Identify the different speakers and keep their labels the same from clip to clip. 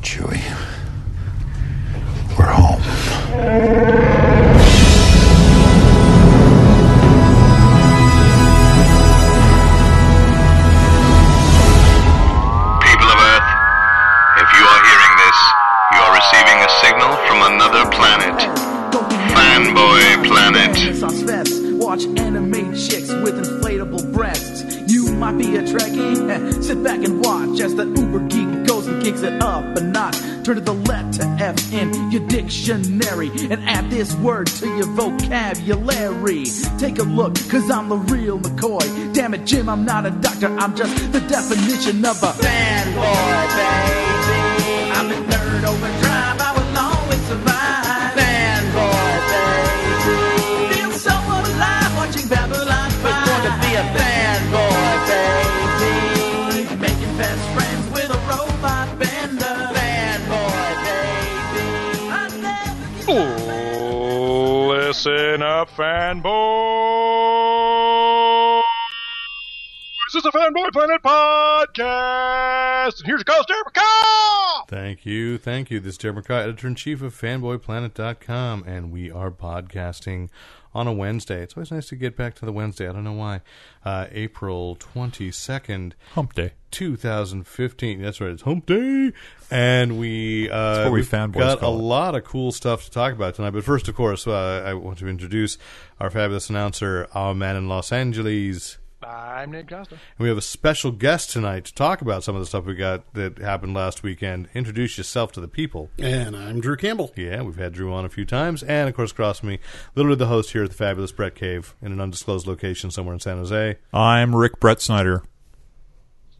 Speaker 1: Chewie. We're home.
Speaker 2: People of Earth, if you are hearing this, you are receiving a signal from another planet. Fanboy Planet.
Speaker 3: Pants on steps, watch anime chicks with inflatable breasts. You might be a Trekkie, eh, sit back and watch as the Uber geek goes and kicks it up a notch. Turn to the letter F in your dictionary and add this word to your vocabulary. Take a look, cause I'm the real McCoy. Damn it, Jim, I'm not a doctor, I'm just the definition of a fanboy, baby. I'm a nerd overdrive, I will always survive. Fanboy, baby feel so alive watching Babylon 5. It's going to be a fanboy, baby. Making best friends with a robot bender. Fanboy, baby. I never give
Speaker 4: Listen up, fanboy! This is the Fanboy Planet podcast, and here's your ghost, Eric McCall!
Speaker 5: Thank you, thank you. This is Derek McCaw, editor in chief of fanboyplanet.com, and we are podcasting on a Wednesday. It's always nice to get back to the Wednesday. I don't know why. Uh, April 22nd,
Speaker 6: Hump day.
Speaker 5: 2015. That's right, it's hump day. And we, uh,
Speaker 6: what we
Speaker 5: we've
Speaker 6: fanboys
Speaker 5: got a
Speaker 6: call it.
Speaker 5: lot of cool stuff to talk about tonight. But first, of course, uh, I want to introduce our fabulous announcer, our man in Los Angeles.
Speaker 4: I'm Nate Costa.
Speaker 5: And we have a special guest tonight to talk about some of the stuff we got that happened last weekend. Introduce yourself to the people.
Speaker 7: And I'm Drew Campbell.
Speaker 5: Yeah, we've had Drew on a few times, and of course, across from me, literally the host here at the fabulous Brett Cave in an undisclosed location somewhere in San Jose.
Speaker 6: I'm Rick Brett Snyder.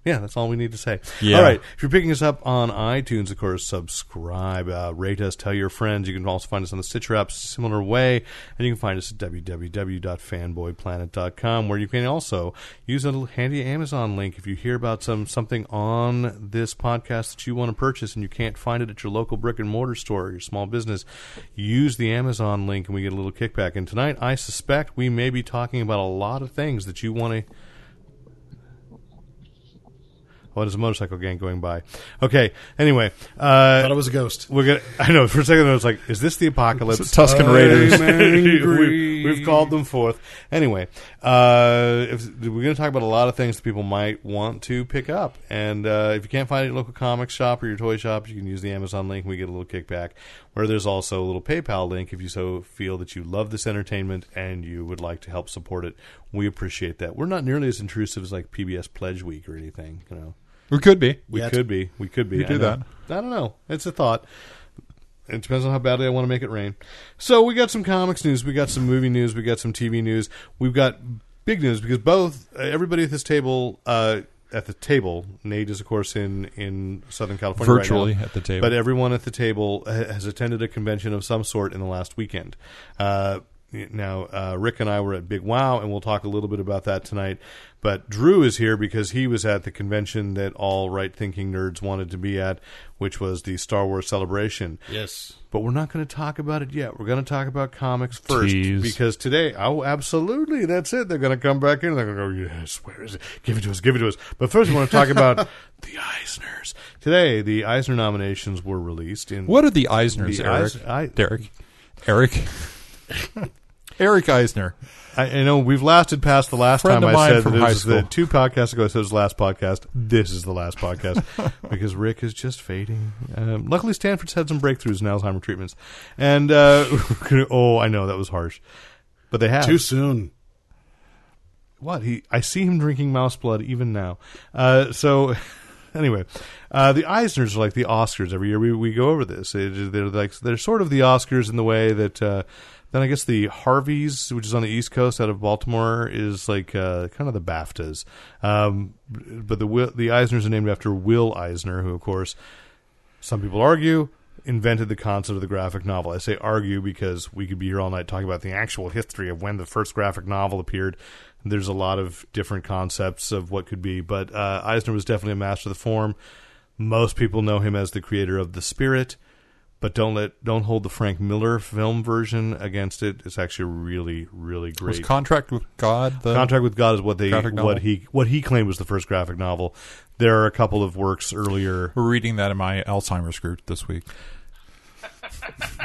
Speaker 5: Yeah, that's all we need to say.
Speaker 6: Yeah.
Speaker 5: All right. If you're picking us up on iTunes, of course, subscribe, uh, rate us, tell your friends. You can also find us on the Stitcher app, similar way. And you can find us at www.fanboyplanet.com, where you can also use a little handy Amazon link if you hear about some something on this podcast that you want to purchase and you can't find it at your local brick and mortar store or your small business. Use the Amazon link and we get a little kickback. And tonight, I suspect we may be talking about a lot of things that you want to. Oh, there's a motorcycle gang going by. Okay. Anyway, uh,
Speaker 7: Thought it was a ghost.
Speaker 5: we're gonna. I know for a second I was like, "Is this the apocalypse?"
Speaker 6: Tuscan Raiders.
Speaker 5: we, we've called them forth. Anyway, uh, if, we're going to talk about a lot of things that people might want to pick up. And uh, if you can't find it at your local comic shop or your toy shop, you can use the Amazon link. and We get a little kickback. Where there's also a little PayPal link if you so feel that you love this entertainment and you would like to help support it. We appreciate that. We're not nearly as intrusive as like PBS Pledge Week or anything. You know.
Speaker 6: We could be.
Speaker 5: We
Speaker 7: Yet.
Speaker 5: could be. We could be.
Speaker 6: We do
Speaker 5: I know. I don't know. It's a thought. It depends on how badly I want to make it rain. So we got some comics news. We got some movie news. We got some TV news. We've got big news because both uh, everybody at this table. Uh, at the table, Nate is of course in in Southern California, right now.
Speaker 6: Virtually at the table.
Speaker 5: But everyone at the table ha- has attended a convention of some sort in the last weekend. Uh, now, uh, Rick and I were at Big Wow, and we'll talk a little bit about that tonight. But Drew is here because he was at the convention that all right thinking nerds wanted to be at, which was the Star Wars celebration.
Speaker 7: Yes.
Speaker 5: But we're not going to talk about it yet. We're going to talk about comics first
Speaker 6: Tease.
Speaker 5: because today, oh, absolutely, that's it. They're going to come back in. They're going to go, yes, where is it? Give it to us, give it to us. But first, we want to talk about the Eisners. Today, the Eisner nominations were released. In
Speaker 6: What are the Eisners,
Speaker 5: The
Speaker 6: Eric?
Speaker 5: Eis- I-
Speaker 6: Derek. Eric. Eric Eisner.
Speaker 5: I, I know we've lasted past the last
Speaker 6: Friend
Speaker 5: time
Speaker 6: of
Speaker 5: I
Speaker 6: mine
Speaker 5: said
Speaker 6: from
Speaker 5: this
Speaker 6: high
Speaker 5: is the
Speaker 6: school.
Speaker 5: two podcasts ago. I said it was the last podcast. This is the last podcast because Rick is just fading. Um, luckily, Stanford's had some breakthroughs in Alzheimer treatments, and uh, oh, I know that was harsh, but they have
Speaker 7: Too soon.
Speaker 5: what he I see him drinking mouse blood even now. Uh, so anyway, uh, the Eisners are like the Oscars every year. We we go over this. It- they're like they're sort of the Oscars in the way that. Uh, then I guess the Harveys, which is on the East Coast out of Baltimore, is like uh, kind of the BAFTAs. Um, but the Wi- the Eisners are named after Will Eisner, who of course some people argue invented the concept of the graphic novel. I say argue because we could be here all night talking about the actual history of when the first graphic novel appeared. There's a lot of different concepts of what could be, but uh, Eisner was definitely a master of the form. Most people know him as the creator of The Spirit, But don't let don't hold the Frank Miller film version against it. It's actually really really
Speaker 6: Was
Speaker 5: great.
Speaker 6: Contract with God the
Speaker 5: Contract with God is what they
Speaker 6: Graphic novel?
Speaker 5: what he what he claimed was the first graphic novel. There are a couple of works earlier
Speaker 6: We're reading that in my Alzheimer's group this week.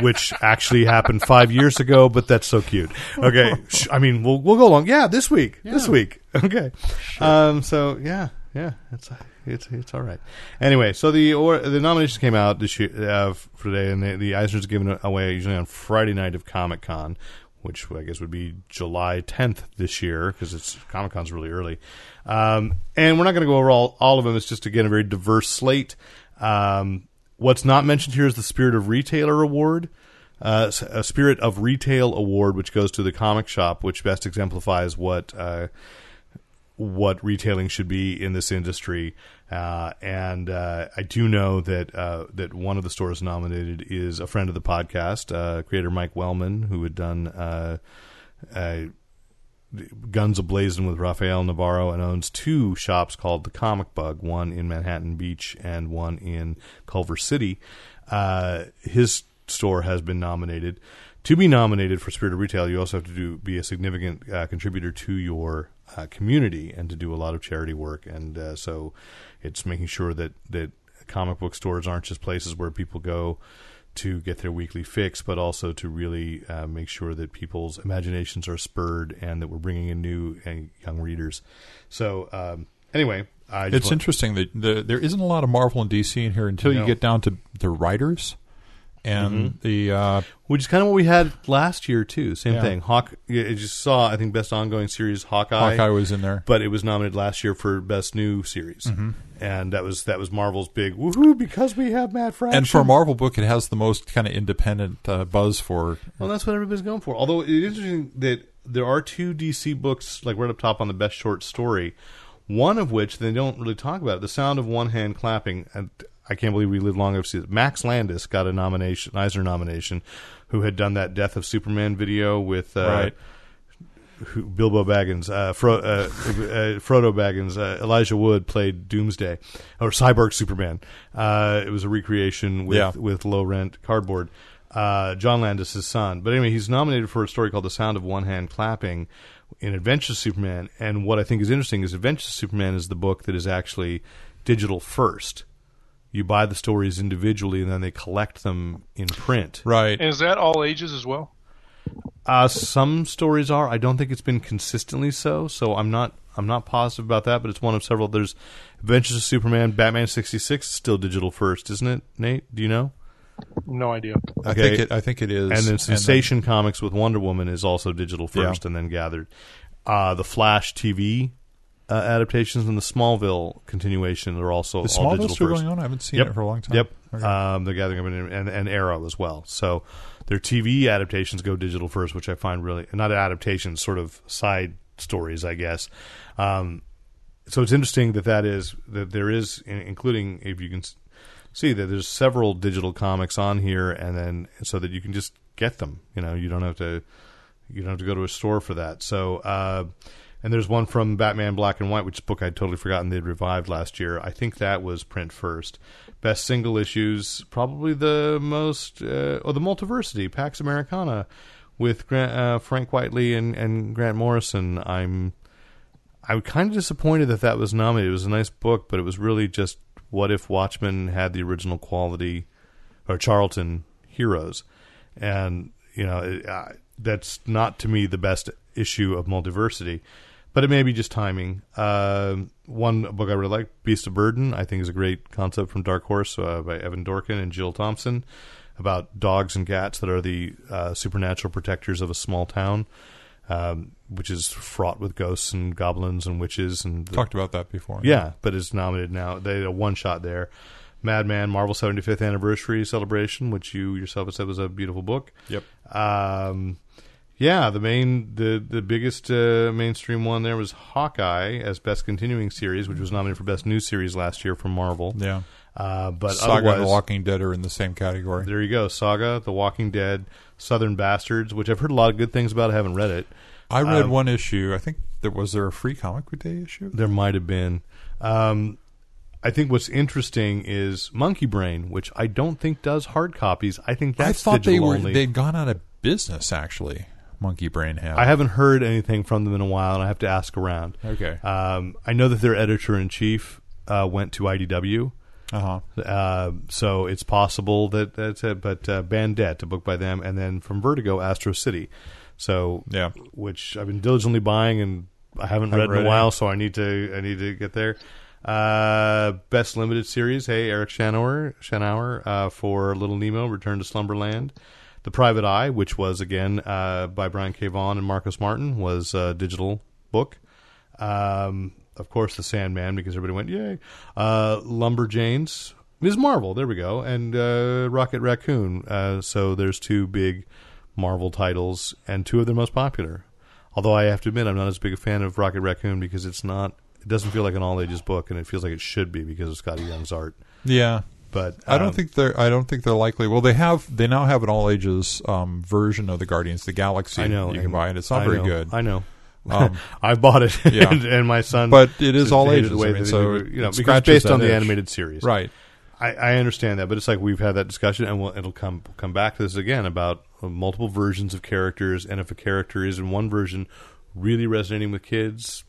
Speaker 5: which actually happened five years ago, but that's so cute. Okay, Sh- I mean we'll we'll go along. Yeah, this week, this week. Okay, um, so yeah, yeah, it's it's it's all right. Anyway, so the or the nominations came out this year uh, for today, and the, the Eisners are given away usually on Friday night of Comic Con. Which I guess would be July 10th this year because it's Comic Con's really early, um, and we're not going to go over all, all of them. It's just again a very diverse slate. Um, what's not mentioned here is the Spirit of Retailer Award, uh, s- a Spirit of Retail Award, which goes to the comic shop, which best exemplifies what uh, what retailing should be in this industry. Uh, and uh, I do know that uh, that one of the stores nominated is a friend of the podcast, uh, creator Mike Wellman, who had done. Uh, uh, guns ablazing with Rafael Navarro and owns two shops called the Comic Bug, one in Manhattan Beach and one in Culver City. Uh, his store has been nominated. To be nominated for Spirit of Retail, you also have to do be a significant uh, contributor to your uh, community and to do a lot of charity work. And uh, so, it's making sure that that comic book stores aren't just places where people go to get their weekly fix, but also to really uh, make sure that people's imaginations are spurred and that we're bringing in new and young readers. So, um, anyway, I just
Speaker 6: It's
Speaker 5: want-
Speaker 6: interesting that the, there isn't a lot of Marvel and DC in here until you
Speaker 5: No. Mm-hmm.
Speaker 6: get down to the writers and the uh,
Speaker 5: which is kind of what we had last year too. Same
Speaker 6: Yeah.
Speaker 5: thing. Hawk, you you just saw I think best ongoing series Hawkeye.
Speaker 6: Hawkeye was in there. Mm-hmm.
Speaker 5: but it was nominated last year for best new series, and that was that was Marvel's big woohoo because we have Matt Fraction.
Speaker 6: and for a Marvel book, it has the most kind of independent uh, buzz for.
Speaker 5: Well, that's what everybody's going for. Although it's interesting that there are two DC books, like right up top on the best short story, one of which they don't really talk about. The sound of one hand clapping. And I can't believe we live long enough to see this. Max Landis got a nomination, Eisner nomination, who had done that Death of Superman video with. Uh,
Speaker 6: Right.
Speaker 5: who, Bilbo Baggins, uh, Fro, uh, uh, Frodo Baggins, uh, Elijah Wood played Doomsday or Cyborg Superman. Uh, it was a recreation with
Speaker 6: Yeah.
Speaker 5: with low rent cardboard. Uh, John Landis' son, but anyway, he's nominated for a story called "The Sound of One Hand Clapping" in Adventure Superman. And what I think is interesting is Adventure Superman is the book that is actually digital first. You buy the stories individually, and then they collect them in print.
Speaker 6: Right.
Speaker 4: Is that all ages as well?
Speaker 5: Uh, some stories are. I don't think it's been consistently so. So I'm not. I'm not positive about that. But it's one of several. There's Adventures of Superman, Batman '66, still digital first, isn't it? Nate, do you know?
Speaker 4: No idea.
Speaker 6: I
Speaker 5: okay.
Speaker 6: think it, I think it is.
Speaker 5: And then Sensation Comics with Wonder Woman is also digital
Speaker 6: Yeah.
Speaker 5: first, and then gathered. Uh, the Flash TV uh, adaptations and the Smallville continuation are also
Speaker 6: is
Speaker 5: all
Speaker 6: Smallville
Speaker 5: digital
Speaker 6: still
Speaker 5: first.
Speaker 6: going on? I haven't seen it for a long time.
Speaker 5: Yep.
Speaker 6: Okay.
Speaker 5: Um, they're gathering up an, and, and Arrow as well. So their TV adaptations go digital first, which I find really not adaptations, sort of side stories, I guess. Um, so it's interesting that that is that there is, in- including if you can s- see that there's several digital comics on here, and then so that you can just get them. You know, you don't have to you don't have to go to a store for that. So, uh, and there's one from Batman Black and White, which is a book I'd totally forgotten they'd revived last year. I think that was print first. Best single issues, probably the most, uh, or the Multiversity, Pax Americana, with Grant, uh, Frank Whiteley and, and Grant Morrison. I'm I'm kind of disappointed that that was nominated. It was a nice book, but it was really just what if Watchmen had the original quality or Charlton heroes, and you know it, I, that's not to me the best issue of Multiversity, but it may be just timing. Um one book I really like, Beast of Burden, I think is a great concept from Dark Horse uh, by Evan Dorkin and Jill Thompson about dogs and cats that are the uh, supernatural protectors of a small town um, which is fraught with ghosts and goblins and witches and the-
Speaker 6: Talked about that before.
Speaker 5: yeah, but it's nominated now. They had a one shot there. Madman Marvel 75th anniversary celebration, which you yourself have said was a beautiful book.
Speaker 6: Yep.
Speaker 5: Um, yeah, the main the the biggest uh, mainstream one there was Hawkeye as best continuing series, which was nominated for best new series last year from Marvel.
Speaker 6: Yeah.
Speaker 5: Uh, but
Speaker 6: Saga and The
Speaker 5: otherwise-
Speaker 6: Walking Dead are in the same category.
Speaker 5: there you go. Saga, The Walking Dead, Southern Bastards, which I've heard a lot of good things about. I haven't read it.
Speaker 6: I
Speaker 5: uh,
Speaker 6: read one issue. I think there was there a free comic book day issue.
Speaker 5: There might have been. Um, I think what's interesting is Monkey Brain, which I don't think does hard copies. I think
Speaker 6: I
Speaker 5: that's
Speaker 6: thought they
Speaker 5: digital
Speaker 6: were
Speaker 5: only.
Speaker 6: they'd gone out of business. Actually, Monkey Brain had.
Speaker 5: I haven't heard anything from them in a while, and I have to ask around.
Speaker 6: Okay.
Speaker 5: Um, I know that their editor in chief uh, went to IDW,
Speaker 6: Uh huh.
Speaker 5: uh, so it's possible that that's it. But uh, Bandette, a book by them, and then from Vertigo, Astro City. So
Speaker 6: Yeah.
Speaker 5: which I've been diligently buying and I haven't, read,
Speaker 6: read
Speaker 5: in
Speaker 6: it.
Speaker 5: a while, so I need to I need to get there. Uh, best limited series. Hey, Eric Shanauer, Shanauer uh, for Little Nemo: Return to Slumberland. The Private Eye, which was again uh, by Brian K. Vaughan and Marcus Martin, was a digital book. Um, of course, The Sandman, because everybody went yay. Uh, Lumberjanes, Ms. Marvel. There we go, and uh, Rocket Raccoon. Uh, so there's two big Marvel titles, and two of their most popular. Although I have to admit, I'm not as big a fan of Rocket Raccoon because it's not. It doesn't feel like an all ages book, and it feels like it should be because of Scotty Young's art.
Speaker 6: Yeah.
Speaker 5: But
Speaker 6: I don't
Speaker 5: um,
Speaker 6: think they're. I don't think they're likely. Well, they have. They now have an all ages um, version of the Guardians of the Galaxy.
Speaker 5: I know
Speaker 6: you can
Speaker 5: and
Speaker 6: buy it. It's not
Speaker 5: I
Speaker 6: very
Speaker 5: know,
Speaker 6: good.
Speaker 5: I know.
Speaker 6: Um,
Speaker 5: I bought it,
Speaker 6: Yeah.
Speaker 5: and, and my son.
Speaker 6: But it is
Speaker 5: just
Speaker 6: all
Speaker 5: hated
Speaker 6: ages,
Speaker 5: The way
Speaker 6: I mean,
Speaker 5: that they
Speaker 6: so
Speaker 5: were-
Speaker 6: it-
Speaker 5: you know,
Speaker 6: it
Speaker 5: because it's
Speaker 6: scratches
Speaker 5: based on
Speaker 6: that
Speaker 5: the
Speaker 6: itch.
Speaker 5: animated series,
Speaker 6: right.
Speaker 5: I, I understand that, but it's like we've had that discussion, and we'll, it'll come we'll come back to this again about uh, multiple versions of characters, and if a character is in one version really resonating with kids,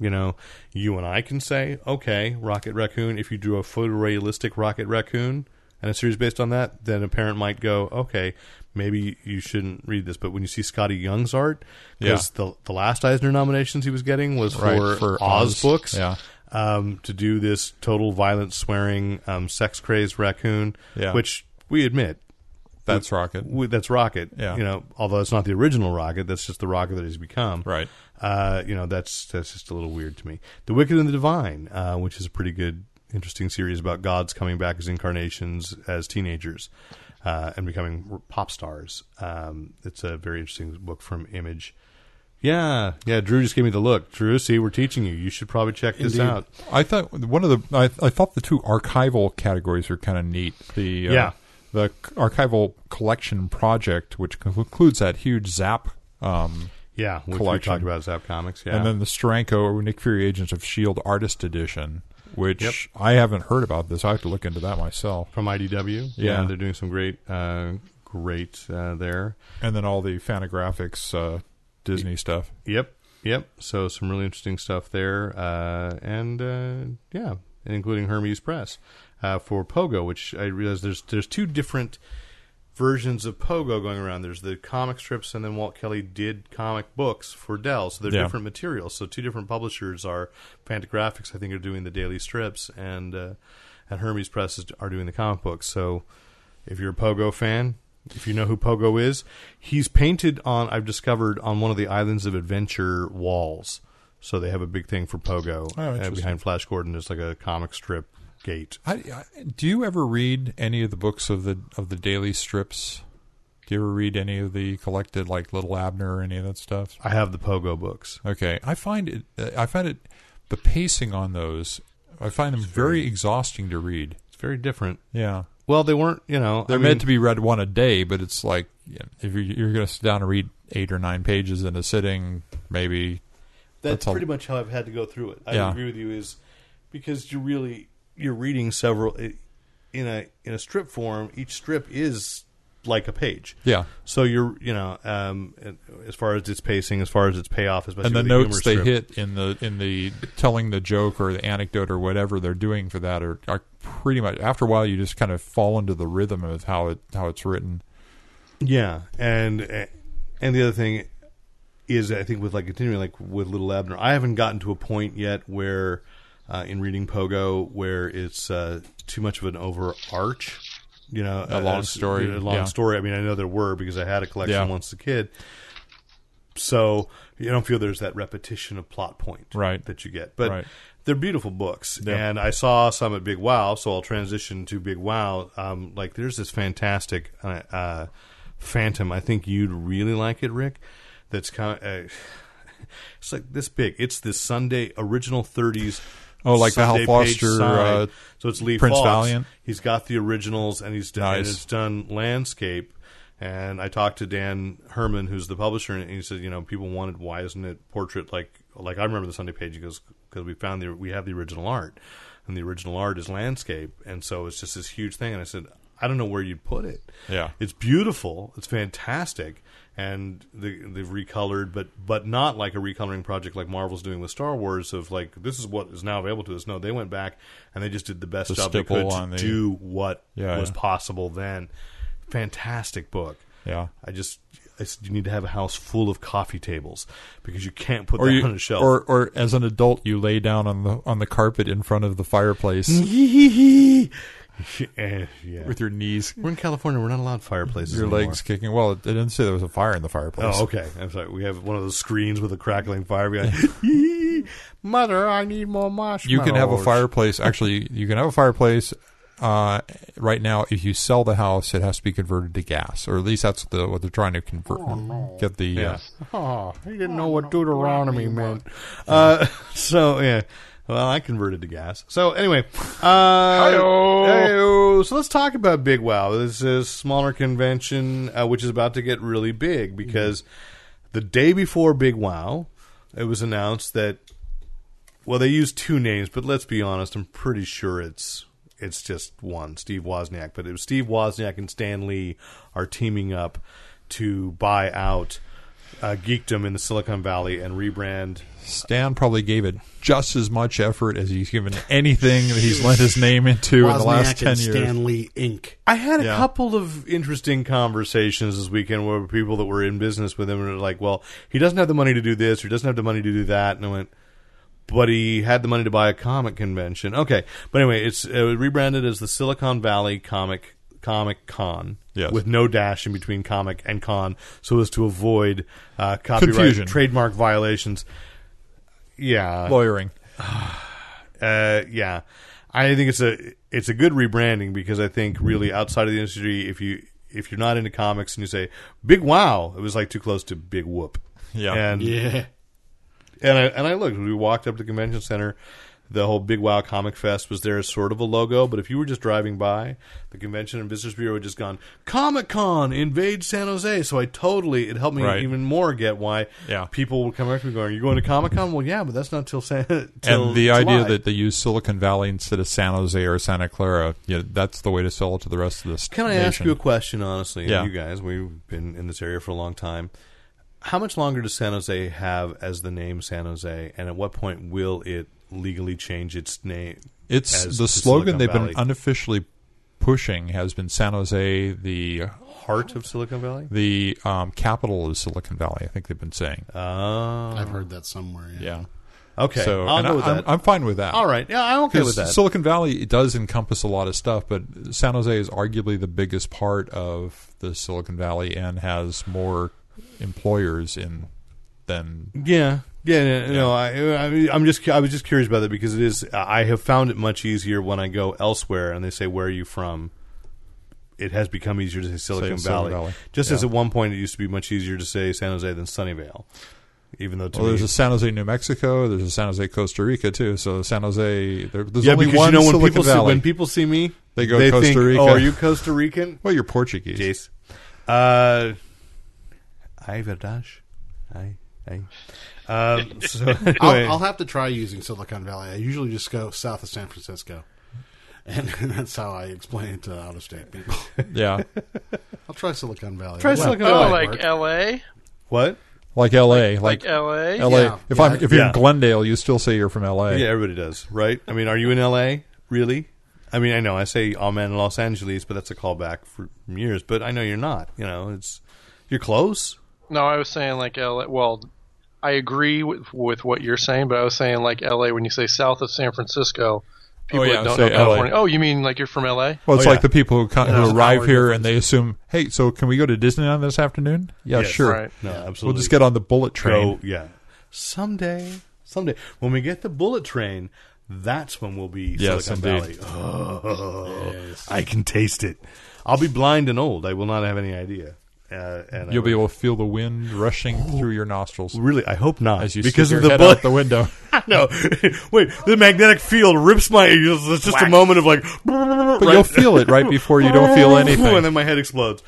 Speaker 5: you know, you and I can say, okay, Rocket Raccoon. If you drew a photorealistic Rocket Raccoon and a series based on that, then a parent might go, okay, maybe you shouldn't read this. But when you see Scotty Young's art, because the the last Eisner nominations he was getting was
Speaker 6: Right,
Speaker 5: for,
Speaker 6: for
Speaker 5: Oz,
Speaker 6: Oz,
Speaker 5: books,
Speaker 6: yeah.
Speaker 5: um, to do this total violent swearing, um, sex crazed raccoon,
Speaker 6: Yeah.
Speaker 5: which we admit
Speaker 6: That's Rocket.
Speaker 5: we, that's Rocket.
Speaker 6: Yeah.
Speaker 5: You know, although it's not the original Rocket, that's just the Rocket that he's become.
Speaker 6: Right.
Speaker 5: Uh, you know, that's that's just a little weird to me. The Wicked and the Divine, uh, which is a pretty good, interesting series about gods coming back as incarnations as teenagers uh, and becoming r- pop stars. Um, it's a very interesting book from Image. Yeah, yeah. Drew just gave me the look. Drew, see, we're teaching you. You should probably check this
Speaker 6: Indeed.
Speaker 5: out.
Speaker 6: I thought one of the I, I thought the two archival categories were kind of neat. The uh,
Speaker 5: Yeah.
Speaker 6: the c- archival collection project, which c- includes that huge Zap, um,
Speaker 5: Yeah, which
Speaker 6: Collection.
Speaker 5: we talked about Zap Comics. Yeah,
Speaker 6: and then the Stranko or Nick Fury Agents of Shield E Artist Edition, which I haven't heard about this. I have to look into that myself.
Speaker 5: from IDW.
Speaker 6: Yeah.
Speaker 5: they're doing some great, uh, great uh, there.
Speaker 6: And then all the Fantagraphics uh, Disney stuff.
Speaker 5: Yep, yep. So some really interesting stuff there, uh, and uh, yeah, including Hermes Press uh, for Pogo, which I realize there's there's two different versions of Pogo going around. There's the comic strips, and then Walt Kelly did comic books for Dell, so they're
Speaker 6: Yeah.
Speaker 5: different materials. So two different publishers are Fantagraphics, I think, are doing the daily strips, and uh, and Hermes Press is, are doing the comic books. So if you're a Pogo fan, if you know who Pogo is, he's painted on I've discovered on one of the Islands of Adventure walls. So they have a big thing for Pogo
Speaker 6: Oh,
Speaker 5: uh,
Speaker 6: interesting.
Speaker 5: behind Flash Gordon. There's like a comic strip gate.
Speaker 6: I, I, do you ever read any of the books of the of the daily strips? Do you ever read any of the collected like Little Abner or any of that stuff?
Speaker 5: I have the Pogo books.
Speaker 6: Okay, I find it. uh, I find it. The pacing on those, I find them very, exhausting to read.
Speaker 5: It's very different.
Speaker 6: Yeah,
Speaker 5: Well, they weren't, you know,
Speaker 6: they're meant to be read one a day, but it's like you know, if you're, you're going to sit down and read eight or nine pages in a sitting, maybe.
Speaker 5: that's
Speaker 6: That's all.
Speaker 5: pretty much how I've had to go through it. I
Speaker 6: Yeah.
Speaker 5: agree with you is because you really you're reading several in a in a strip form. Each strip is like a page.
Speaker 6: Yeah,
Speaker 5: So you're you know um, as far as its pacing, as far as its payoff, especially
Speaker 6: and the
Speaker 5: with
Speaker 6: notes they
Speaker 5: humor strips.
Speaker 6: hit in the in the telling the joke or the anecdote or whatever they're doing for that are, are pretty much. After a while, you just kind of fall into the rhythm of how it how it's written.
Speaker 5: Yeah, and and the other thing is, I think with like continuing like with Little Abner, I haven't gotten to a point yet where uh, in reading Pogo where it's uh, too much of an over arch. You know,
Speaker 6: A long
Speaker 5: as-
Speaker 6: story,
Speaker 5: A long
Speaker 6: yeah.
Speaker 5: story. I mean, I know there were because I had a collection
Speaker 6: Yeah.
Speaker 5: once a kid. So you don't feel there's that repetition of plot point
Speaker 6: Right.
Speaker 5: that you get, but
Speaker 6: Right.
Speaker 5: they're beautiful books. And I saw some at Big Wow, so I'll transition to Big Wow. Um, like there's this fantastic uh, uh, Phantom. I think you'd really like it, Rick. That's kind of. Uh, it's like this big. It's this Sunday original 30s.
Speaker 6: Oh, like the Hal
Speaker 5: Sunday page
Speaker 6: Foster,
Speaker 5: side.
Speaker 6: uh,
Speaker 5: so it's Lee
Speaker 6: Prince
Speaker 5: Fox.
Speaker 6: Valiant?
Speaker 5: He's got the originals, and he's done. And
Speaker 6: Nice.
Speaker 5: it's done landscape. And I talked to Dan Herman, who's the publisher, and he said, you know, people wanted why isn't it portrait like like I remember the Sunday page. He goes because we found the we have the original art. and the original art is landscape, and so it's just this huge thing. And I said, I don't know where you'd put it.
Speaker 6: Yeah.
Speaker 5: it's beautiful, it's fantastic, and the, they've recolored, but but not like a recoloring project like Marvel's doing with Star Wars of like this is what is now available to us. No, they went back and they just did the best
Speaker 6: The
Speaker 5: job they
Speaker 6: stipple
Speaker 5: could to
Speaker 6: on the-
Speaker 5: do what
Speaker 6: Yeah,
Speaker 5: was
Speaker 6: yeah.
Speaker 5: possible then. Fantastic book.
Speaker 6: Yeah.
Speaker 5: I just I said, you need to have a house full of coffee tables because you can't put
Speaker 6: Or
Speaker 5: that
Speaker 6: you,
Speaker 5: on a shelf.
Speaker 6: or or as an adult, you lay down on the on the carpet in front of the fireplace
Speaker 5: Eh, yeah.
Speaker 6: with your knees,
Speaker 5: We're in California. We're not allowed fireplaces.
Speaker 6: your
Speaker 5: anymore.
Speaker 6: legs kicking. Well, it didn't say there was a fire in the fireplace.
Speaker 5: Oh, okay. I'm sorry. We have one of those screens with a crackling fire behind. Mother, I need more marshmallows.
Speaker 6: you can have a fireplace. Actually, you can have a fireplace. Uh, right now, if you sell the house, it has to be converted to gas, or at least that's the, what they're trying to convert. Get the uh,
Speaker 5: Yes. Oh, he didn't know what Deuteronomy meant. Uh, so yeah. Well, I converted to gas. So anyway, uh, hey-o. so let's talk about Big Wow. This is a smaller convention, uh, which is about to get really big because the day before Big Wow, it was announced that well, they used two names, but let's be honest. I'm pretty sure it's it's just one, Steve Wozniak. But it was Steve Wozniak and Stan Lee are teaming up to buy out uh, Geekdom in the Silicon Valley and rebrand.
Speaker 6: Stan probably gave it just as much effort as he's given anything that he's lent his name into in the last
Speaker 7: Wozniak
Speaker 6: ten
Speaker 7: and
Speaker 6: years.
Speaker 7: Stanley Inc.
Speaker 5: I had a
Speaker 6: Yeah.
Speaker 5: couple of interesting conversations this weekend where people that were in business with him were like, "Well, he doesn't have the money to do this, or he doesn't have the money to do that," and I went. but he had the money to buy a comic convention. Okay, but anyway, it's it was rebranded as the Silicon Valley Comic Comic Con.
Speaker 6: Yes.
Speaker 5: With no dash in between comic and con, so as to avoid uh, copyright
Speaker 6: Confusion.
Speaker 5: trademark violations. Yeah,
Speaker 6: Lawyering.
Speaker 5: uh, yeah, I think it's a it's a good rebranding because I think really
Speaker 6: Mm-hmm.
Speaker 5: outside of the industry, if you if you're not into comics and you say big wow, it was like too close to big whoop.
Speaker 6: Yeah.
Speaker 5: and
Speaker 7: Yeah.
Speaker 5: and I and I looked. We walked up to the convention center. The whole Big Wow Comic Fest was there as sort of a logo, but if you were just driving by, the Convention and Visitors Bureau had just gone Comic Con invades San Jose. So I totally it helped me
Speaker 6: Right.
Speaker 5: even more get why
Speaker 6: Yeah.
Speaker 5: people would come up to me going, "You're going to Comic Con?" Well, yeah, but that's not till San. till
Speaker 6: and the
Speaker 5: July."
Speaker 6: idea that they use Silicon Valley instead of San Jose or Santa Clara, yeah, that's the way to sell it to the rest of this.
Speaker 5: Can I ask you a question, honestly? and
Speaker 6: Yeah.
Speaker 5: You guys, we've been in this area for a long time. How much longer does San Jose have as the name San Jose, and at what point will it legally change its name?
Speaker 6: It's
Speaker 5: as
Speaker 6: the slogan
Speaker 5: Silicon
Speaker 6: they've
Speaker 5: Valley?
Speaker 6: been unofficially pushing has been San Jose, the
Speaker 5: heart of Silicon Valley?
Speaker 6: the um, capital of Silicon Valley. I think they've been saying.
Speaker 5: Oh,
Speaker 7: I've heard that somewhere. Yeah.
Speaker 6: yeah.
Speaker 5: okay.
Speaker 6: So
Speaker 5: I'll
Speaker 6: and
Speaker 5: go with
Speaker 6: I, am
Speaker 5: that.
Speaker 6: I'm fine with that.
Speaker 5: All right. Yeah, I'm okay
Speaker 6: 'Cause
Speaker 5: with that.
Speaker 6: Silicon Valley it does encompass a lot of stuff, but San Jose is arguably the biggest part of the Silicon Valley and has more employers in than
Speaker 5: yeah. Yeah, yeah, no, I, I mean, I'm just, I was just curious about that because it is. I have found it much easier when I go elsewhere and they say, "Where are you from?" It has become easier to say Silicon,
Speaker 6: Silicon
Speaker 5: Valley,
Speaker 6: Valley.
Speaker 5: just as
Speaker 6: Yeah.
Speaker 5: at one point it used to be much easier to say San Jose than Sunnyvale, even though to
Speaker 6: Well,
Speaker 5: me,
Speaker 6: there's a San Jose, New Mexico. There's a San Jose, Costa Rica too. So San Jose, there, there's
Speaker 5: yeah,
Speaker 6: only
Speaker 5: because
Speaker 6: one
Speaker 5: you know when
Speaker 6: Silicon
Speaker 5: people see,
Speaker 6: Valley.
Speaker 5: when people see me,
Speaker 6: They go
Speaker 5: they
Speaker 6: Costa
Speaker 5: think,
Speaker 6: Rica.
Speaker 5: Oh, are you Costa Rican?
Speaker 6: well, you're Portuguese.
Speaker 5: Jace. Uh, I verdade. I. I. Um, so anyway,
Speaker 7: I'll, I'll have to try using Silicon Valley. I usually just go south of San Francisco. And that's how I explain it to out of state people.
Speaker 6: Yeah,
Speaker 7: I'll try Silicon Valley.
Speaker 5: Try
Speaker 7: Well,
Speaker 5: Silicon
Speaker 7: that'll
Speaker 5: Valley.
Speaker 8: Oh, like
Speaker 7: work.
Speaker 8: L.A.
Speaker 5: what?
Speaker 6: like L.A. Like,
Speaker 8: Like L.A.
Speaker 6: L.A.
Speaker 7: Yeah.
Speaker 6: If
Speaker 7: Yeah.
Speaker 6: I'm if you're
Speaker 5: Yeah.
Speaker 6: in Glendale, you still say you're from L.A.
Speaker 5: Yeah, everybody does, right? I mean, are you in L.A. really? I mean, I know I say "I'm in Los Angeles," but that's a callback for, from years. But I know you're not. You know, it's you're close.
Speaker 8: No, I was saying like L.A. Well, I agree with with what you're saying, but I was saying like L.A. When you say south of San Francisco, people
Speaker 6: yeah,
Speaker 8: that don't
Speaker 6: say
Speaker 8: know
Speaker 6: LA.
Speaker 8: California. Oh, you mean like you're from L.A.
Speaker 6: Well, it's
Speaker 5: Oh, yeah.
Speaker 6: like the people who, come,
Speaker 7: There's
Speaker 6: who
Speaker 7: an
Speaker 6: arrive
Speaker 7: hour
Speaker 6: here and they assume, hey, so can we go to Disneyland this afternoon? Yeah,
Speaker 5: Yes.
Speaker 6: sure.
Speaker 8: Right.
Speaker 5: No, absolutely.
Speaker 6: We'll just get on the bullet train.
Speaker 5: go. Yeah, someday, someday, when we get the bullet train, that's when we'll be
Speaker 6: Yes,
Speaker 5: Silicon
Speaker 6: indeed.
Speaker 5: Valley. Oh, I can taste it. I'll be blind and old. I will not have any idea. Uh, and I
Speaker 6: You'll be
Speaker 5: will-
Speaker 6: able to feel the wind rushing through your nostrils
Speaker 5: really. I hope not
Speaker 6: as you
Speaker 5: Oh. because
Speaker 6: stick
Speaker 5: of the
Speaker 6: your head
Speaker 5: bullet.
Speaker 6: out the window.
Speaker 5: no, wait. The magnetic field rips my. It's just a moment of like.
Speaker 6: But you'll feel it right before you don't feel anything.
Speaker 5: and then my head explodes.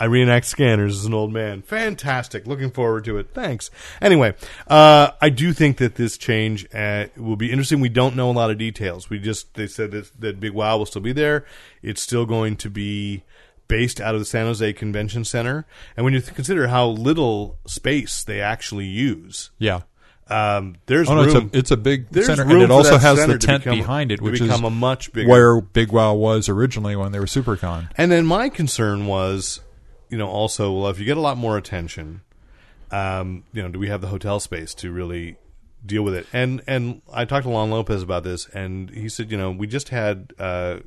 Speaker 5: I reenact scanners as an old man. Fantastic. Looking forward to it. Thanks. Anyway, uh, I do think that this change uh, will be interesting. We don't know a lot of details. We just they said that, that Big Wow will still be there. It's still going to be based out of the San Jose Convention Center. And when you th- consider how little space they actually use,
Speaker 6: Yeah.
Speaker 5: um, there's
Speaker 6: Oh no,
Speaker 5: room.
Speaker 6: it's a it's a big
Speaker 5: There's
Speaker 6: center,
Speaker 5: room
Speaker 6: and it
Speaker 5: for
Speaker 6: also
Speaker 5: that
Speaker 6: has the
Speaker 5: center to
Speaker 6: tent
Speaker 5: become-
Speaker 6: behind it,
Speaker 5: to
Speaker 6: which is
Speaker 5: become a much bigger-
Speaker 6: where Big Wow was originally when they were SuperCon.
Speaker 5: And then my concern was, you know, also, well, if you get a lot more attention, um, you know, do we have the hotel space to really deal with it? And and I talked to Lon Lopez about this, and he said, you know, we just had uh,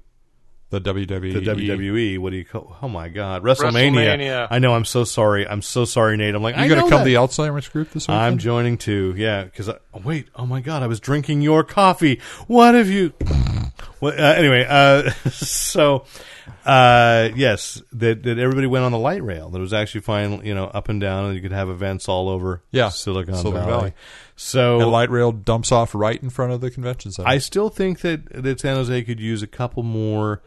Speaker 6: The E WWE,
Speaker 5: the E WWE. What do you call? Oh my God, WrestleMania.
Speaker 8: WrestleMania.
Speaker 5: I know. I'm so sorry. I'm so sorry, Nate. I'm like,
Speaker 6: You
Speaker 5: I
Speaker 6: going
Speaker 5: know
Speaker 6: to come
Speaker 5: that.
Speaker 6: to the Alzheimer's group this weekend?
Speaker 5: I'm joining too. Yeah, because wait, oh my god, I was drinking your coffee. What have you? Well, uh, anyway, uh, so uh, yes, that that everybody went on the light rail. That was actually fine, you know, up and down, and you could have events all over.
Speaker 6: Yeah,
Speaker 5: Silicon,
Speaker 6: Silicon
Speaker 5: Valley.
Speaker 6: Valley.
Speaker 5: So
Speaker 6: the light rail dumps off right in front of the convention center.
Speaker 5: I still think that that San Jose could use a couple more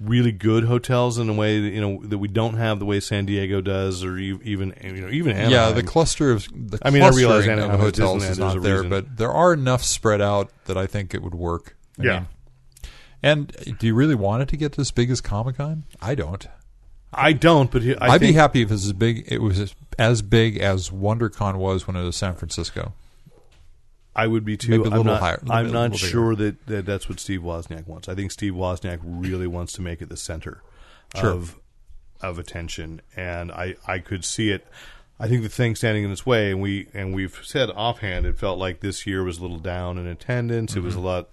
Speaker 5: really good hotels in a way that you know that we don't have the way San Diego does, or e- even you know even Anaheim.
Speaker 6: yeah, the cluster of the
Speaker 5: I mean, I realize
Speaker 6: clustering
Speaker 5: Anaheim
Speaker 6: of
Speaker 5: is
Speaker 6: hotels
Speaker 5: Disneyland,
Speaker 6: is
Speaker 5: there's a
Speaker 6: not there,
Speaker 5: reason.
Speaker 6: but there are enough spread out that I think it would work. I
Speaker 5: Yeah.
Speaker 6: mean, and do you really want it to get as big as Comic Con? I don't.
Speaker 5: I don't, but he- I
Speaker 6: I would
Speaker 5: think,
Speaker 6: be happy if it was as big. It was as- as big as WonderCon was when it was San Francisco.
Speaker 5: I would be too.
Speaker 6: Maybe a
Speaker 5: I'm
Speaker 6: little
Speaker 5: not,
Speaker 6: higher, a little
Speaker 5: I'm
Speaker 6: bit- a
Speaker 5: not
Speaker 6: little bigger.
Speaker 5: sure that, that that's what Steve Wozniak wants. I think Steve Wozniak really wants to make it the center
Speaker 6: Sure.
Speaker 5: of of attention, and I I could see it. I think the thing standing in its way, and we and we've said offhand, it felt like this year was a little down in attendance. It was
Speaker 6: Mm-hmm.
Speaker 5: a lot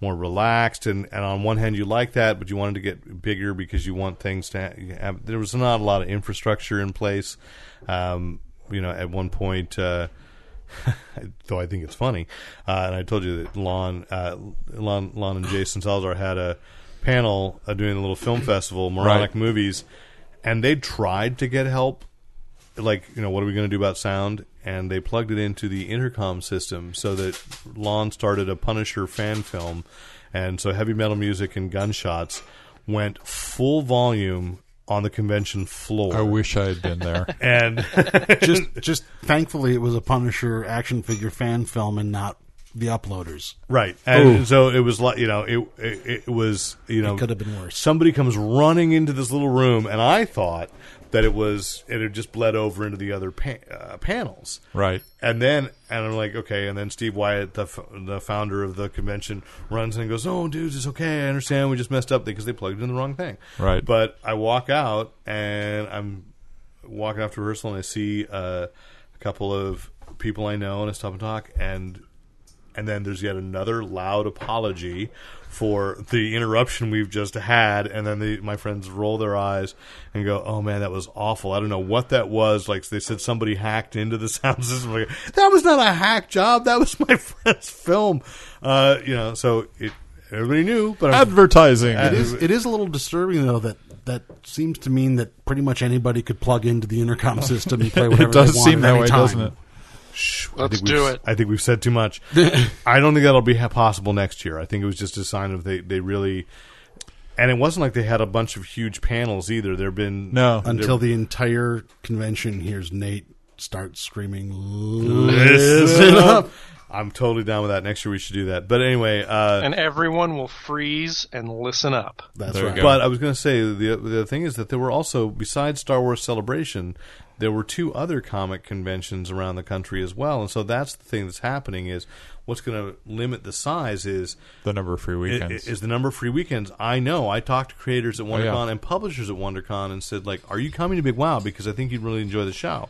Speaker 5: more relaxed, and and on one hand you like that, but you wanted to get bigger because you want things to. ha- Have, there was not a lot of infrastructure in place. Um, you know, at one point. Uh, though I think it's funny. Uh, and I told you that Lon, uh, Lon, Lon and Jason Salazar had a panel uh, doing a little film festival, Moronic
Speaker 6: Right.
Speaker 5: Movies, and they tried to get help. Like, you know, what are we going to do about sound? And they plugged it into the intercom system so that Lon started a Punisher fan film. And so heavy metal music and gunshots went full volume on the convention floor.
Speaker 6: I wish I had been there.
Speaker 5: and
Speaker 7: just just thankfully it was a Punisher action figure fan film and not the uploaders.
Speaker 5: Right, and so it was like you know it it, it was you know
Speaker 7: could have been worse.
Speaker 5: Somebody comes running into this little room, and I thought that it was it had just bled over into the other pa- uh, panels.
Speaker 6: Right.
Speaker 5: and then and I'm like okay, and then Steve Wyatt, the f- the founder of the convention, runs in and goes, "Oh, dudes, it's okay. I understand. We just messed up because they plugged in the wrong thing."
Speaker 6: Right.
Speaker 5: but I walk out and I'm walking after rehearsal, and I see uh, a couple of people I know, and I stop and talk, and and then there's yet another loud apology for the interruption we've just had. And then the, my friends roll their eyes and go, "Oh man, that was awful. I don't know what that was." Like they said, somebody hacked into the sound system. Like, that was not a hack job. That was my friend's film. Uh, you know, so it everybody knew, but I'm,
Speaker 6: Advertising.
Speaker 7: It is it is a little disturbing though that that seems to mean that pretty much anybody could plug into the intercom system and play whatever
Speaker 6: It does
Speaker 7: they want
Speaker 6: seem
Speaker 7: at
Speaker 6: that
Speaker 7: any
Speaker 6: way,
Speaker 7: time.
Speaker 6: doesn't it?
Speaker 5: Shh, I
Speaker 8: Let's
Speaker 5: think we've-
Speaker 8: do it.
Speaker 5: I think we've said too much. I don't think that'll be ha- possible next year. I think it was just a sign of they, they really. And it wasn't like they had a bunch of huge panels either. There have been
Speaker 6: No.
Speaker 7: Until the entire convention hears Nate start screaming
Speaker 5: Listen up. I'm totally down with that. Next year we should do that. But anyway, uh,
Speaker 8: and everyone will freeze and listen up.
Speaker 7: That's
Speaker 6: There you
Speaker 7: right.
Speaker 6: go.
Speaker 5: but I was going to say the the thing is that there were also besides Star Wars Celebration, there were two other comic conventions around the country as well. And so that's the thing that's happening is what's going to limit the size is
Speaker 6: the number of free
Speaker 5: i-
Speaker 6: weekends. Oh,
Speaker 5: is the number of free weekends. I know. I talked to creators at WonderCon
Speaker 6: yeah.
Speaker 5: and publishers at WonderCon and said like, "Are you coming to Big Wow because I think you'd really enjoy the show."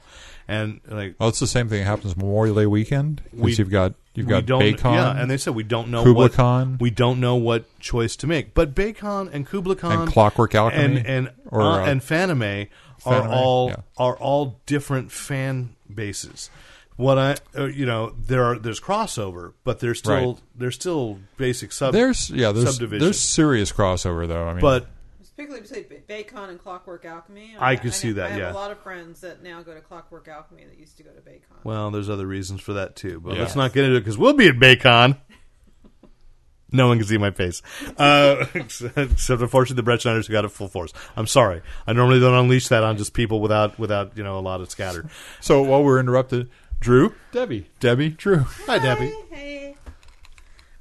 Speaker 5: And like
Speaker 6: Well, it's the same thing that happens Memorial Day weekend
Speaker 5: We-
Speaker 6: because you've got you've
Speaker 5: we
Speaker 6: got
Speaker 5: don't,
Speaker 6: Baycon.
Speaker 5: Yeah, and they said we don't know
Speaker 6: Kubla
Speaker 5: what
Speaker 6: Khan.
Speaker 5: we don't know what choice to make. But Baycon and Kubla Khan
Speaker 6: And Clockwork Alchemy,
Speaker 5: and and
Speaker 6: or,
Speaker 5: uh,
Speaker 6: uh,
Speaker 5: and Fanime are
Speaker 6: Fanime,
Speaker 5: all
Speaker 6: yeah.
Speaker 5: are all different fan bases. What I uh, you know there are there's crossover, but there's still
Speaker 6: Right.
Speaker 5: there's still basic sub
Speaker 6: there's yeah there's
Speaker 5: subdivision.
Speaker 6: there's serious crossover though. I mean,
Speaker 5: but
Speaker 9: Particularly between Ba- Bacon and Clockwork Alchemy.
Speaker 5: I could see that,
Speaker 9: I have
Speaker 5: yeah.
Speaker 9: a lot of friends that now go to Clockwork Alchemy that used to go to Bacon.
Speaker 5: well, there's other reasons for that too. But
Speaker 6: Yeah.
Speaker 5: let's not get into it because we'll be at Baycon. No one can see my face, uh, except unfortunately the Brett Schneiders who got it full force. I'm sorry. I normally don't unleash that on just people without without you know a lot of scatter.
Speaker 6: So while we're interrupted, Drew,
Speaker 5: Debbie,
Speaker 6: Debbie, Drew.
Speaker 5: hi Debbie.
Speaker 9: Hey.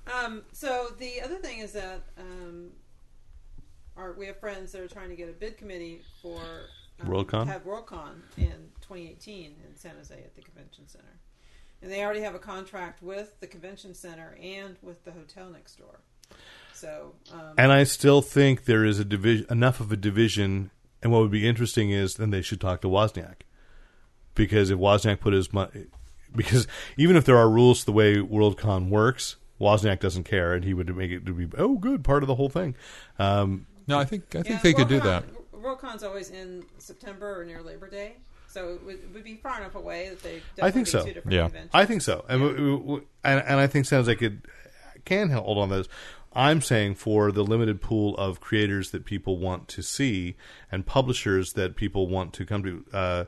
Speaker 9: Um, so the other thing is that um, our, we have friends that are trying to get a bid committee for um,
Speaker 5: Worldcon?
Speaker 9: to Have Worldcon in 2018 in San Jose at the convention center, and they already have a contract with the convention center and with the hotel next door. So um,
Speaker 5: And I still think there is a division enough of a division. And what would be interesting is then they should talk to Wozniak because if Wozniak put his money, because even if there are rules to the way Worldcon works, Wozniak doesn't care, and he would make it to be oh good part of the whole thing. Um,
Speaker 6: No, I think I think
Speaker 9: yeah,
Speaker 6: they could do
Speaker 9: Worldcon-
Speaker 6: that.
Speaker 9: Worldcon's always in September or near Labor Day, so it would, it would be far enough away that they.
Speaker 5: I think
Speaker 9: definitely be
Speaker 5: so.
Speaker 9: Two different
Speaker 6: Yeah.
Speaker 9: conventions.
Speaker 5: I think so, and w- w- and, and I think San Jose could can hold on those. I'm saying for the limited pool of creators that people want to see and publishers that people want to come to uh,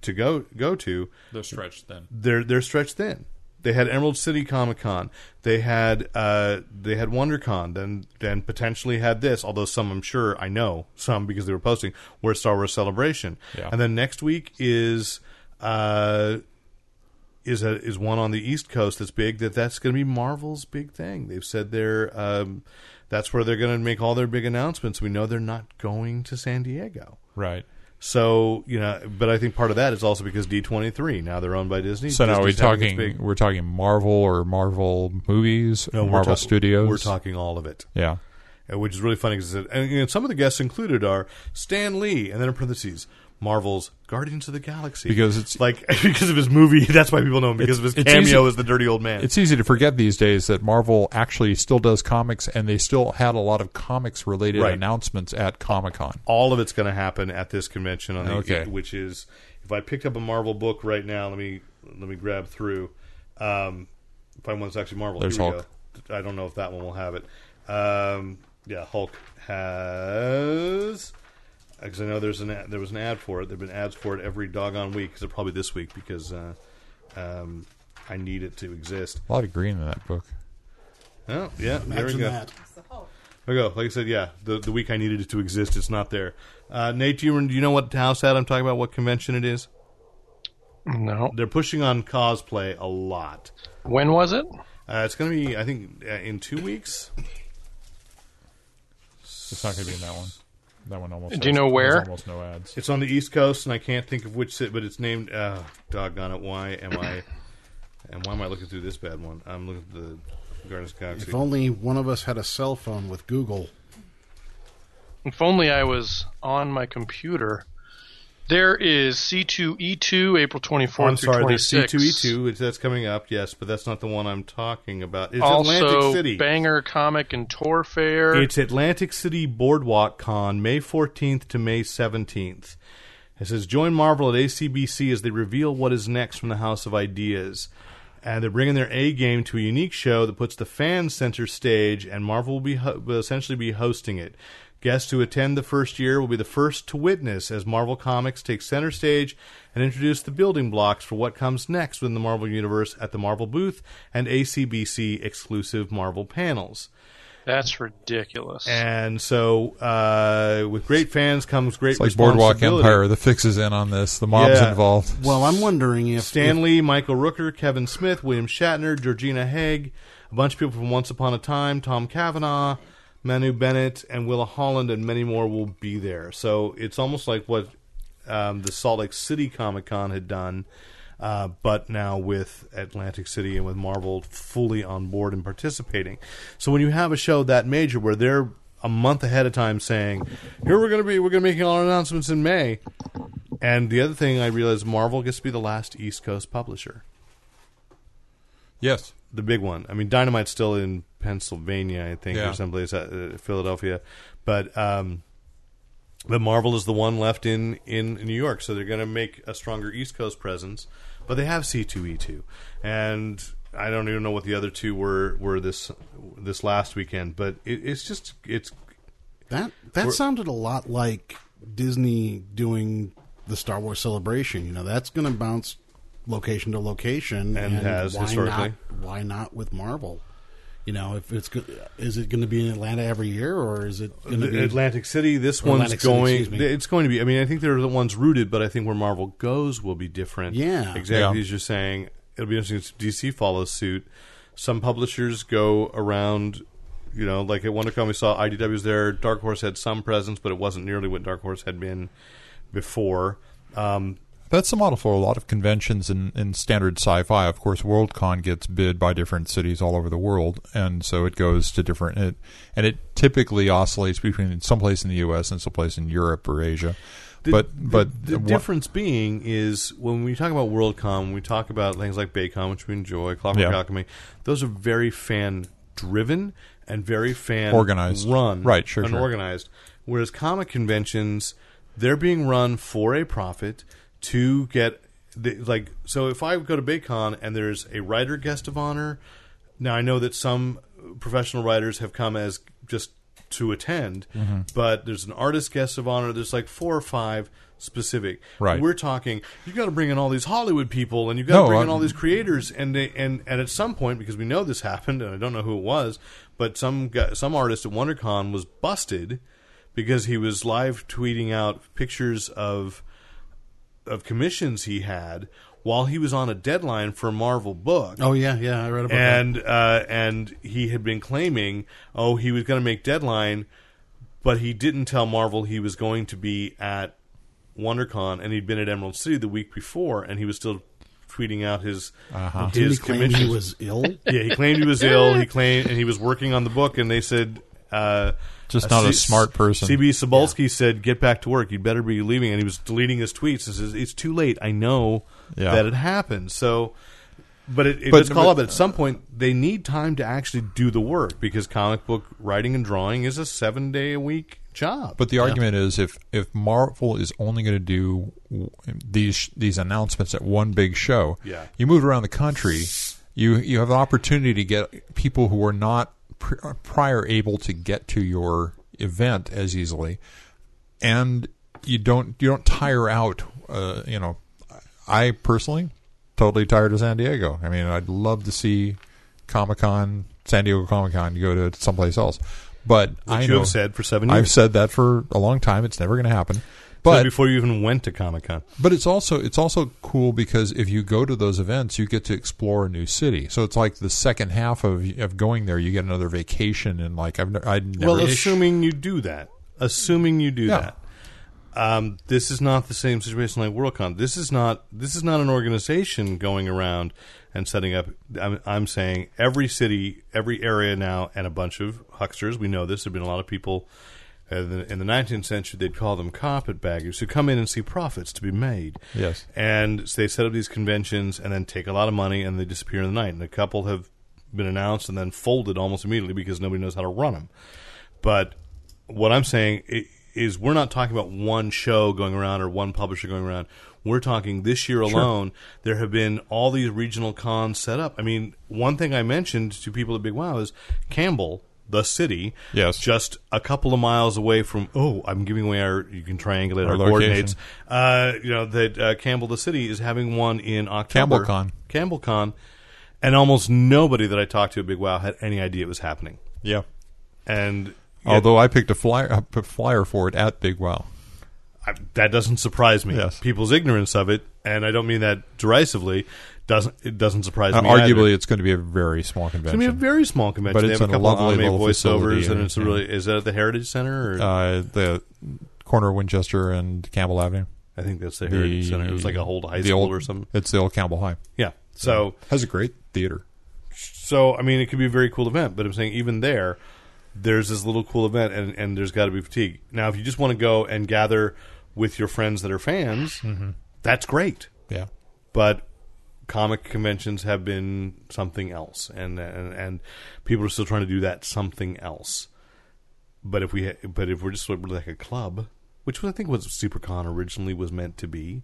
Speaker 5: to go go to,
Speaker 6: They're stretched then.
Speaker 5: they're they're stretched thin. They had Emerald City Comic Con. They had uh, they had WonderCon. Then then potentially had this. Although some, I'm sure, I know some because they were posting were Star Wars Celebration.
Speaker 6: Yeah.
Speaker 5: And then next week is uh, is a, is one on the East Coast that's big. That that's going to be Marvel's big thing. They've said they're um, that's where they're going to make all their big announcements. We know they're not going to San Diego.
Speaker 6: Right.
Speaker 5: So you know, but I think part of that is also because D twenty three now they're owned by Disney.
Speaker 6: So now we're
Speaker 5: Disney's having
Speaker 6: talking
Speaker 5: its big-
Speaker 6: we're talking Marvel or Marvel movies,
Speaker 5: No, we're
Speaker 6: Marvel
Speaker 5: ta-
Speaker 6: Studios.
Speaker 5: We're talking all of it,
Speaker 6: Yeah.
Speaker 5: uh, which is really funny because and, you know, some of the guests included are Stan Lee, and then in parentheses. Marvel's Guardians of the Galaxy
Speaker 6: Because it's-
Speaker 5: like because of his movie. That's why people know him because
Speaker 6: It's-
Speaker 5: of his
Speaker 6: it's
Speaker 5: cameo
Speaker 6: easy-
Speaker 5: as the dirty old man.
Speaker 6: It's easy to forget these days that Marvel actually still does comics and they still had a lot of comics related
Speaker 5: Right.
Speaker 6: announcements at Comic Con.
Speaker 5: all of it's going to happen at this convention on the
Speaker 6: Okay.
Speaker 5: which is if I picked up a Marvel book right now, let me let me grab through. Um, if I want actually Marvel,
Speaker 6: There's
Speaker 5: Here we
Speaker 6: Hulk.
Speaker 5: go. I don't know if that one will have it. Um, yeah, Hulk has. Because I know there's an ad, there was an ad for it. There've been ads for it every doggone week. Except probably this week because uh, um, I need it to exist.
Speaker 6: A lot of green in that book.
Speaker 5: Oh yeah, there we
Speaker 7: Imagine
Speaker 5: go.
Speaker 7: that.
Speaker 9: That's the Hulk.
Speaker 5: There we go. Like I said, yeah, the the week I needed it to exist, it's not there. Uh, Nate, do you, do you know what house that I'm talking about? What convention it is?
Speaker 8: No.
Speaker 5: They're pushing on cosplay a lot.
Speaker 8: When was it?
Speaker 5: Uh, it's going to be, I think, uh, in two weeks.
Speaker 6: It's not going to be in that one. That one almost.
Speaker 8: Do you know
Speaker 6: has
Speaker 8: where?
Speaker 6: Almost no ads.
Speaker 5: It's on the East Coast, and I can't think of which city, but it's named. Uh, doggone it! Why am I? And why am I looking through this bad one? I'm looking at the Guardians of the Galaxy.
Speaker 7: If only one of us had a cell phone with Google.
Speaker 8: If only I was on my computer. There is C2E2 April 24th
Speaker 5: I'm sorry,
Speaker 8: through
Speaker 5: there's E
Speaker 8: 26th.
Speaker 5: C2E2. It's, that's coming up, yes, but that's not the one I'm talking about. It's Atlantic
Speaker 8: also,
Speaker 5: City.
Speaker 8: Banger Comic and Tour Fair.
Speaker 5: It's Atlantic City Boardwalk Con, May 14th to May 17th. It says, Join Marvel at ACBC as they reveal what is next from the House of Ideas. And they're bringing their A game to a unique show that puts the fans center stage, and Marvel will, be ho- will essentially be hosting it. Guests who attend the first year will be the first to witness as Marvel Comics takes center stage and introduce the building blocks for what comes next within the Marvel Universe at the Marvel booth and ACBC exclusive Marvel panels.
Speaker 8: That's ridiculous.
Speaker 5: And so, uh, with great fans comes great
Speaker 6: It's like
Speaker 5: responsibility.
Speaker 6: Boardwalk Empire. The fix is in on this. The mob's
Speaker 5: Yeah.
Speaker 6: involved.
Speaker 7: Well, I'm wondering if
Speaker 5: Stanley, Michael Rooker, Kevin Smith, William Shatner, Georgina Haig, a bunch of people from Once Upon a Time, Tom Cavanaugh, Manu Bennett, and Willa Holland, and many more will be there. So it's almost like what um, the Salt Lake City Comic Con had done, uh, but now with Atlantic City and with Marvel fully on board and participating. So when you have a show that major where they're a month ahead of time saying, "Here we're going to be, we're going to make all our announcements in May," And the other thing I realized, Marvel gets to be the last East Coast publisher,
Speaker 6: yes.
Speaker 5: the big one. I mean, Dynamite's still in Pennsylvania, I think,
Speaker 6: Yeah.
Speaker 5: or someplace, uh, Philadelphia, but um, but Marvel is the one left in in New York, so they're going to make a stronger East Coast presence. But they have C two E two, and I don't even know what the other two were were this this last weekend. But it, it's just it's
Speaker 7: that that sounded a lot like Disney doing the Star Wars celebration. You know, that's going to bounce location to location,
Speaker 5: And has
Speaker 7: why
Speaker 5: historically.
Speaker 7: Not, why not with Marvel? You know, if it's go- is it going to be in Atlanta every year, or is it going to be
Speaker 5: Atlantic City. This
Speaker 7: Or
Speaker 5: one's
Speaker 7: Atlantic City,
Speaker 5: going.
Speaker 7: excuse me.
Speaker 5: it's going to be. I mean, I think they're the ones rooted, but I think where Marvel goes will be different.
Speaker 7: Yeah.
Speaker 5: exactly
Speaker 6: Yeah.
Speaker 5: as you're saying. It'll be interesting if DC follows suit. Some publishers go around. You know, like at WonderCon, we saw IDW was there. Dark Horse had some presence, but it wasn't nearly what Dark Horse had been before. Um,
Speaker 6: That's the model for a lot of conventions in, in standard sci fi. Of course, Worldcon gets bid by different cities all over the world, and so it goes to different. It, and it typically oscillates between someplace in the U.S. and someplace in Europe or Asia. but but
Speaker 5: the
Speaker 6: one-
Speaker 5: difference being is when we talk about WorldCom, we talk about things like BayCon, which we enjoy, Clockwork
Speaker 6: Yeah.
Speaker 5: Alchemy. Those are very fan driven and very fan
Speaker 6: Organized.
Speaker 5: run,
Speaker 6: Right, sure,
Speaker 5: and
Speaker 6: sure.
Speaker 5: organized. Whereas comic conventions, they're being run for a profit to get the, like. So if I go to BayCon and there's a writer guest of honor, now I know that some professional writers have come as just to attend, but there's an artist guest of honor. There's like four or five specific.
Speaker 6: Right.
Speaker 5: We're talking. You got to bring in all these Hollywood people, and you got to
Speaker 6: No,
Speaker 5: bring in
Speaker 6: I'm-
Speaker 5: all these creators, and they, and and at some point, because we know this happened, and I don't know who it was, but some guy, some artist at WonderCon was busted because he was live tweeting out pictures of of commissions he had while he was on a deadline for a Marvel book
Speaker 7: Oh yeah, yeah, I read about that.
Speaker 5: and uh, and he had been claiming, oh, he was going to make deadline, but he didn't tell Marvel he was going to be at WonderCon, and he'd been at Emerald City the week before, and he was still tweeting out his
Speaker 7: Didn't
Speaker 5: his
Speaker 7: he claim he
Speaker 5: commissions.
Speaker 7: was ill?
Speaker 5: yeah, he claimed he was ill. He claimed and he was working on the book, and they said. Uh,
Speaker 6: Just
Speaker 5: uh,
Speaker 6: not a smart person.
Speaker 5: CB Sobolski said, "Get back to work. You'd better be leaving." And he was deleting his tweets. And says, "It's too late. I know
Speaker 6: Yeah.
Speaker 5: that it happened." So, but it, it
Speaker 6: But-
Speaker 5: does call
Speaker 6: but-
Speaker 5: up at some point. They need time to actually do the work because comic book writing and drawing is a seven day a week job.
Speaker 6: But the argument is if if Marvel is only going to do w- these these announcements at one big show,
Speaker 5: Yeah.
Speaker 6: you move around the country, you you have an opportunity to get people who are not pr- uh, prior able to get to your event as easily, and you don't you don't tire out. Uh, you know, I personally totally tired of San Diego. I mean, I'd love to see Comic Con, San Diego Comic Con, go to someplace else. But I
Speaker 5: you
Speaker 6: know,
Speaker 5: have said for seven
Speaker 6: I've
Speaker 5: years.
Speaker 6: said that for a long time. It's never going to happen.
Speaker 5: Said
Speaker 6: But
Speaker 5: before you even went to Comic Con,
Speaker 6: but it's also it's also cool because if you go to those events, you get to explore a new city. So it's like the second half of of going there, you get another vacation and like I've ne- I'd never
Speaker 5: well, assuming you do that, assuming you do
Speaker 6: Yeah.
Speaker 5: that. um, this is not the same situation like Worldcon. This is not this is not an organization going around and setting up. I'm, I'm saying every city, every area now, and a bunch of hucksters. We know this. There've been a lot of people uh, in the, in the 19th century. They'd call them carpetbaggers who come in and see profits to be made.
Speaker 6: Yes.
Speaker 5: and so they set up these conventions and then take a lot of money and they disappear in the night. And a couple have been announced and then folded almost immediately because nobody knows how to run them. But what I'm saying i- is, we're not talking about one show going around or one publisher going around. We're talking this year alone. There have been all these regional cons set up. I mean, one thing I mentioned to people at Big Wow is Campbell, the city,
Speaker 6: Yes.
Speaker 5: just a couple of miles away from. Oh, I'm giving away our. You can triangulate our,
Speaker 6: Our
Speaker 5: coordinates.
Speaker 6: location.
Speaker 5: Uh, you know that uh, Campbell, the city, is having one in October.
Speaker 6: CampbellCon.
Speaker 5: CampbellCon, and almost nobody that I talked to at Big Wow had any idea it was happening.
Speaker 6: yeah.
Speaker 5: And
Speaker 6: Although I picked a flyer I put a flyer for it at Big Wow.
Speaker 5: I, that doesn't surprise me.
Speaker 6: Yes.
Speaker 5: People's ignorance of it, and I don't mean that derisively, doesn't it doesn't surprise
Speaker 6: Uh,
Speaker 5: me.
Speaker 6: arguably,
Speaker 5: either.
Speaker 6: it's going to be a very small
Speaker 5: I
Speaker 6: convention.
Speaker 5: mean, a very small convention.
Speaker 6: But
Speaker 5: they
Speaker 6: it's
Speaker 5: have a
Speaker 6: in a
Speaker 5: couple of
Speaker 6: lovely
Speaker 5: anime
Speaker 6: little
Speaker 5: voiceovers,
Speaker 6: facility
Speaker 5: and it's a
Speaker 6: and-
Speaker 5: really is that at the Heritage Center? Or?
Speaker 6: uh, the corner of Winchester and Campbell Avenue.
Speaker 5: I think that's the
Speaker 6: The-
Speaker 5: Heritage Center. It was like a old high
Speaker 6: the
Speaker 5: school
Speaker 6: old-
Speaker 5: or something.
Speaker 6: It's the old Campbell High.
Speaker 5: Yeah. So
Speaker 6: Has a great theater.
Speaker 5: so I mean, it could be a very cool event. But I'm saying even there, there's this little cool event, and, and there's got to be fatigue. Now, if you just want to go and gather with your friends that are fans,
Speaker 6: Mm-hmm.
Speaker 5: that's great.
Speaker 6: Yeah.
Speaker 5: but comic conventions have been something else, and and, and people are still trying to do that something else. But if we, ha- but if we're just sort of like a club, which I think was SuperCon originally was meant to be,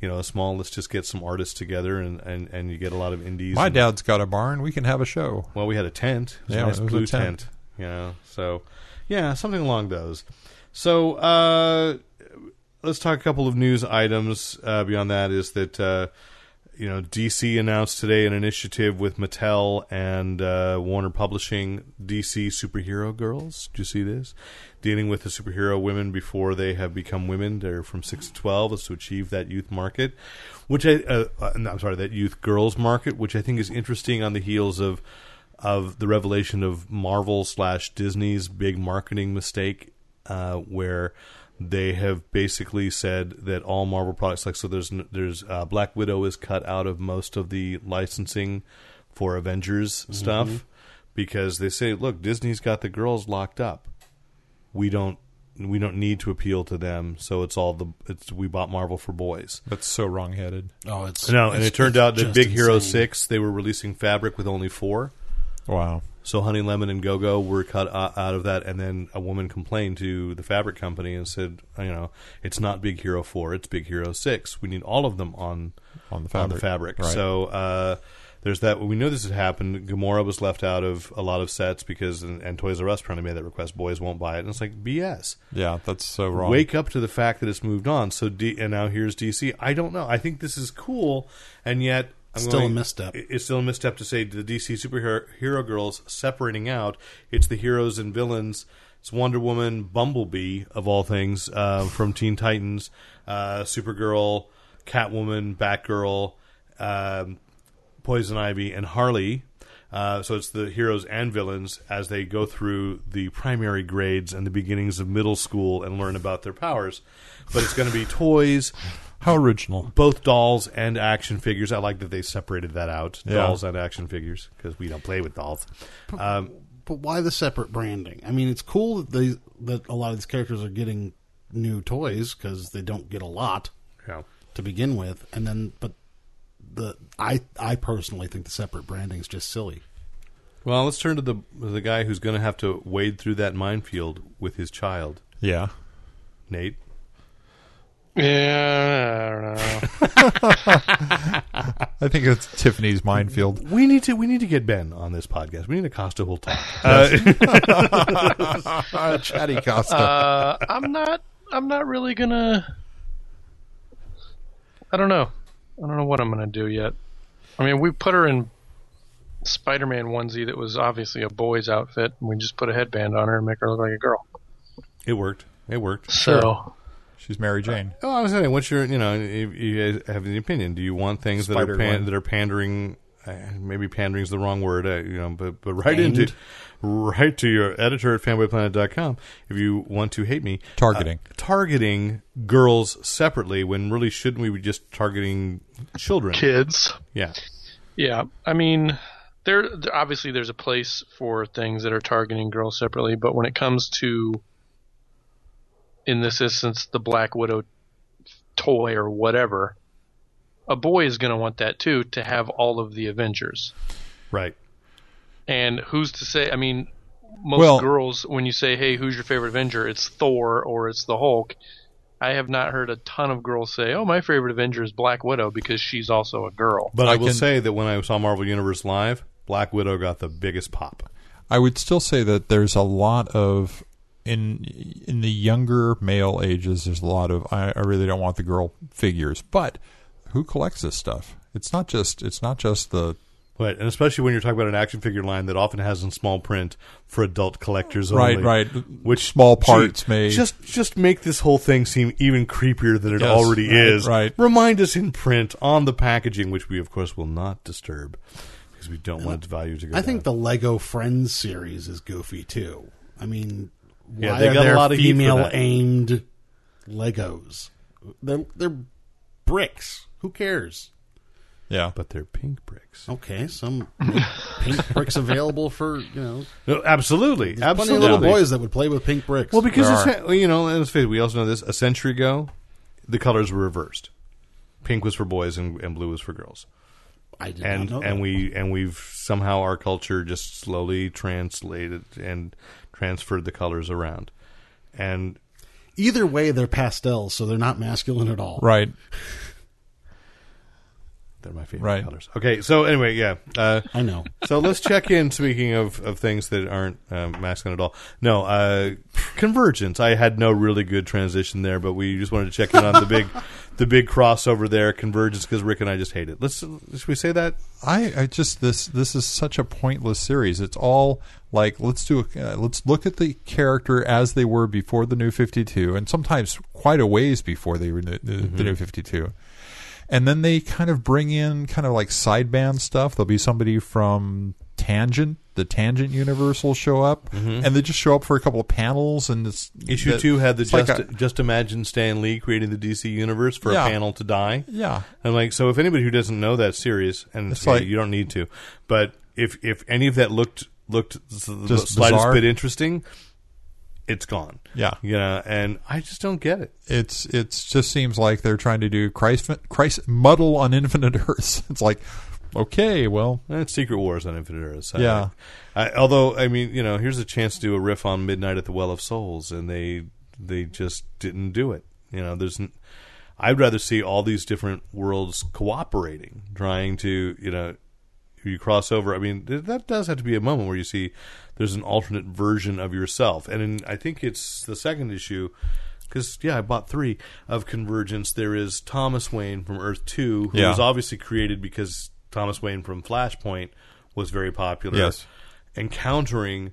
Speaker 5: you know, a small. Let's just get some artists together, and and, and you get a lot of indies.
Speaker 6: My
Speaker 5: and-
Speaker 6: dad's got a barn. We can have a show.
Speaker 5: well, we had a tent. It was
Speaker 6: Yeah,
Speaker 5: a nice
Speaker 6: it was a
Speaker 5: blue tent.
Speaker 6: tent.
Speaker 5: You know, so yeah, something along those. So uh, let's talk a couple of news items. Uh, beyond that, is that uh, you know, DC announced today an initiative with Mattel and uh, Warner Publishing, DC Superhero Girls. Do you see this? Dealing with the superhero women before they have become women. They're from 6 to 12, is to achieve that youth market, which I, uh, uh, no, I'm sorry, that youth girls market, which I think is interesting on the heels of of the revelation of Marvel slash Disney's big marketing mistake, uh, where they have basically said that all Marvel products, like so, there's n- there's uh, Black Widow is cut out of most of the licensing for Avengers
Speaker 7: Mm-hmm.
Speaker 5: stuff because they say, look, Disney's got the girls locked up. We don't we don't need to appeal to them, so it's all the it's we bought Marvel for boys.
Speaker 6: That's so wrong-headed.
Speaker 7: Oh, it's
Speaker 5: No, and
Speaker 7: it's-
Speaker 5: it turned
Speaker 7: it's
Speaker 5: out that
Speaker 7: just
Speaker 5: Big Hero
Speaker 7: insane.
Speaker 5: Six they were releasing fabric with only four.
Speaker 6: Wow.
Speaker 5: So Honey Lemon and Go Go were cut o- out of that, and then a woman complained to the fabric company and said, you know, it's not Big Hero Four, it's Big Hero Six. We need all of them on
Speaker 6: On the
Speaker 5: on the fabric.
Speaker 6: fabric, right.
Speaker 5: So uh, there's that. We know this had happened. Gamora was left out of a lot of sets because, and, and Toys R Us apparently made that request. Boys won't buy it, and it's like BS.
Speaker 6: Yeah, that's so wrong.
Speaker 5: Wake up to the fact that it's moved on. So D- and now here's DC. I don't know. I think this is cool, and yet I'm
Speaker 7: Still a
Speaker 5: going-
Speaker 7: misstep.
Speaker 5: it- It's still a misstep to say the DC superhero hero girls separating out. It's the heroes and villains. It's Wonder Woman, Bumblebee of all things uh, from Teen Titans, uh, Supergirl, Catwoman, Batgirl, um, Poison Ivy, and Harley. Uh, so it's the heroes and villains as they go through the primary grades and the beginnings of middle school and learn about their powers. But it's going to be toys,
Speaker 6: How original.
Speaker 5: both dolls and action figures. I like that they separated that out,
Speaker 6: Yeah.
Speaker 5: dolls and action figures, because we don't play with dolls. Um,
Speaker 7: But why the separate branding? I mean, it's cool that they that a lot of these characters are getting new toys because they don't get a lot
Speaker 5: yeah.
Speaker 7: to begin with, and then but the I I personally think the separate branding is just silly.
Speaker 5: Well, let's turn to the the guy who's going to have to wade through that minefield with his child,
Speaker 6: Yeah.
Speaker 5: Nate.
Speaker 8: Yeah, I don't know.
Speaker 6: I think it's Tiffany's minefield.
Speaker 5: We need to we need to get Ben on this podcast. We need a Uh, Costa who'll talk.
Speaker 6: Chatty Costa.
Speaker 8: uh, I'm not. I'm not really gonna. I don't know. I don't know what I'm gonna do yet. I mean, we put her in Spider-Man onesie that was obviously a boy's outfit, and we just put a headband on her and make her look like a girl.
Speaker 5: it worked. It worked.
Speaker 8: So
Speaker 6: She's Mary Jane.
Speaker 5: Oh, I was saying, what's your you know? If you guys have an opinion, do you want things that are
Speaker 6: Spider
Speaker 5: pan,
Speaker 6: one.
Speaker 5: that are pandering? Uh, maybe pandering is the wrong word, uh, you know. But but right
Speaker 7: Aimed.
Speaker 5: into right to your editor at fanboyplanet.com if you want to hate me.
Speaker 6: Targeting.
Speaker 5: Uh, targeting girls separately when really shouldn't we be just targeting children?
Speaker 8: kids.
Speaker 5: Yeah.
Speaker 8: Yeah, I mean, there there- obviously there's a place for things that are targeting girls separately, but when it comes to, in this instance, the Black Widow toy or whatever, a boy is going to want that too to have all of the Avengers.
Speaker 5: Right.
Speaker 8: And who's to say? I mean, most
Speaker 6: Well-
Speaker 8: girls, when you say, "Hey, who's your favorite Avenger?" It's Thor or it's the Hulk. I have not heard a ton of girls say, "Oh, my favorite Avenger is Black Widow because she's also a girl."
Speaker 5: But I,
Speaker 6: I
Speaker 5: will
Speaker 6: can-
Speaker 5: say that when I saw Marvel Universe live, Black Widow got the biggest pop.
Speaker 6: I would still say that there's a lot of in in the younger male ages. There's a lot of I, I really don't want the girl figures, but who collects this stuff? It's not just it's not just the
Speaker 5: But and especially when you're talking about an action figure line that often has in small print for adult collectors
Speaker 6: Right,
Speaker 5: only.
Speaker 6: right.
Speaker 5: Which
Speaker 6: Small parts
Speaker 5: gee,
Speaker 6: may-
Speaker 5: just just make this whole thing seem even creepier than it
Speaker 6: Yes,
Speaker 5: already
Speaker 6: right,
Speaker 5: is.
Speaker 6: right.
Speaker 5: Remind us in print on the packaging, which we of course will not disturb because we don't want its value to go.
Speaker 7: I think
Speaker 5: down.
Speaker 7: the Lego Friends series is goofy too. I mean, why
Speaker 5: Yeah, they
Speaker 7: are
Speaker 5: got a
Speaker 7: there
Speaker 5: lot of heat for
Speaker 7: female
Speaker 5: that.
Speaker 7: aimed Legos? They're they're bricks. Who cares?
Speaker 6: yeah.
Speaker 5: but they're pink bricks.
Speaker 7: Okay, some pink bricks available for you know
Speaker 5: No, absolutely,
Speaker 7: plenty
Speaker 5: absolutely.
Speaker 7: of little boys that would play with pink bricks.
Speaker 5: Well, because
Speaker 6: There
Speaker 5: it's, ha- you know, and let's face it, we also know this. A century ago, the colors were reversed. Pink was for boys and, and blue was for girls.
Speaker 7: I did
Speaker 5: and
Speaker 7: not know
Speaker 5: and
Speaker 7: that.
Speaker 5: we and we've somehow our culture just slowly translated and transferred the colors around. And
Speaker 7: either way they're pastels, so they're not masculine at all.
Speaker 6: right.
Speaker 5: They're my favorite
Speaker 6: Right.
Speaker 5: colors. Okay, so anyway, yeah. Uh,
Speaker 7: I know.
Speaker 5: so let's check in. Speaking of, of things that aren't um, masculine at all, no uh, convergence. I had no really good transition there, but we just wanted to check in on the big the big crossover there, convergence, because Rick and I just hate it. Let's should we say that?
Speaker 6: I, I just this this is such a pointless series. It's all like let's do a, uh, let's look at the character as they were before the new Fifty Two, and sometimes quite a ways before they were the, the,
Speaker 5: Mm-hmm.
Speaker 6: the new Fifty Two. And then they kind of bring in kind of like sideband stuff. There'll be somebody from Tangent, the Tangent universe will show up, and they just show up for a couple of panels. And it's
Speaker 5: Mm-hmm. Issue
Speaker 6: that-
Speaker 5: two had the
Speaker 6: it's like
Speaker 5: just
Speaker 6: a-
Speaker 5: just imagine Stan Lee creating the DC universe for
Speaker 6: Yeah.
Speaker 5: a panel to die.
Speaker 6: yeah,
Speaker 5: I'm like, so if anybody who doesn't know that series, and
Speaker 6: It's
Speaker 5: yeah,
Speaker 6: like-
Speaker 5: you don't need to, but if if any of that looked looked s- the
Speaker 6: Just
Speaker 5: slightest
Speaker 6: bizarre.
Speaker 5: bit interesting, it's gone.
Speaker 6: Yeah.
Speaker 5: you know, and I just don't get it.
Speaker 6: it's it's just seems like they're trying to do Christ, Christ muddle on Infinite Earths. It's like, okay, well,
Speaker 5: Eh, It's Secret Wars on Infinite Earths. I
Speaker 6: Yeah.
Speaker 5: think. I, although I mean, you know, here's a chance to do a riff on Midnight at the Well of Souls, and they they just didn't do it. You know, there's. N- I'd rather see all these different worlds cooperating, trying to you know, you cross over. I mean, th- that does have to be a moment where you see there's an alternate version of yourself, and in, I think it's the second issue. Because yeah, I bought three of Convergence. There is Thomas Wayne from Earth Two, who
Speaker 6: Yeah.
Speaker 5: was obviously created because Thomas Wayne from Flashpoint was very popular.
Speaker 6: Yes.
Speaker 5: Encountering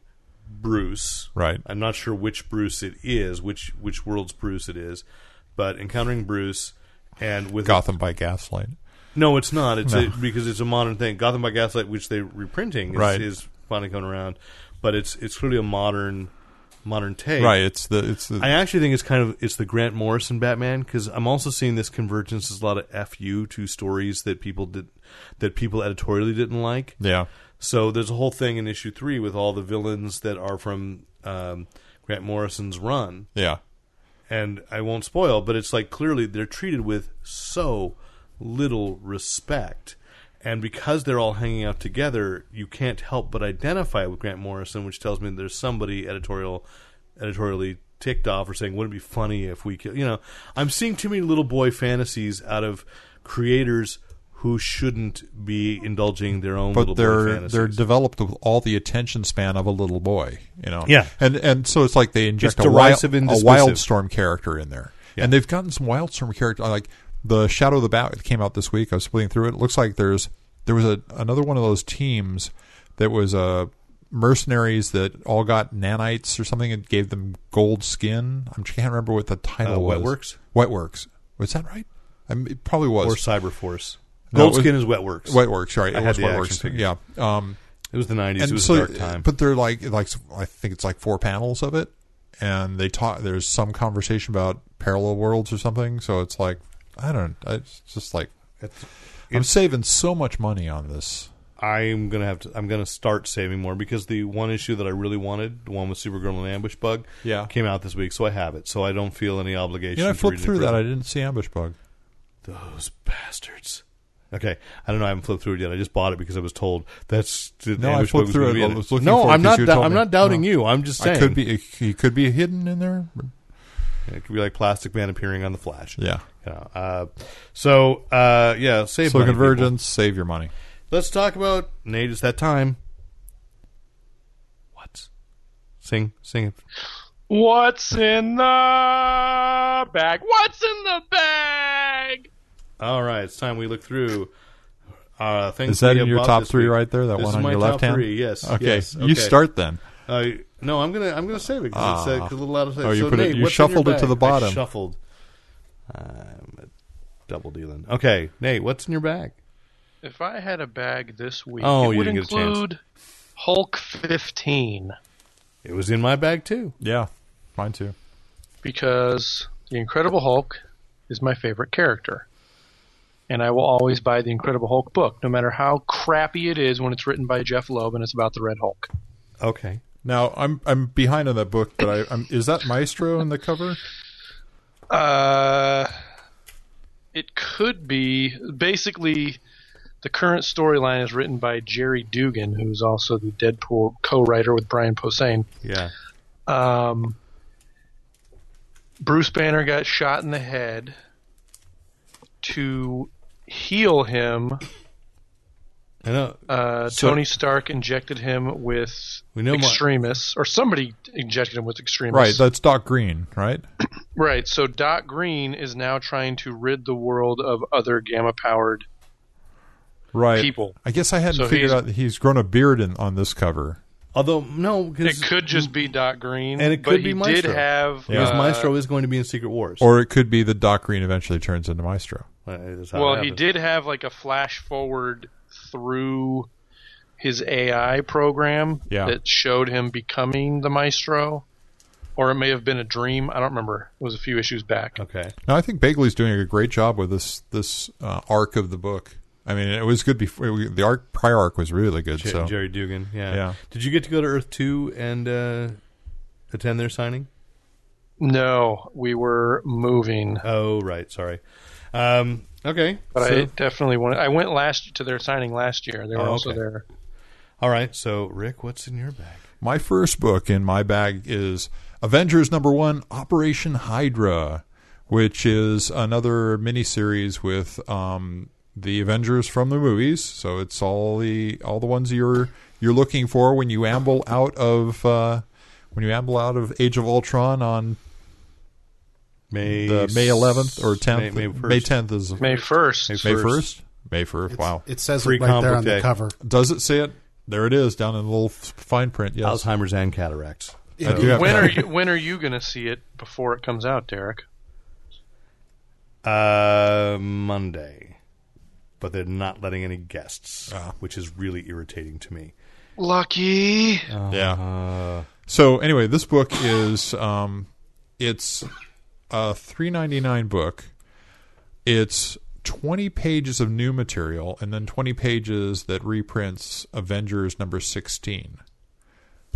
Speaker 5: Bruce.
Speaker 6: Right.
Speaker 5: I'm not sure which Bruce it is, which which world's Bruce it is, but encountering Bruce and with
Speaker 6: Gotham by Gaslight.
Speaker 5: no, it's not. It's a, because it's a modern thing. Gotham by Gaslight, which they're reprinting, is,
Speaker 6: Right.
Speaker 5: is finally coming around, but it's it's really a modern modern take.
Speaker 6: Right, it's the it's the
Speaker 5: I actually think it's kind of it's the Grant Morrison Batman because I'm also seeing this convergence is a lot of fu to stories that people did that people editorially didn't like.
Speaker 6: yeah.
Speaker 5: So there's a whole thing in issue three with all the villains that are from um, Grant Morrison's run,
Speaker 6: Yeah.
Speaker 5: and I won't spoil, but it's like clearly they're treated with so little respect. And because they're all hanging out together, you can't help but identify with Grant Morrison, which tells me there's somebody editorial, editorially ticked off or saying, "Wouldn't it be funny if we could?" You know, I'm seeing too many little boy fantasies out of creators who shouldn't be indulging their own little
Speaker 6: But
Speaker 5: boy
Speaker 6: they're
Speaker 5: fantasies.
Speaker 6: they're developed with all the attention span of a little boy, you know.
Speaker 5: Yeah.
Speaker 6: And and so it's like they inject
Speaker 5: It's
Speaker 6: a, wild,
Speaker 5: derisive and
Speaker 6: a
Speaker 5: dismissive.
Speaker 6: Wildstorm character in there.
Speaker 5: Yeah.
Speaker 6: And they've gotten some Wildstorm character uh, like the Shadow of the Bat that came out this week. I was splitting through it. It looks like there's there was a, another one of those teams that was uh, mercenaries that all got nanites or something and gave them gold skin. I can't remember what the title
Speaker 5: Uh,
Speaker 6: was.
Speaker 5: Wetworks?
Speaker 6: Wetworks. Was that right? I mean, it probably was.
Speaker 5: or Cyberforce.
Speaker 6: No, it was-
Speaker 5: Goldskin is wet works.
Speaker 6: Whiteworks, sorry,
Speaker 5: I
Speaker 6: it
Speaker 5: had
Speaker 6: was
Speaker 5: the
Speaker 6: Whiteworks.
Speaker 5: action
Speaker 6: Yeah,
Speaker 5: figures.
Speaker 6: um,
Speaker 5: It was the '90s. it
Speaker 6: and
Speaker 5: was
Speaker 6: so,
Speaker 5: a dark time.
Speaker 6: but they're like, like I think it's like four panels of it, and they talk. There's some conversation about parallel worlds or something. So it's like, I don't. It's just like I'm saving so much money on this.
Speaker 5: I'm gonna have to. I'm gonna start saving more because the one issue that I really wanted, the one with Supergirl and Ambush Bug,
Speaker 6: Yeah.
Speaker 5: came out this week, so I have it. So I don't feel any obligation.
Speaker 6: You know, I
Speaker 5: to
Speaker 6: flipped
Speaker 5: read it
Speaker 6: through that.
Speaker 5: further.
Speaker 6: I didn't see Ambush Bug.
Speaker 5: Those bastards. Okay, I don't know. I haven't flipped through it yet. I just bought it because I was told that's the
Speaker 6: No, I
Speaker 5: Ambush
Speaker 6: flipped
Speaker 5: Bug was
Speaker 6: through
Speaker 5: gonna
Speaker 6: it.
Speaker 5: be in
Speaker 6: I was looking
Speaker 5: no,
Speaker 6: for it
Speaker 5: I'm
Speaker 6: 'cause
Speaker 5: not.
Speaker 6: you
Speaker 5: dou-
Speaker 6: told
Speaker 5: I'm
Speaker 6: me.
Speaker 5: not doubting
Speaker 6: No.
Speaker 5: you. I'm just saying
Speaker 6: I could be. He could be hidden in there.
Speaker 5: It could be like Plastic Man appearing on the Flash.
Speaker 6: Yeah.
Speaker 5: You know, uh, so uh, yeah, save
Speaker 6: So
Speaker 5: money, people.
Speaker 6: convergence, save your money.
Speaker 5: Let's talk about Nate. It's that time. What? Sing, sing it.
Speaker 8: What's in the bag? What's in the bag?
Speaker 5: All right, it's time we look through. Uh, things
Speaker 6: Is that
Speaker 5: we
Speaker 6: in
Speaker 5: have
Speaker 6: your
Speaker 5: bought
Speaker 6: top
Speaker 5: this
Speaker 6: three
Speaker 5: week.
Speaker 6: right there? That
Speaker 5: This
Speaker 6: one
Speaker 5: is
Speaker 6: on
Speaker 5: my
Speaker 6: your left
Speaker 5: top
Speaker 6: hand.
Speaker 5: Three, yes.
Speaker 6: Okay.
Speaker 5: yes,
Speaker 6: You
Speaker 5: okay.
Speaker 6: start then.
Speaker 5: Uh, no, I'm gonna I'm gonna save it because it's, uh, 'cause a little out of sight.
Speaker 6: Oh, you
Speaker 5: so
Speaker 6: put it-
Speaker 5: Nate,
Speaker 6: you
Speaker 5: what's in your
Speaker 6: shuffled it to
Speaker 5: bag?
Speaker 6: the bottom. Um,
Speaker 5: I shuffled. I'm a double dealing. Okay, Nate, what's in your bag?
Speaker 8: If I had a bag this week,
Speaker 5: Oh,
Speaker 8: it
Speaker 5: you
Speaker 8: would
Speaker 5: didn't get a chance.
Speaker 8: include Hulk 15
Speaker 5: It was in my bag too.
Speaker 6: Yeah, mine too.
Speaker 8: because the Incredible Hulk is my favorite character. And I will always buy the Incredible Hulk book, no matter how crappy it is when it's written by Jeff Loeb and it's about the Red Hulk.
Speaker 5: Okay.
Speaker 6: Now I'm I'm behind on that book, but I I'm, is that Maestro in the cover?
Speaker 8: Uh, it could be basically the current storyline is written by Jerry Dugan, who's also the Deadpool co-writer with Brian Posehn.
Speaker 5: Yeah.
Speaker 8: Um, Bruce Banner got shot in the head to heal him,
Speaker 5: I know.
Speaker 8: uh,
Speaker 5: So-
Speaker 8: Tony Stark injected him with
Speaker 5: We know my-
Speaker 8: extremists, or somebody injected him with
Speaker 6: Right,
Speaker 8: extremists.
Speaker 6: that's Doc Green, right?
Speaker 8: Right. So Doc Green is now trying to rid the world of other gamma powered.
Speaker 6: Right.
Speaker 8: People.
Speaker 6: I guess I hadn't
Speaker 8: So
Speaker 6: figured
Speaker 8: he's-
Speaker 6: out that he's grown a beard in, on this cover.
Speaker 5: Although no, 'cause-
Speaker 8: It could just be Doc Green,
Speaker 5: And it
Speaker 8: but
Speaker 5: could be
Speaker 8: he
Speaker 5: Maestro.
Speaker 8: did have.
Speaker 5: because
Speaker 8: uh,
Speaker 5: Maestro is going to be in Secret Wars.
Speaker 6: Or it could be that Doc Green eventually turns into Maestro.
Speaker 5: Uh, that's how it
Speaker 8: well, he
Speaker 5: happens.
Speaker 8: did have like a flash forward through his AI program
Speaker 6: Yeah.
Speaker 8: that showed him becoming the Maestro, or it may have been a dream. I don't remember. It was a few issues back.
Speaker 5: Okay.
Speaker 6: No, I think Bagley's doing a great job with this this uh, arc of the book. I mean, it was good before we, the arc prior arc was really good.
Speaker 5: J-
Speaker 6: so
Speaker 5: Jerry Dugan. Yeah.
Speaker 6: Yeah.
Speaker 5: Did you get to go to Earth Two and uh, attend their signing?
Speaker 8: No, we were moving,
Speaker 5: Oh, right. Sorry. Um, okay.
Speaker 8: but I
Speaker 5: so-
Speaker 8: definitely wanted. I went last to their signing last year. They were
Speaker 5: Oh,
Speaker 8: also
Speaker 5: okay.
Speaker 8: there.
Speaker 5: all right. So, Rick, what's in your bag?
Speaker 6: my first book in my bag is Avengers number one, Operation Hydra, which is another miniseries with um, the Avengers from the movies. So it's all the all the ones you're you're looking for when you amble out of uh, when you amble out of Age of Ultron on
Speaker 5: May
Speaker 6: the May 11th or 10th.
Speaker 5: May,
Speaker 6: May,
Speaker 5: May 1st.
Speaker 6: 10th is
Speaker 8: May first.
Speaker 6: May
Speaker 5: first.
Speaker 6: 1st. May 1st. wow.
Speaker 7: It says
Speaker 5: Free
Speaker 7: it right there
Speaker 5: comic
Speaker 7: on the
Speaker 5: day.
Speaker 7: cover.
Speaker 6: Does it say it? There it is, down in the little f- fine print. Yes.
Speaker 5: Alzheimer's and cataracts.
Speaker 6: I do have
Speaker 8: When
Speaker 6: that.
Speaker 8: are you when are you gonna see it before it comes out, Derek?
Speaker 5: Uh, Monday, but they're not letting any guests,
Speaker 6: Ah.
Speaker 5: which is really irritating to me.
Speaker 8: Lucky.
Speaker 6: Yeah. so anyway, this book is um, it's a three ninety nine book. It's twenty pages of new material and then twenty pages that reprints Avengers number sixteen,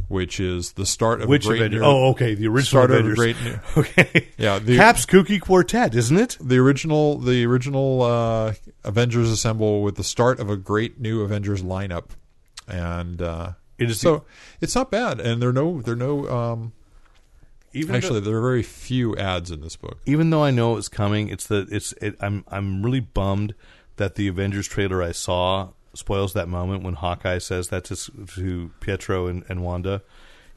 Speaker 6: which is the start of
Speaker 5: Which
Speaker 6: a great
Speaker 5: Avengers?
Speaker 6: new-
Speaker 5: Oh, okay. The original
Speaker 6: start of a
Speaker 5: Avengers.
Speaker 6: great new,
Speaker 5: okay.
Speaker 6: yeah the,
Speaker 5: Cap's Kooky Quartet, isn't it?
Speaker 6: the original the original uh, Avengers assemble with the start of a great new Avengers lineup, and uh,
Speaker 5: It is
Speaker 6: so it's not bad. And there are no there are no um,
Speaker 5: Even
Speaker 6: actually there are very few ads in this book.
Speaker 5: even though I know it was coming, it's the it's it, I'm I'm really bummed that the Avengers trailer I saw spoils that moment when Hawkeye says that to, s- to Pietro and, and Wanda.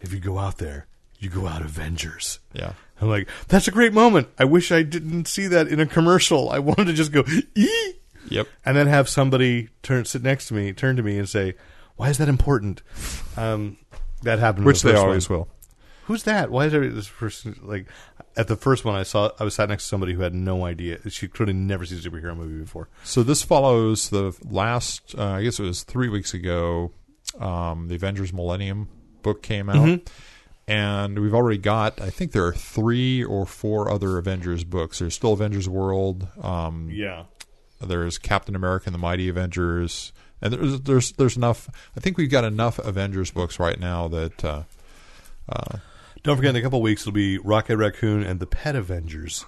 Speaker 5: If you go out there, you go out Avengers.
Speaker 6: Yeah,
Speaker 5: I'm like, that's a great moment. I wish I didn't see that in a commercial. I wanted to just go, ee!
Speaker 6: yep.
Speaker 5: and then have somebody turn sit next to me, turn to me, and say, "Why is that important?" Um, that happened. in
Speaker 6: Which
Speaker 5: the
Speaker 6: they
Speaker 5: first
Speaker 6: always
Speaker 5: one
Speaker 6: will.
Speaker 5: who's that? Why is there this person like at the first one I saw I was sat next to somebody who had no idea. She clearly never seen a superhero movie before.
Speaker 6: So this follows the last, uh, I guess it was three weeks ago, um, the Avengers Millennium book came out. Mm-hmm. And we've already got, I think there are three or four other Avengers books. There's still Avengers World. Um,
Speaker 5: Yeah.
Speaker 6: there's Captain America and the Mighty Avengers, and there's there's there's enough. I think we've got enough Avengers books right now that uh,
Speaker 5: Don't forget in a couple of weeks it'll be Rocket Raccoon and the Pet Avengers.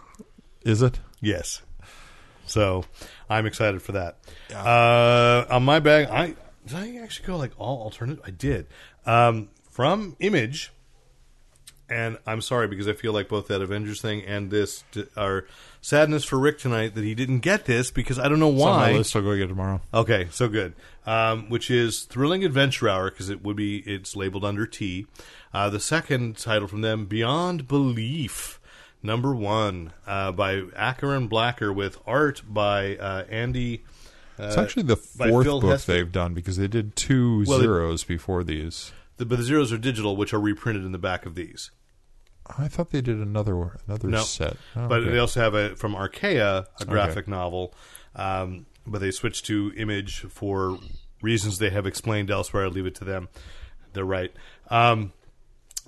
Speaker 6: is it.
Speaker 5: Yes. So I'm excited for that. Uh, on my bag, I did I actually go like all alternative? I did. Um, from Image, and I'm sorry because I feel like both that Avengers thing and this d- are sadness for Rick tonight that he didn't get this because I don't know
Speaker 6: It's on
Speaker 5: why.
Speaker 6: my list. I'll go get it tomorrow.
Speaker 5: Okay, so good. Um, which is Thrilling Adventure Hour because it would be it's labeled under T. Uh, the second title from them, Beyond Belief, number one uh, by Acheron Blacker with art by uh, Andy.
Speaker 6: It's actually the
Speaker 5: Uh, by
Speaker 6: fourth
Speaker 5: Phil
Speaker 6: book
Speaker 5: Hester.
Speaker 6: they've done because they did two
Speaker 5: Well, it-
Speaker 6: zeros before these.
Speaker 5: The, but the zeros are digital, which are reprinted in the back of these.
Speaker 6: I thought they did another another
Speaker 5: No.
Speaker 6: set, Oh,
Speaker 5: but
Speaker 6: okay.
Speaker 5: they also have a from Arkea a graphic novel, um, but they switched to Image for reasons they have explained elsewhere. I leave it to them; they're right. Um,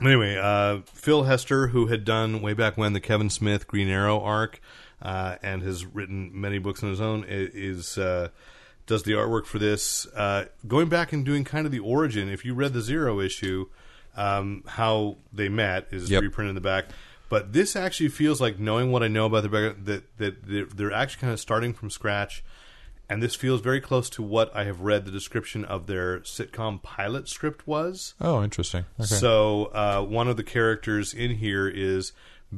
Speaker 5: anyway, uh, Phil Hester, who had done way back when the Kevin Smith Green Arrow arc, uh, and has written many books on his own, i- is. Uh, does the artwork for this uh, going back and doing kind of the origin? If you read the zero issue, um, how they met is
Speaker 6: Yep.
Speaker 5: reprinted print in the back. But this actually feels like knowing what I know about the background that that they're, they're actually kind of starting from scratch, and this feels very close to what I have read the description of their sitcom pilot script was.
Speaker 6: oh, interesting. Okay.
Speaker 5: So uh, one of the characters in here is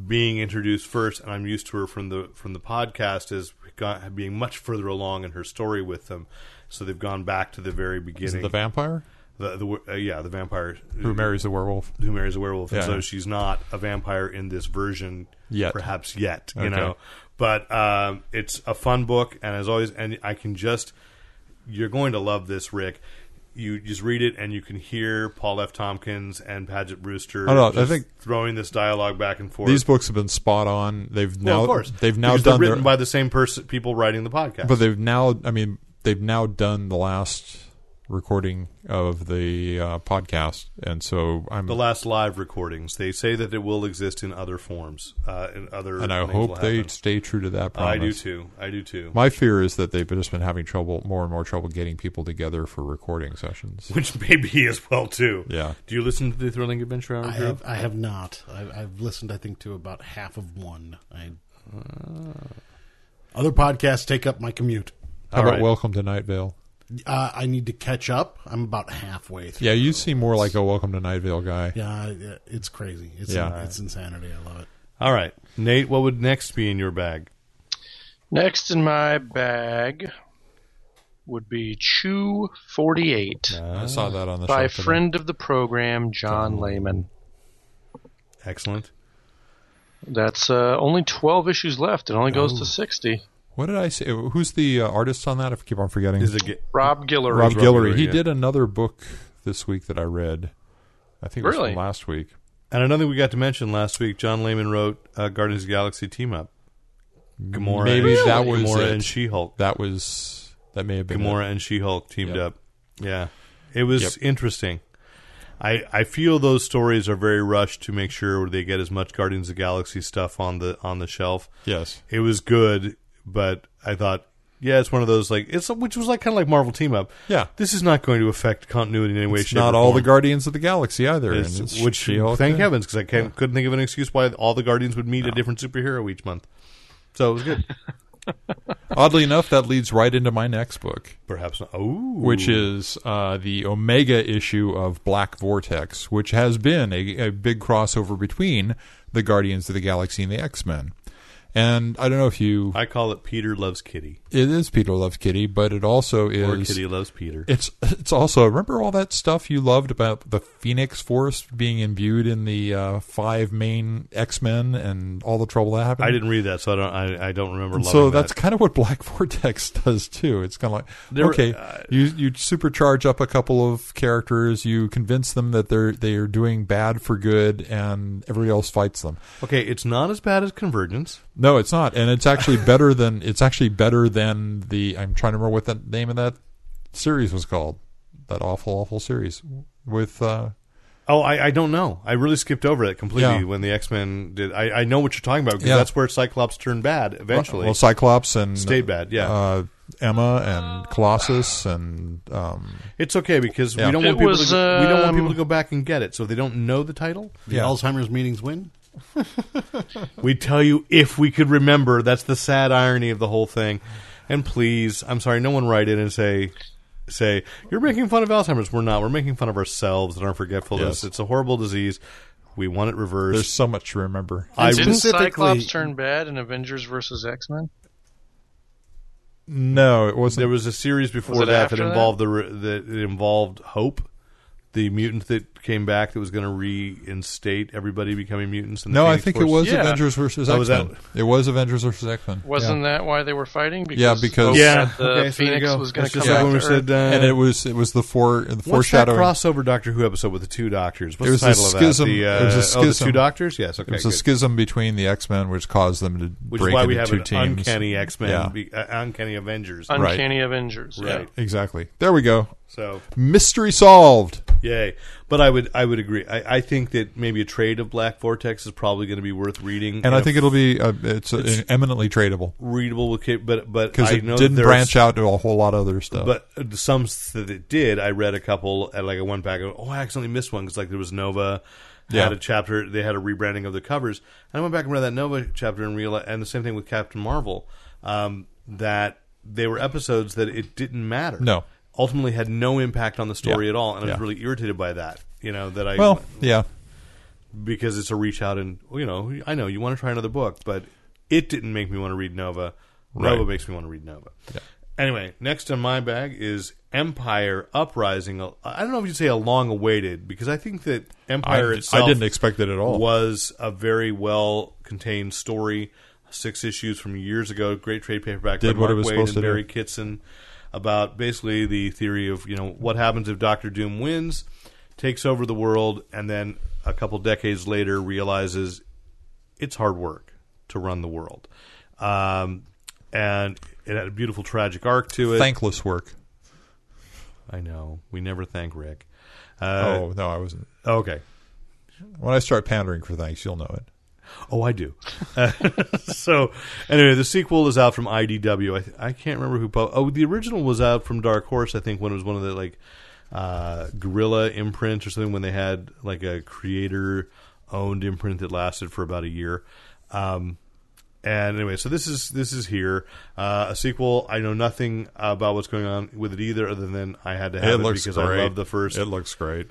Speaker 5: being introduced first, and I'm used to her from the from the podcast as got, being much further along in her story with them. So they've gone back to the very
Speaker 6: Is it
Speaker 5: beginning.
Speaker 6: the vampire
Speaker 5: the, the- uh, yeah, the vampire
Speaker 6: who marries the werewolf?
Speaker 5: who marries a werewolf, and
Speaker 6: Yeah.
Speaker 5: so she's not a vampire in this version
Speaker 6: Yet.
Speaker 5: perhaps yet. You
Speaker 6: Okay.
Speaker 5: know, but um, it's a fun book, and as always, and I can just you're going to love this, Rick. You just read it, and you can hear Paul F. Tompkins and Paget Brewster.
Speaker 6: Oh, no, I
Speaker 5: just
Speaker 6: think-
Speaker 5: throwing this dialogue back and forth.
Speaker 6: These books have been spot on. They've now
Speaker 5: well, of course,
Speaker 6: they've now
Speaker 5: because they're
Speaker 6: done
Speaker 5: written
Speaker 6: their
Speaker 5: by the same person, people writing the podcast.
Speaker 6: But they've now, I mean, they've now done the last recording of the uh, podcast, and so I'm.
Speaker 5: the last live recordings, they say that it will exist in other forms, uh, in other.
Speaker 6: and I
Speaker 5: things will
Speaker 6: hope they
Speaker 5: happen.
Speaker 6: stay true to that
Speaker 5: I
Speaker 6: promise.
Speaker 5: do too. I do too.
Speaker 6: My fear is that they've just been having trouble, more and more trouble, getting people together for recording sessions.
Speaker 5: which maybe as well too.
Speaker 6: Yeah.
Speaker 5: Do you listen to the Thrilling Adventure Hour?
Speaker 7: I
Speaker 5: Drew?
Speaker 7: have I have not. I, I've listened, I think, to about half of one. I,
Speaker 5: Uh.
Speaker 7: other podcasts take up my commute.
Speaker 6: How about
Speaker 5: right.
Speaker 6: Welcome to Night Vale?
Speaker 7: Uh, I need to catch up. I'm about halfway through.
Speaker 6: Yeah, you seem more like a Welcome to Night Vale guy.
Speaker 7: Yeah, I- uh, it's crazy. It's
Speaker 6: Yeah.
Speaker 7: it's insanity. I love it.
Speaker 5: All right, Nate. What would next be in your bag?
Speaker 8: Next in my bag would be Chew 48
Speaker 6: I saw that on the
Speaker 8: by
Speaker 6: shelf today.
Speaker 8: friend of the program, John Lehman.
Speaker 5: Excellent.
Speaker 8: That's uh, only 12 issues left. It only goes to 60.
Speaker 6: What did I say? Who's the uh, artist on that? I keep on forgetting.
Speaker 5: Is it ge-
Speaker 8: Rob Guillory.
Speaker 6: Rob Guillory.
Speaker 5: Guillory,
Speaker 6: He
Speaker 5: yeah.
Speaker 6: did another book this week that I read. I think it was
Speaker 8: Really?
Speaker 6: from last week.
Speaker 5: and another we got to mention last week. John Layman wrote uh, Guardians of the Galaxy team up. Gamora.
Speaker 6: Maybe
Speaker 5: and,
Speaker 6: that was
Speaker 5: Gamora
Speaker 6: it.
Speaker 5: and She Hulk.
Speaker 6: That was that may have been it.
Speaker 5: Gamora and She Hulk teamed
Speaker 6: Yep.
Speaker 5: up. Yeah, it was
Speaker 6: Yep.
Speaker 5: interesting. I, I feel those stories are very rushed to make sure they get as much Guardians of the Galaxy stuff on the on the shelf.
Speaker 6: Yes,
Speaker 5: It was good, but I thought, yeah, it's one of those like it's which was like kind of like Marvel team up.
Speaker 6: Yeah.
Speaker 5: this is not going to affect continuity in any way.
Speaker 6: it's
Speaker 5: shape,
Speaker 6: not
Speaker 5: or
Speaker 6: all the
Speaker 5: form.
Speaker 6: Guardians of the Galaxy either.
Speaker 5: It's-
Speaker 6: and it's
Speaker 5: which
Speaker 6: She-Hulk
Speaker 5: thank
Speaker 6: and-
Speaker 5: heavens because I can't, couldn't think of an excuse why all the Guardians would meet a different superhero each month. So it was good.
Speaker 6: Oddly enough, that leads right into my next book,
Speaker 5: Perhaps not. Oh,
Speaker 6: which is uh, the Omega issue of Black Vortex, which has been a, a big crossover between the Guardians of the Galaxy and the X Men. And I don't know if you.
Speaker 5: I call it Peter loves Kitty
Speaker 6: It is Peter Loves Kitty, but it also is
Speaker 5: or Kitty loves Peter.
Speaker 6: It's it's also remember all that stuff you loved about the Phoenix Force being imbued in the uh, five main X Men and all the trouble that happened.
Speaker 5: I didn't read that, so I don't. I, I don't remember.
Speaker 6: And
Speaker 5: Loving
Speaker 6: so that's
Speaker 5: that.
Speaker 6: kind of what Black Vortex does too. It's kind of like
Speaker 5: There were-
Speaker 6: okay,
Speaker 5: uh,
Speaker 6: you you supercharge up a couple of characters, you convince them that they're they are doing bad for good, and everybody else fights them.
Speaker 5: okay. It's not as bad as Convergence.
Speaker 6: No, it's not, and it's actually better than it's actually better than the. I'm trying to remember what the name of that series was called. That awful, awful series with uh,
Speaker 5: Oh, I, I don't know. I really skipped over it completely
Speaker 6: Yeah.
Speaker 5: when the X Men did. I, I know what you're talking about because
Speaker 6: Yeah.
Speaker 5: that's where Cyclops turned bad eventually.
Speaker 6: well, Cyclops and
Speaker 5: Stayed bad, yeah.
Speaker 6: uh, Emma and Colossus and um,
Speaker 5: it's okay because
Speaker 6: Yeah.
Speaker 5: we don't want
Speaker 8: It
Speaker 5: people.
Speaker 8: was,
Speaker 5: to, we don't want
Speaker 8: um,
Speaker 5: people to go back and get it, so if they don't know the title.
Speaker 7: The Alzheimer's meetings win.
Speaker 5: We tell you if we could remember. That's the sad irony of the whole thing. And please, I'm sorry, no one write in and say. Say you're making fun of Alzheimer's. We're not. We're making fun of ourselves and our forgetfulness.
Speaker 6: Yes.
Speaker 5: It's a horrible disease. We want it reversed.
Speaker 6: there's so much to remember.
Speaker 5: I
Speaker 8: Didn't
Speaker 7: specifically-
Speaker 8: Cyclops turn bad in Avengers versus X Men?
Speaker 6: No, it wasn't.
Speaker 5: There was a series before
Speaker 8: Was it
Speaker 5: that
Speaker 8: after
Speaker 5: that
Speaker 8: that?
Speaker 5: involved the re- that it involved Hope, the mutant that came back that was going to reinstate everybody becoming mutants. In the
Speaker 6: no, I
Speaker 5: Phoenix
Speaker 6: think it
Speaker 5: Force.
Speaker 6: was
Speaker 8: Yeah.
Speaker 6: Avengers versus
Speaker 5: Oh,
Speaker 6: X
Speaker 5: was that-
Speaker 6: Men. It was Avengers versus X Men.
Speaker 8: Wasn't that why they were fighting? Because
Speaker 6: Yeah, because-
Speaker 8: Hope
Speaker 5: Yeah.
Speaker 8: said the
Speaker 5: okay, so there you
Speaker 8: Phoenix
Speaker 5: go.
Speaker 8: was going
Speaker 5: That's
Speaker 8: to
Speaker 5: just
Speaker 8: come
Speaker 5: like
Speaker 8: back
Speaker 5: when we
Speaker 8: to Earth.
Speaker 5: said, uh,
Speaker 6: and it was it was the four the
Speaker 5: What's that
Speaker 6: foreshadowing.
Speaker 5: crossover Doctor Who episode with the two doctors? What's
Speaker 6: It was
Speaker 5: the
Speaker 6: a
Speaker 5: title of
Speaker 6: schism-
Speaker 5: that? The, uh,
Speaker 6: it was a
Speaker 5: Oh, the two
Speaker 6: schism.
Speaker 5: doctors. Yes, okay.
Speaker 6: It was a
Speaker 5: good.
Speaker 6: schism between the X Men, which caused them to
Speaker 5: Which
Speaker 6: break
Speaker 5: is why we
Speaker 6: into
Speaker 5: have
Speaker 6: two
Speaker 5: an
Speaker 6: teams.
Speaker 5: uncanny X Men,
Speaker 6: Yeah.
Speaker 5: uh, uncanny Avengers.
Speaker 6: right.
Speaker 8: Uncanny Avengers. yeah.
Speaker 5: Right.
Speaker 6: Exactly. There we go.
Speaker 5: so
Speaker 6: Mystery solved.
Speaker 5: yay! But I would I would agree. I, I think that maybe a trade of Black Vortex is probably going to be worth reading,
Speaker 6: And I
Speaker 5: if
Speaker 6: think it'll be uh, it's, uh eminently tradable
Speaker 5: readable with kid, but but
Speaker 6: because
Speaker 5: I
Speaker 6: it
Speaker 5: know
Speaker 6: didn't
Speaker 5: there's-
Speaker 6: branch out to a whole lot of other stuff.
Speaker 5: But uh, some s- that it did, I read a couple, and like I went back. and Oh, I accidentally missed one because like there was Nova
Speaker 6: Yeah.
Speaker 5: had a chapter. They had a rebranding of the covers, and I went back and read that Nova chapter and realized, and the same thing with Captain Marvel, um, that they were episodes that it didn't matter.
Speaker 6: No.
Speaker 5: ultimately had no impact on the story
Speaker 6: Yeah.
Speaker 5: at all, and I was
Speaker 6: Yeah.
Speaker 5: really irritated by that. You know that I
Speaker 6: well, yeah,
Speaker 5: because it's a reach out and you know I know you want to try another book, but it didn't make me want to read Nova. Nova
Speaker 6: Right.
Speaker 5: makes me want to read Nova. Anyway, next on my bag is Empire Uprising. I don't know if you'd say a long awaited because I think that Empire
Speaker 6: I,
Speaker 5: itself
Speaker 6: I didn't expect it at all.
Speaker 5: was a very well contained story, six issues from years ago, great trade paperback
Speaker 6: Did
Speaker 5: by Mark
Speaker 6: what it was
Speaker 5: Waid
Speaker 6: supposed
Speaker 5: and
Speaker 6: to do.
Speaker 5: Barry Kitson about basically the theory of you know what happens if Doctor Doom wins, takes over the world, and then a couple decades later realizes it's hard work to run the world, um, and it had a beautiful tragic arc to it.
Speaker 6: Thankless work.
Speaker 5: I know we never thank Rick. Uh,
Speaker 6: oh no, I wasn't.
Speaker 5: okay.
Speaker 6: When I start pandering for thanks, you'll know it.
Speaker 5: Oh, I do. Uh, so, anyway, the sequel is out from IDW. I, th- I can't remember who. Po- oh, the original was out from Dark Horse. I think when it was one of the like uh, Gorilla imprint or something when they had like a creator owned imprint that lasted for about a year. Um, and anyway, so this is this is here uh, a sequel. I know nothing about what's going on with it either, other than I had to have it, because I love the first
Speaker 6: It looks great.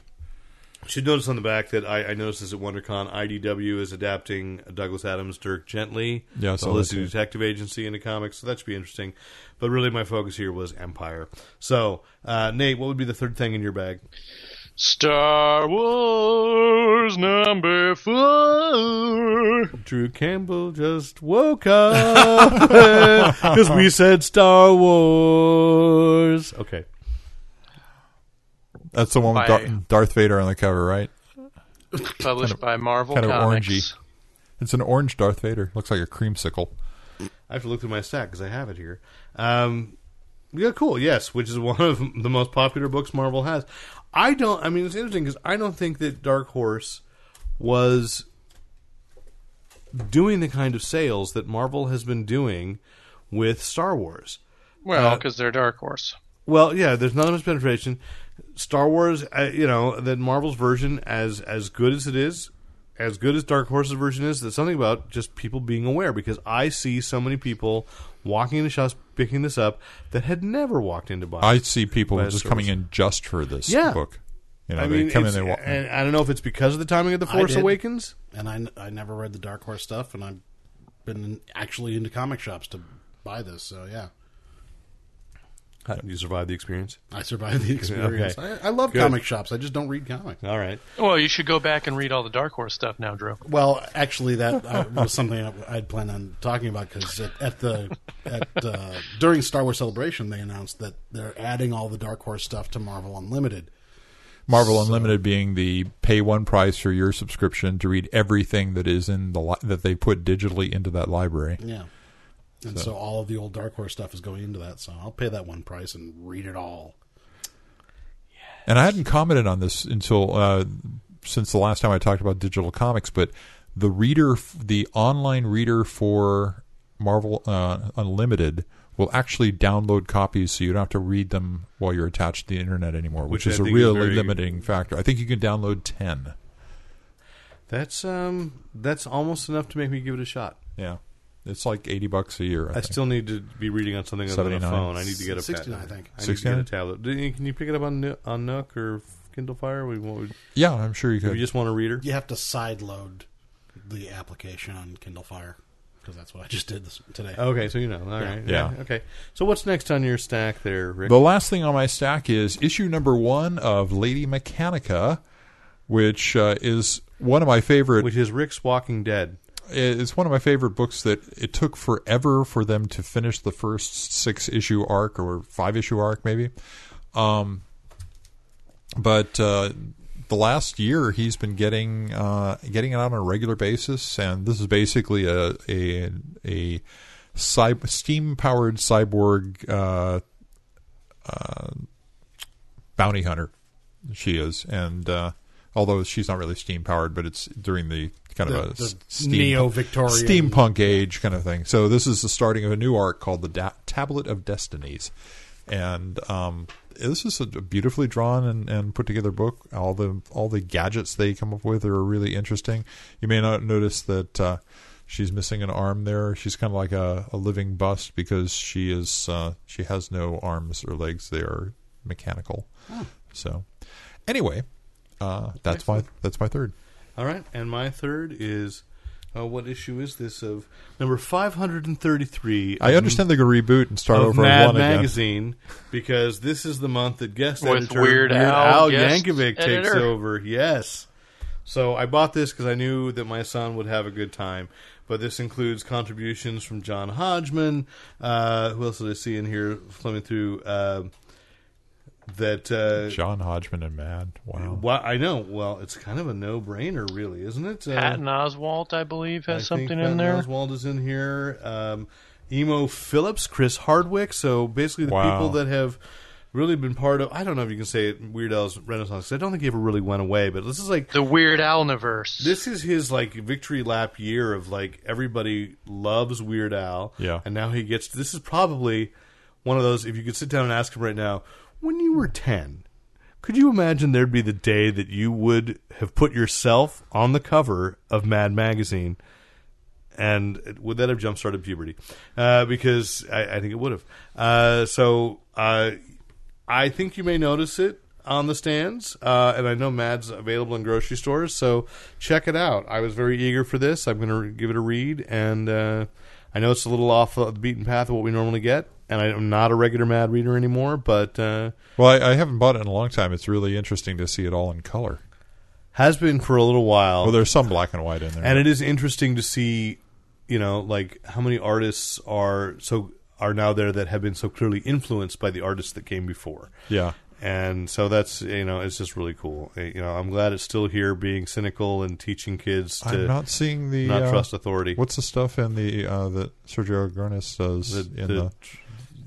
Speaker 5: should notice on the back that I, I noticed this at WonderCon. IDW is adapting Douglas Adams' Dirk Gently,
Speaker 6: Yeah, I
Speaker 5: the
Speaker 6: saw that
Speaker 5: Holistic
Speaker 6: too.
Speaker 5: Detective Agency into comics, so that should be interesting. But really, my focus here was Empire. So, uh, Nate, what would be the third thing in your bag?
Speaker 8: Star Wars number four.
Speaker 5: Drew Campbell just woke up because we said Star Wars. Okay,
Speaker 6: That's the one with
Speaker 8: By-
Speaker 6: Dar- Darth Vader on the cover, right?
Speaker 8: Published by Marvel
Speaker 6: kind of
Speaker 8: Comics.
Speaker 6: orangey. It's an orange Darth Vader. Looks like a creamsicle.
Speaker 5: I have to look through my stack because I have it here. Um, yeah, cool. Yes, which is one of the most popular books Marvel has. I don't. I mean, it's interesting because I don't think that Dark Horse was doing the kind of sales that Marvel has been doing with Star Wars.
Speaker 8: Well, because they're Dark Horse.
Speaker 5: Well, yeah, there's not much penetration. Star Wars, uh, you know, that Marvel's version, as as good as it is, as good as Dark Horse's version is, there's something about just people being aware because I see so many people walking into shops picking this up that had never walked into buy.
Speaker 6: I see people
Speaker 5: By
Speaker 6: just
Speaker 5: Star
Speaker 6: coming
Speaker 5: Wars.
Speaker 6: in just for this
Speaker 5: Yeah.
Speaker 6: book. You know,
Speaker 5: I
Speaker 6: they come in
Speaker 5: it's-
Speaker 6: they wa-
Speaker 5: and I don't know if it's because of the timing of the Force
Speaker 7: did.
Speaker 5: Awakens.
Speaker 7: And I, n- I never read the Dark Horse stuff, and I've been actually into comic shops to buy this. So yeah,
Speaker 5: How did you survive the experience?
Speaker 7: I survived the experience.
Speaker 5: Okay.
Speaker 7: I, I love
Speaker 5: Good.
Speaker 7: comic shops. I just don't read comics.
Speaker 5: All right.
Speaker 8: Well, you should go back and read all the Dark Horse stuff now, Drew.
Speaker 7: Well, actually, that uh, was something I- I'd planned on talking about because at, at the at uh, during Star Wars Celebration, they announced that they're adding all the Dark Horse stuff to Marvel Unlimited.
Speaker 6: Marvel Unlimited being the pay one price for your subscription to read everything that is in the li- that they put digitally into that library.
Speaker 7: Yeah, and so. all of the old Dark Horse stuff is going into that. So I'll pay that one price and read it all.
Speaker 6: And I hadn't commented on this until uh, since the last time I talked about digital comics, but the reader, f- the online reader for Marvel uh, Unlimited, will actually download copies, so you don't have to read them while you're attached to the internet anymore, which,
Speaker 5: Which I
Speaker 6: is a
Speaker 5: think is
Speaker 6: really
Speaker 5: very-
Speaker 6: limiting factor. I think you can download ten.
Speaker 5: That's um that's almost enough to make me give it a shot.
Speaker 6: Yeah, it's like eighty bucks a year. I,
Speaker 5: I
Speaker 6: think.
Speaker 5: still need to be reading on something other than a
Speaker 6: 79.
Speaker 5: phone. I need to get a
Speaker 7: 69, I
Speaker 5: pad.
Speaker 7: think.
Speaker 5: I need to get a
Speaker 6: 69?
Speaker 5: tablet. Do you- Can you pick it up on Noo- on Nook or Kindle Fire? We want-
Speaker 6: yeah, I'm sure you
Speaker 5: if
Speaker 6: could.
Speaker 5: you just want a reader.
Speaker 7: You have to sideload the application on Kindle Fire because that's what I just did this, today.
Speaker 5: Okay, so you know. All right.
Speaker 6: Yeah.
Speaker 5: Okay. So what's next on your stack there, Rick?
Speaker 6: The last thing on my stack is issue number one of Lady Mechanica, which uh, is one of my favorite.
Speaker 5: Which is Rick's Walking Dead.
Speaker 6: it's one of my favorite books that it took forever for them to finish the first six issue arc or five issue arc maybe um, but uh, the last year he's been getting uh, getting it out on a regular basis and this is basically a a, a steam powered cyborg uh, uh, bounty hunter she is and uh, although she's not really steam powered but it's during the kind
Speaker 7: The-
Speaker 6: of a
Speaker 7: the
Speaker 6: s- steam
Speaker 7: neo-Victorian-
Speaker 6: steampunk age kind of thing. So this is the starting of a new arc called the da- Tablet of Destinies, and um, this is a beautifully drawn and, and put together book. All the all the gadgets they come up with are really interesting. You may not notice that. Uh, She's missing an arm there. She's kind of like a, a living bust because she is uh, she has no arms or legs. They are mechanical. So, anyway, uh, that's my that's my third.
Speaker 5: All right, and my third is uh, what issue is this of number five hundred and thirty-three?
Speaker 6: I understand they could reboot and start
Speaker 5: Um, of
Speaker 6: over
Speaker 5: Mad
Speaker 6: one again.
Speaker 5: Magazine because this is the month that guest
Speaker 8: With
Speaker 5: editor
Speaker 8: Weird Al guest
Speaker 5: Yankovic takes
Speaker 8: editor.
Speaker 5: over. Yes. So I bought this because I knew that my son would have a good time. But this includes contributions from John Hodgman. Uh, who else did I see in here flipping through? Uh, that uh,
Speaker 6: John Hodgman and Mad. Wow.
Speaker 5: wha- I know. Well, it's kind of a no-brainer, really, isn't it? Uh,
Speaker 8: Patton Oswalt, I believe, has
Speaker 5: I think
Speaker 8: something
Speaker 5: Patton
Speaker 8: in there.
Speaker 5: Oswald is in here. Um, Emo Phillips, Chris Hardwick. So basically, the
Speaker 6: Wow.
Speaker 5: people that have really been part of. I don't know if you can say it, Weird Al's Renaissance. 'cause I don't think he ever really went away. But this is like
Speaker 8: The Weird Alniverse.
Speaker 5: this is his like victory lap year of like everybody loves Weird Al.
Speaker 6: Yeah.
Speaker 5: and now he gets. This is probably one of those. If you could sit down and ask him right now, when you were ten. Could you imagine there'd be the day that you would have put yourself on the cover of Mad Magazine and would that have jump started puberty? Uh, because I, I think it would have. Uh, so uh, I think you may notice it on the stands, uh, and I know Mad's available in grocery stores, so check it out. I was very eager for this. I'm going to give it a read, and uh, I know it's a little off the beaten path of what we normally get, and I'm not a regular Mad reader anymore, but uh,
Speaker 6: Well, I, I haven't bought it in a long time. It's really interesting to see it all in color.
Speaker 5: has been for a little while.
Speaker 6: Well, there's some black and white in there.
Speaker 5: and it is interesting to see you know like how many artists are so are now there that have been so clearly influenced by the artists that came before
Speaker 6: yeah.
Speaker 5: and so that's you know it's just really cool Uh, you know i'm glad it's still here being cynical and teaching kids to
Speaker 6: I'm not seeing the
Speaker 5: not
Speaker 6: uh,
Speaker 5: trust authority
Speaker 6: What's the stuff in the uh, that Sergio Agurnis does
Speaker 5: the,
Speaker 6: in
Speaker 5: the,
Speaker 6: the,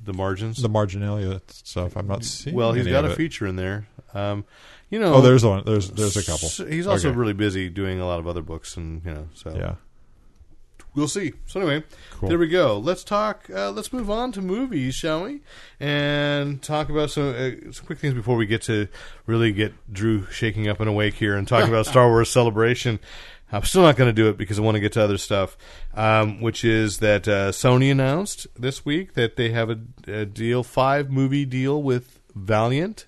Speaker 5: the margins
Speaker 6: the marginalia stuff? I'm not seeing.
Speaker 5: well he's
Speaker 6: any
Speaker 5: got
Speaker 6: of
Speaker 5: a
Speaker 6: it.
Speaker 5: feature in there um you know
Speaker 6: Oh, there's one. There's there's a couple.
Speaker 5: he's also
Speaker 6: Okay.
Speaker 5: really busy doing a lot of other books and you know so
Speaker 6: yeah.
Speaker 5: we'll see. So anyway,
Speaker 6: Cool.
Speaker 5: there we go. Let's talk. Uh, let's move on to movies, shall we? And talk about some, uh, some quick things before we get to really get Drew shaking up and awake here and talk about Star Wars Celebration. I'm still not going to do it because I want to get to other stuff, um, which is that uh, Sony announced this week that they have a, a deal, five movie deal with Valiant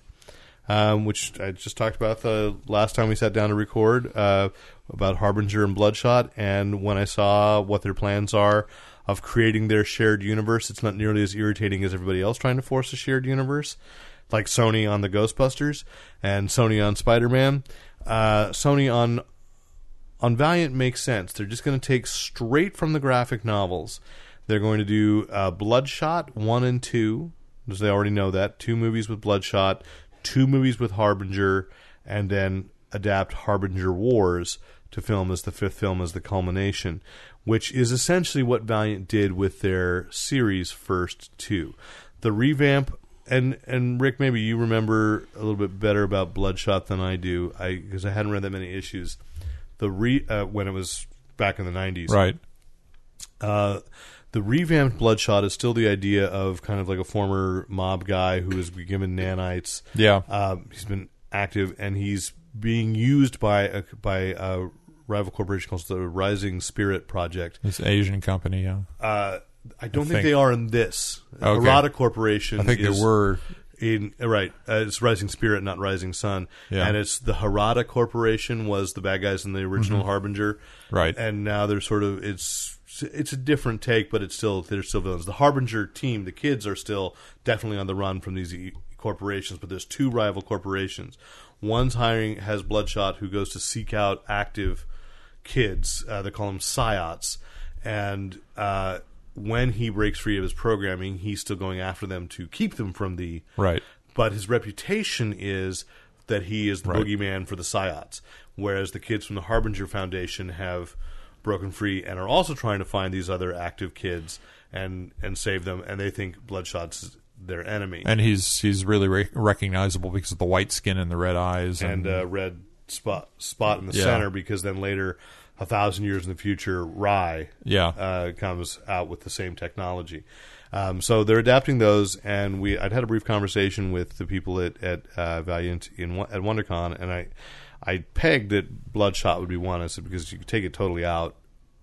Speaker 5: um, which I just talked about the last time we sat down to record uh, about Harbinger and Bloodshot. And when I saw what their plans are of creating their shared universe, it's not nearly as irritating as everybody else trying to force a shared universe, like Sony on the Ghostbusters and Sony on Spider Man. Uh, Sony on on Valiant makes sense. They're just going to take straight from the graphic novels. They're going to do uh, Bloodshot one and two, because they already know that. Two movies with Bloodshot, two movies with Harbinger, and then adapt Harbinger Wars to film as the fifth film as the culmination, which is essentially what Valiant did with their series first two. The revamp and and Rick, maybe you remember a little bit better about Bloodshot than I do, I because I hadn't read that many issues. The re uh, when it was back in the nineties,
Speaker 6: Right.
Speaker 5: uh, the revamped Bloodshot is still the idea of kind of like a former mob guy who is given nanites.
Speaker 6: Yeah.
Speaker 5: Um, he's been active and he's being used by a, by a rival corporation called the Rising Spirit Project.
Speaker 6: It's an Asian company. Yeah.
Speaker 5: Uh, I don't think,
Speaker 6: think-
Speaker 5: they are in this.
Speaker 6: Okay.
Speaker 5: Arata Corporation.
Speaker 6: I think
Speaker 5: is-
Speaker 6: they were.
Speaker 5: in right uh, it's rising spirit not rising sun
Speaker 6: Yeah.
Speaker 5: and it's the harada corporation was the bad guys in the original harbinger
Speaker 6: Mm-hmm. Right.
Speaker 5: and now they're sort of it's it's a different take but it's still they're still villains the harbinger team the kids are still definitely on the run from these e- corporations but there's two rival corporations one's hiring has bloodshot who goes to seek out active kids. Uh, they call them psyots. And uh, when he breaks free of his programming, he's still going after them to keep them from the
Speaker 6: Right.
Speaker 5: But his reputation is that he is the boogeyman for the psyots, whereas the kids from the Harbinger Foundation have broken free and are also trying to find these other active kids and and save them. And they think Bloodshot's their enemy
Speaker 6: And he's he's really re- recognizable because of the white skin and the red eyes
Speaker 5: and
Speaker 6: and,
Speaker 5: uh, red spot spot in the
Speaker 6: Yeah.
Speaker 5: center because then later, a thousand years in the future, Rye
Speaker 6: Yeah.
Speaker 5: uh, comes out with the same technology. Um, so they're adapting those, and we I'd had a brief conversation with the people at at uh, Valiant in at WonderCon, and I I pegged that Bloodshot would be one. I said because you could take it totally out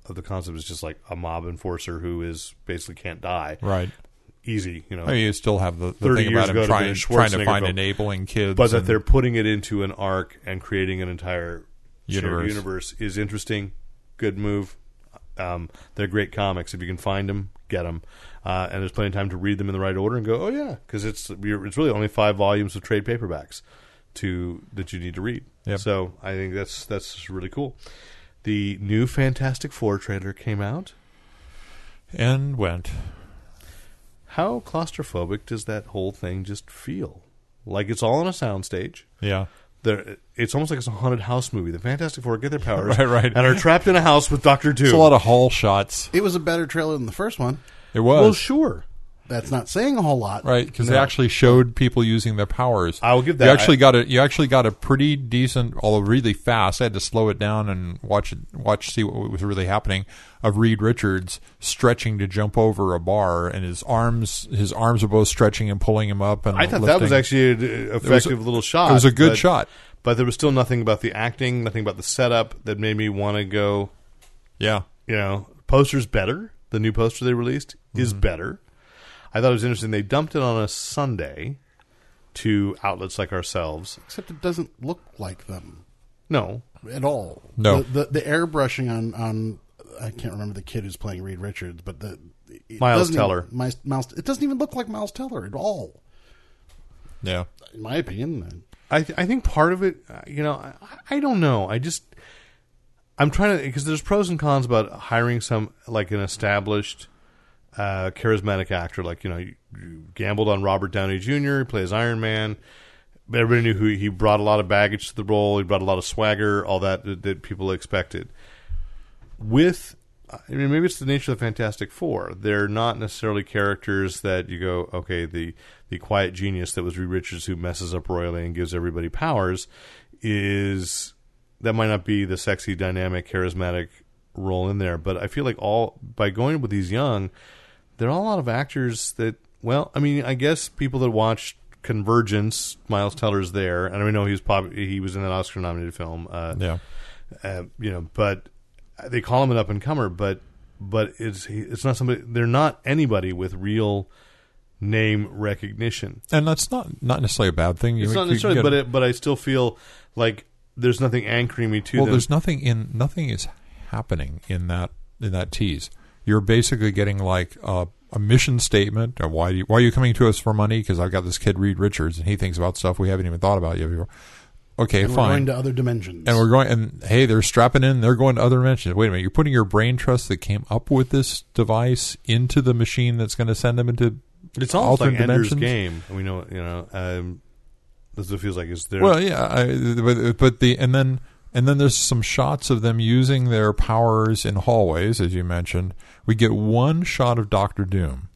Speaker 5: of the concept is just like a mob enforcer who is basically can't die.
Speaker 6: right. Oh,
Speaker 5: Easy, you know.
Speaker 6: I mean, you still have the, the
Speaker 5: 30
Speaker 6: thing about
Speaker 5: years ago to be
Speaker 6: him trying
Speaker 5: a
Speaker 6: trying to
Speaker 5: Schwarzenegger
Speaker 6: find
Speaker 5: film.
Speaker 6: enabling kids,
Speaker 5: but that
Speaker 6: and-
Speaker 5: they're putting it into an arc and creating an entire
Speaker 6: Universe.
Speaker 5: shared universe is interesting. Good move. Um, they're great comics. If you can find them, get them. Uh, and there's plenty of time to read them in the right order and go, oh yeah, because it's you're, it's really only five volumes of trade paperbacks to that you need to read.
Speaker 6: Yep.
Speaker 5: So I think that's that's really cool. The new Fantastic Four trailer came out.
Speaker 6: and went.
Speaker 5: How claustrophobic does that whole thing just feel? Like it's all on a soundstage.
Speaker 6: Yeah.
Speaker 5: They're, it's almost like it's a haunted house movie. The Fantastic Four get their powers
Speaker 6: Right, right.
Speaker 5: and are trapped in a house with Doctor Doom.
Speaker 6: It's a lot of hall shots.
Speaker 7: It was a better trailer than the first one.
Speaker 6: It was.
Speaker 5: well, sure.
Speaker 7: That's not saying a whole lot.
Speaker 6: Right, because they actually showed people using their powers.
Speaker 5: I will give that.
Speaker 6: You actually
Speaker 5: I-
Speaker 6: got a you actually got a pretty decent, although really fast. I had to slow it down and watch it, watch see what was really happening. Of Reed Richards stretching to jump over a bar, and his arms his arms are both stretching and pulling him up. And
Speaker 5: I thought that
Speaker 6: lifting.
Speaker 5: was actually an uh, effective little shot.
Speaker 6: it was a good
Speaker 5: but-
Speaker 6: shot.
Speaker 5: but there was still nothing about the acting, nothing about the setup that made me want to go.
Speaker 6: yeah.
Speaker 5: You know, poster's better. The new poster they released
Speaker 6: Mm-hmm.
Speaker 5: is better. I thought it was interesting. They dumped it on a Sunday to outlets like ourselves.
Speaker 7: Except it doesn't look like them
Speaker 5: No,
Speaker 7: at all.
Speaker 6: No.
Speaker 7: The, the, the airbrushing on, on, I can't remember the kid who's playing Reed Richards, but the. it
Speaker 5: Miles
Speaker 7: doesn't even-
Speaker 5: Teller.
Speaker 7: Miles, Miles, it doesn't even look like Miles Teller at all,
Speaker 6: Yeah,
Speaker 7: in my opinion.
Speaker 5: I, th- I think part of it, uh, you know, I, I don't know. I just, I'm trying to, because there's pros and cons about hiring some, like an established, uh, charismatic actor. Like, you know, you, you gambled on Robert Downey Jr., he plays Iron Man. But Everybody knew who he brought a lot of baggage to the role. He brought a lot of swagger, all that that, that people expected. With, I mean, maybe it's the nature of the Fantastic Four. They're not necessarily characters that you go, okay, the the quiet genius that was Reed Richards who messes up royally and gives everybody powers is that might not be the sexy, dynamic, charismatic role in there. But I feel like all by going with these young, there are a lot of actors that well i mean i guess people that watched convergence miles teller's there and i know he was pop- he was in that oscar nominated film uh,
Speaker 6: yeah.
Speaker 5: uh, you know but they call him an up and comer but but it's he- it's not somebody they're not anybody with real name recognition
Speaker 6: And that's not not necessarily a bad thing. You-
Speaker 5: it's not
Speaker 6: you
Speaker 5: necessarily
Speaker 6: get-
Speaker 5: but it, but i still feel like there's nothing anchoring me to
Speaker 6: well,
Speaker 5: them
Speaker 6: there's nothing in nothing is happening in that in that tease. You're basically getting like a, a mission statement. Or why do you, why are you coming to us for money? Because I've got this kid Reed Richards, and he thinks about stuff we haven't even thought about yet. Before. Okay,
Speaker 7: We're
Speaker 6: fine.
Speaker 7: going to other dimensions.
Speaker 6: and we're going. And hey, they're strapping in. They're going to other dimensions. Wait a minute. You're putting your brain trust that came up with this device into the machine that's going to send them into
Speaker 5: it's almost like
Speaker 6: alternate
Speaker 5: ender's
Speaker 6: dimensions?
Speaker 5: game we know you know um that's what it feels like is there
Speaker 6: Well, yeah, I, but, but the and then and then there's some shots of them using their powers in hallways, as you mentioned. We get one shot of Doctor Doom,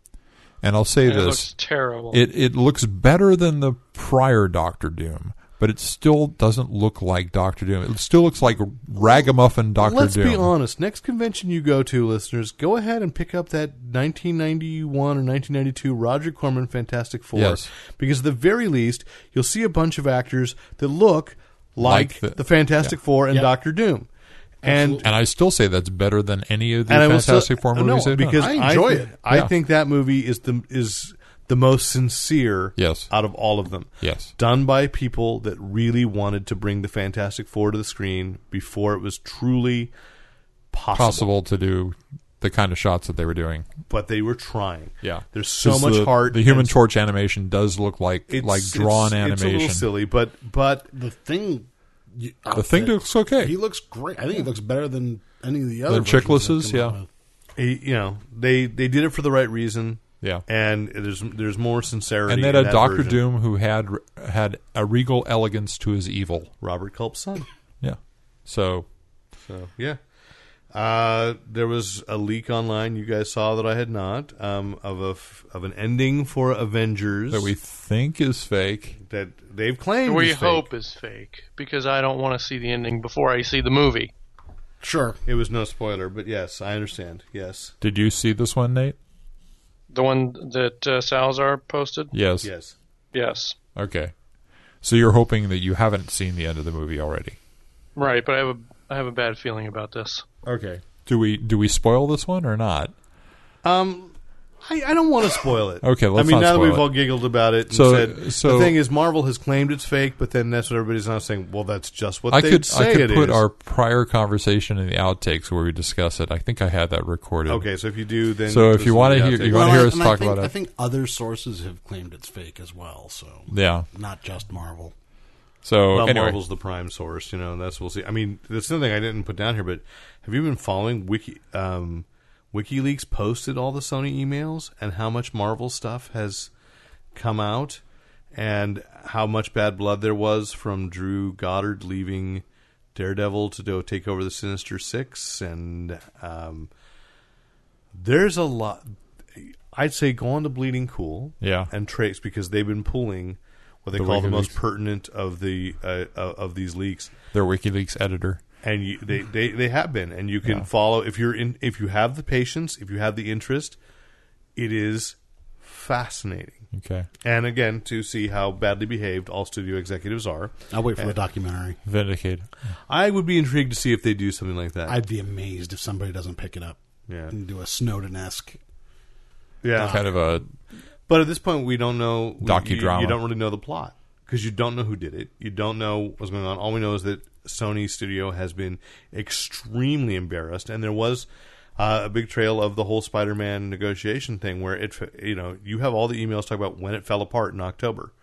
Speaker 6: and I'll say
Speaker 8: It
Speaker 6: this:
Speaker 8: looks terrible.
Speaker 6: it it looks better than the prior Doctor Doom, but it still doesn't look like Doctor Doom. It still looks like ragamuffin Doctor
Speaker 5: Let's
Speaker 6: Doom.
Speaker 5: be honest. Next convention you go to, listeners, go ahead and pick up that 1991 or 1992 Roger Corman Fantastic Four.
Speaker 6: Yes.
Speaker 5: Because at the very least, you'll see a bunch of actors that look like,
Speaker 6: Like the-
Speaker 5: the, Fantastic Four and Doctor Doom. And
Speaker 6: and I still say that's better than any of the
Speaker 5: and I will
Speaker 6: Fantastic
Speaker 5: still- uh, no,
Speaker 6: Four movies. they've done.
Speaker 5: because
Speaker 7: I enjoy
Speaker 5: thi-
Speaker 7: it.
Speaker 5: I
Speaker 6: Yeah.
Speaker 5: think that movie is the is the most sincere
Speaker 6: Yes.
Speaker 5: out of all of them.
Speaker 6: Yes.
Speaker 5: Done by people that really wanted to bring the Fantastic Four to the screen before it was truly possible.
Speaker 6: possible to do the kind of shots that they were doing.
Speaker 5: but they were trying.
Speaker 6: Yeah,
Speaker 5: there's so
Speaker 6: 'Cause
Speaker 5: much
Speaker 6: the,
Speaker 5: heart.
Speaker 6: The Human
Speaker 5: and
Speaker 6: Torch animation does look like
Speaker 5: it's-
Speaker 6: like
Speaker 5: it's-
Speaker 6: drawn
Speaker 5: It's a little
Speaker 6: animation.
Speaker 5: silly, but but
Speaker 7: the thing. You,
Speaker 6: The thing looks okay.
Speaker 7: He looks great. I think he looks better than any of the other.
Speaker 6: The
Speaker 7: versions they've
Speaker 6: Chiklises,
Speaker 7: come out
Speaker 6: yeah.
Speaker 7: with.
Speaker 5: eh, you know they they did it for the right reason.
Speaker 6: Yeah.
Speaker 5: and there's there's more sincerity.
Speaker 6: and they had
Speaker 5: in
Speaker 6: a
Speaker 5: that
Speaker 6: Doctor
Speaker 5: version.
Speaker 6: Doom who had had a regal elegance to his evil.
Speaker 5: Robert Culp's son.
Speaker 6: Yeah. So
Speaker 5: So yeah. Uh, there was a leak online you guys saw that I had not um, of a f- of an ending for Avengers
Speaker 6: that we think is fake.
Speaker 5: that they've claimed
Speaker 8: we
Speaker 5: is fake.
Speaker 8: hope is fake because I don't want to see the ending before I see the movie.
Speaker 7: Sure.
Speaker 5: it was no spoiler but yes I understand yes
Speaker 6: Did you see this one, Nate?
Speaker 8: The one that uh, Salazar posted?
Speaker 6: Yes.
Speaker 5: yes
Speaker 8: Yes.
Speaker 6: Okay. So you're hoping that you haven't seen the end of the movie already.
Speaker 8: Right, but I have a I have a bad feeling about this.
Speaker 6: Okay. Do we do we spoil this one or not?
Speaker 5: um I, I don't want to spoil it.
Speaker 6: Okay, let's
Speaker 5: I mean,
Speaker 6: not
Speaker 5: now that
Speaker 6: spoil
Speaker 5: we've
Speaker 6: it.
Speaker 5: all giggled about it, and
Speaker 6: So-
Speaker 5: said,
Speaker 6: so-
Speaker 5: the thing is, Marvel has claimed it's fake, but then that's what everybody's now saying. Well, that's just what
Speaker 6: I
Speaker 5: they
Speaker 6: could
Speaker 5: say
Speaker 6: I could
Speaker 5: it
Speaker 6: put
Speaker 5: is.
Speaker 6: our prior conversation in the outtakes where we discuss it. I think I had that recorded.
Speaker 5: okay. So if you do, then
Speaker 6: So if
Speaker 5: this
Speaker 6: you
Speaker 5: will
Speaker 6: wanna
Speaker 5: be
Speaker 6: hear-
Speaker 5: outtakes.
Speaker 6: you wanna- hear us
Speaker 7: and
Speaker 6: talk
Speaker 7: I think,
Speaker 6: about it.
Speaker 7: I think other sources have claimed it's fake as well, so
Speaker 6: Yeah.
Speaker 7: not just Marvel.
Speaker 6: So
Speaker 5: well,
Speaker 6: anyway,
Speaker 5: Marvel's the prime source, you know, and that's we'll see. I mean, that's another thing I didn't put down here, but have you been following Wiki? Um, WikiLeaks posted all the Sony emails and how much Marvel stuff has come out, and how much bad blood there was from Drew Goddard leaving Daredevil to go take over the Sinister Six, and um, there's a lot. I'd say go on to Bleeding Cool,
Speaker 6: Yeah.
Speaker 5: and Trace because they've been pulling what they
Speaker 6: The
Speaker 5: call the most
Speaker 6: WikiLeaks.
Speaker 5: pertinent of the uh, of of these leaks,
Speaker 6: their WikiLeaks editor.
Speaker 5: and you, they, they they have been, and you can follow if you're in if you have the patience, if you have the interest, it is fascinating.
Speaker 6: Okay,
Speaker 5: And again, to see how badly behaved all studio executives are,
Speaker 7: I'll wait for the documentary.
Speaker 6: vindicated.
Speaker 5: I would be intrigued to see if they do something like that.
Speaker 7: I'd be amazed if somebody doesn't pick it up
Speaker 5: yeah,
Speaker 7: and do a Snowden esque.
Speaker 5: yeah.
Speaker 6: Kind of a
Speaker 5: But at this point, we don't know we-
Speaker 6: Docudrama.
Speaker 5: You, you don't really know the plot because you don't know who did it. You don't know what's going on. All we know is that Sony Studio has been extremely embarrassed, and there was uh, a big trail of the whole Spider-Man negotiation thing where it, f- you know, you have all the emails talking about when it fell apart in October,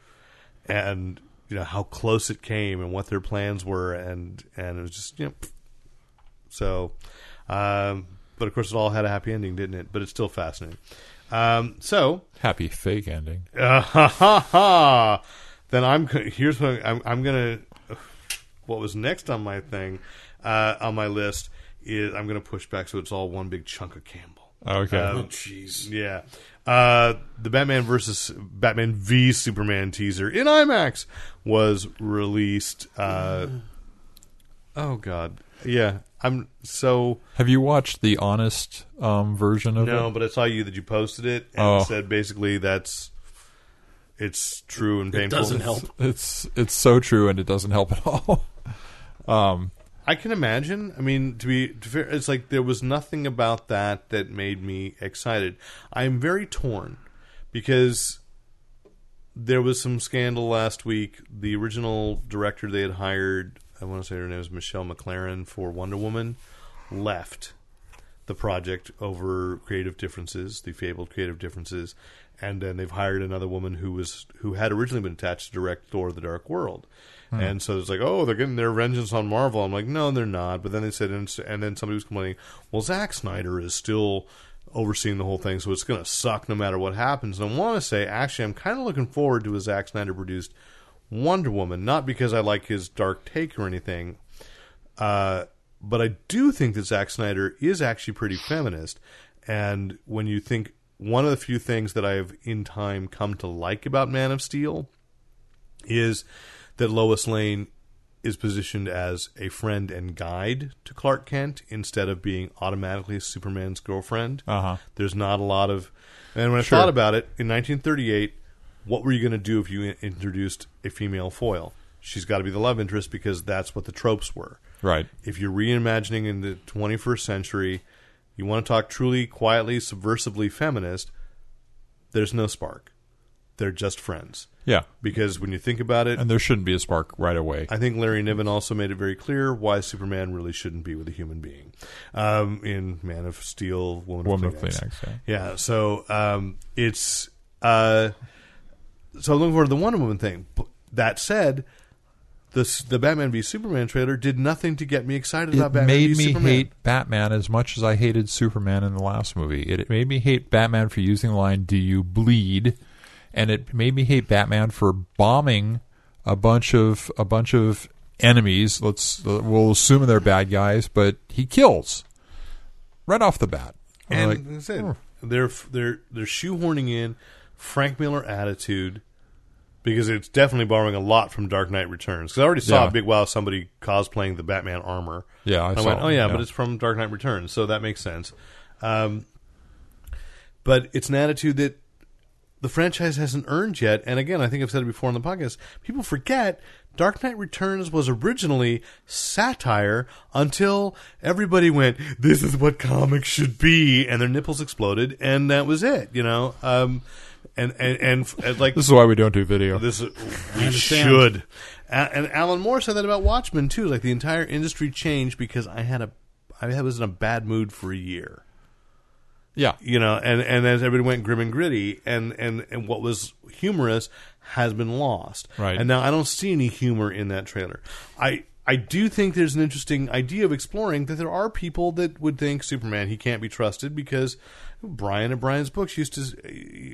Speaker 5: and you know how close it came and what their plans were, and and it was just you know, pfft. so. Um, but of course, it all had a happy ending, didn't it? But it's still fascinating. Um, so,
Speaker 6: happy fake ending.
Speaker 5: uh, ha, ha, ha. Uh, Then I'm go- here's what I'm, I'm gonna. What was next on my thing, uh, on my list is I'm gonna push back so it's all one big chunk of Campbell.
Speaker 6: Okay,
Speaker 5: Um,
Speaker 7: Jeez.
Speaker 5: Yeah, uh, the Batman versus Batman v Superman teaser in IMAX was released. Uh, oh God, yeah. I'm so
Speaker 6: have you watched the honest um, version of
Speaker 5: no,
Speaker 6: it?
Speaker 5: but I saw you that you posted it and
Speaker 6: Oh.
Speaker 5: said basically that's it's true and painful.
Speaker 7: Doesn't help.
Speaker 6: It's it's so true, and it doesn't help at all.
Speaker 5: I can imagine. I mean, to be to fair, it's like there was nothing about that that made me excited. I'm very torn because there was some scandal last week. The original director they had hired, I want to say her name is Michelle McLaren for Wonder Woman, left the project over creative differences, the fabled creative differences, and then they've hired another woman who was who had originally been attached to direct Thor: The Dark World, and so it's like, oh, they're getting their vengeance on Marvel. I'm like, no, they're not. But then they said, and, and then somebody was complaining, well, Zack Snyder is still overseeing the whole thing, so it's going to suck no matter what happens. And I want to say, actually, I'm kind of looking forward to a Zack Snyder produced Wonder Woman, not because I like his dark take or anything, uh, but I do think that Zack Snyder is actually pretty feminist. And when you think one of the few things that I've in time come to like about Man of Steel is that Lois Lane is positioned as a friend and guide to Clark Kent instead of being automatically Superman's girlfriend.
Speaker 6: Uh-huh.
Speaker 5: There's not a lot of, and when I thought about it in 1938, what were you going to do if you in- introduced a female foil? She's got to be the love interest because that's what the tropes were
Speaker 6: Right.
Speaker 5: if you're reimagining in the 21st century, you want to talk truly, quietly, subversively feminist, there's no spark. They're just friends.
Speaker 6: Yeah,
Speaker 5: Because when you think about it,
Speaker 6: and there shouldn't be a spark right away.
Speaker 5: I think Larry Niven also made it very clear why Superman really shouldn't be with a human being um, in Man of Steel, Woman,
Speaker 6: Woman of
Speaker 5: of Kleenex.
Speaker 6: Kleenex, yeah.
Speaker 5: Yeah, so um, it's uh, so I'm looking forward to the Wonder Woman thing. But that said, the the Batman v Superman trailer did nothing to get me excited about
Speaker 6: It
Speaker 5: Batman
Speaker 6: made
Speaker 5: v
Speaker 6: me
Speaker 5: Superman.
Speaker 6: hate Batman as much as I hated Superman in the last movie. It, it made me hate Batman for using the line "Do you bleed?" and it made me hate Batman for bombing a bunch of a bunch of enemies. Let's uh, we'll assume they're bad guys, but he kills right off the bat. I'm
Speaker 5: and
Speaker 6: like, "Hmm."
Speaker 5: that's it. they're they're they're shoehorning in Frank Miller attitude because it's definitely borrowing a lot from Dark Knight Returns. Because I already saw
Speaker 6: Yeah.
Speaker 5: a big wow somebody cosplaying the Batman armor.
Speaker 6: Yeah, I
Speaker 5: And
Speaker 6: saw
Speaker 5: went,
Speaker 6: it,
Speaker 5: oh yeah,
Speaker 6: yeah.
Speaker 5: but it's from Dark Knight Returns, so that makes sense. Um, but it's an attitude that the franchise hasn't earned yet. And again, I think I've said it before on the podcast. People forget Dark Knight Returns was originally satire until everybody went, "This is what comics should be," and their nipples exploded, and that was it. You know, um, and and and, and like
Speaker 6: This is why we don't do video.
Speaker 5: this is- we
Speaker 7: understand.
Speaker 5: should. A- And Alan Moore said that about Watchmen too. Like the entire industry changed because I had a I was in a bad mood for a year.
Speaker 6: yeah.
Speaker 5: You know, and and as everybody went grim and gritty, and and and what was humorous has been lost.
Speaker 6: Right.
Speaker 5: And now I don't see any humor in that trailer. I. I do think there's an interesting idea of exploring that there are people that would think Superman he can't be trusted because Brian of Brian's books used to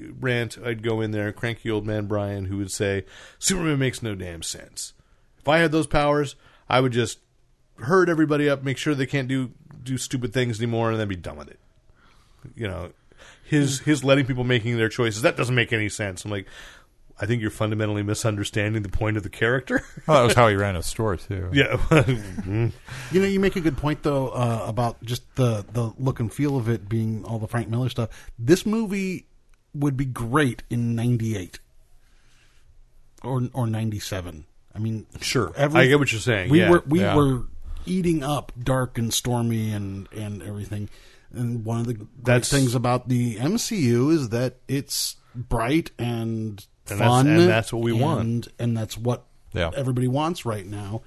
Speaker 5: uh, rant. I'd go in there, cranky old man Brian, who would say Superman makes no damn sense. If I had those powers, I would just herd everybody up, make sure they can't do do stupid things anymore, and then be done with it you know his his letting people making their choices that doesn't make any sense i'm like i think you're fundamentally misunderstanding the point of the character
Speaker 6: Well, Oh, that was how he ran his store too.
Speaker 5: yeah
Speaker 7: You know, you make a good point though uh, about just the the look and feel of it being all the Frank Miller stuff. This movie would be great in '98 or or '97. I mean,
Speaker 5: Sure. I get what you're saying,
Speaker 7: We
Speaker 5: yeah,
Speaker 7: were we
Speaker 6: yeah.
Speaker 7: were eating up dark and stormy and and everything. And one of the great
Speaker 5: That's-
Speaker 7: things about the MCU is that it's bright and,
Speaker 5: And that's-
Speaker 7: fun,
Speaker 5: and that's what we want.
Speaker 7: and- and that's what
Speaker 6: Yeah.
Speaker 7: everybody wants right now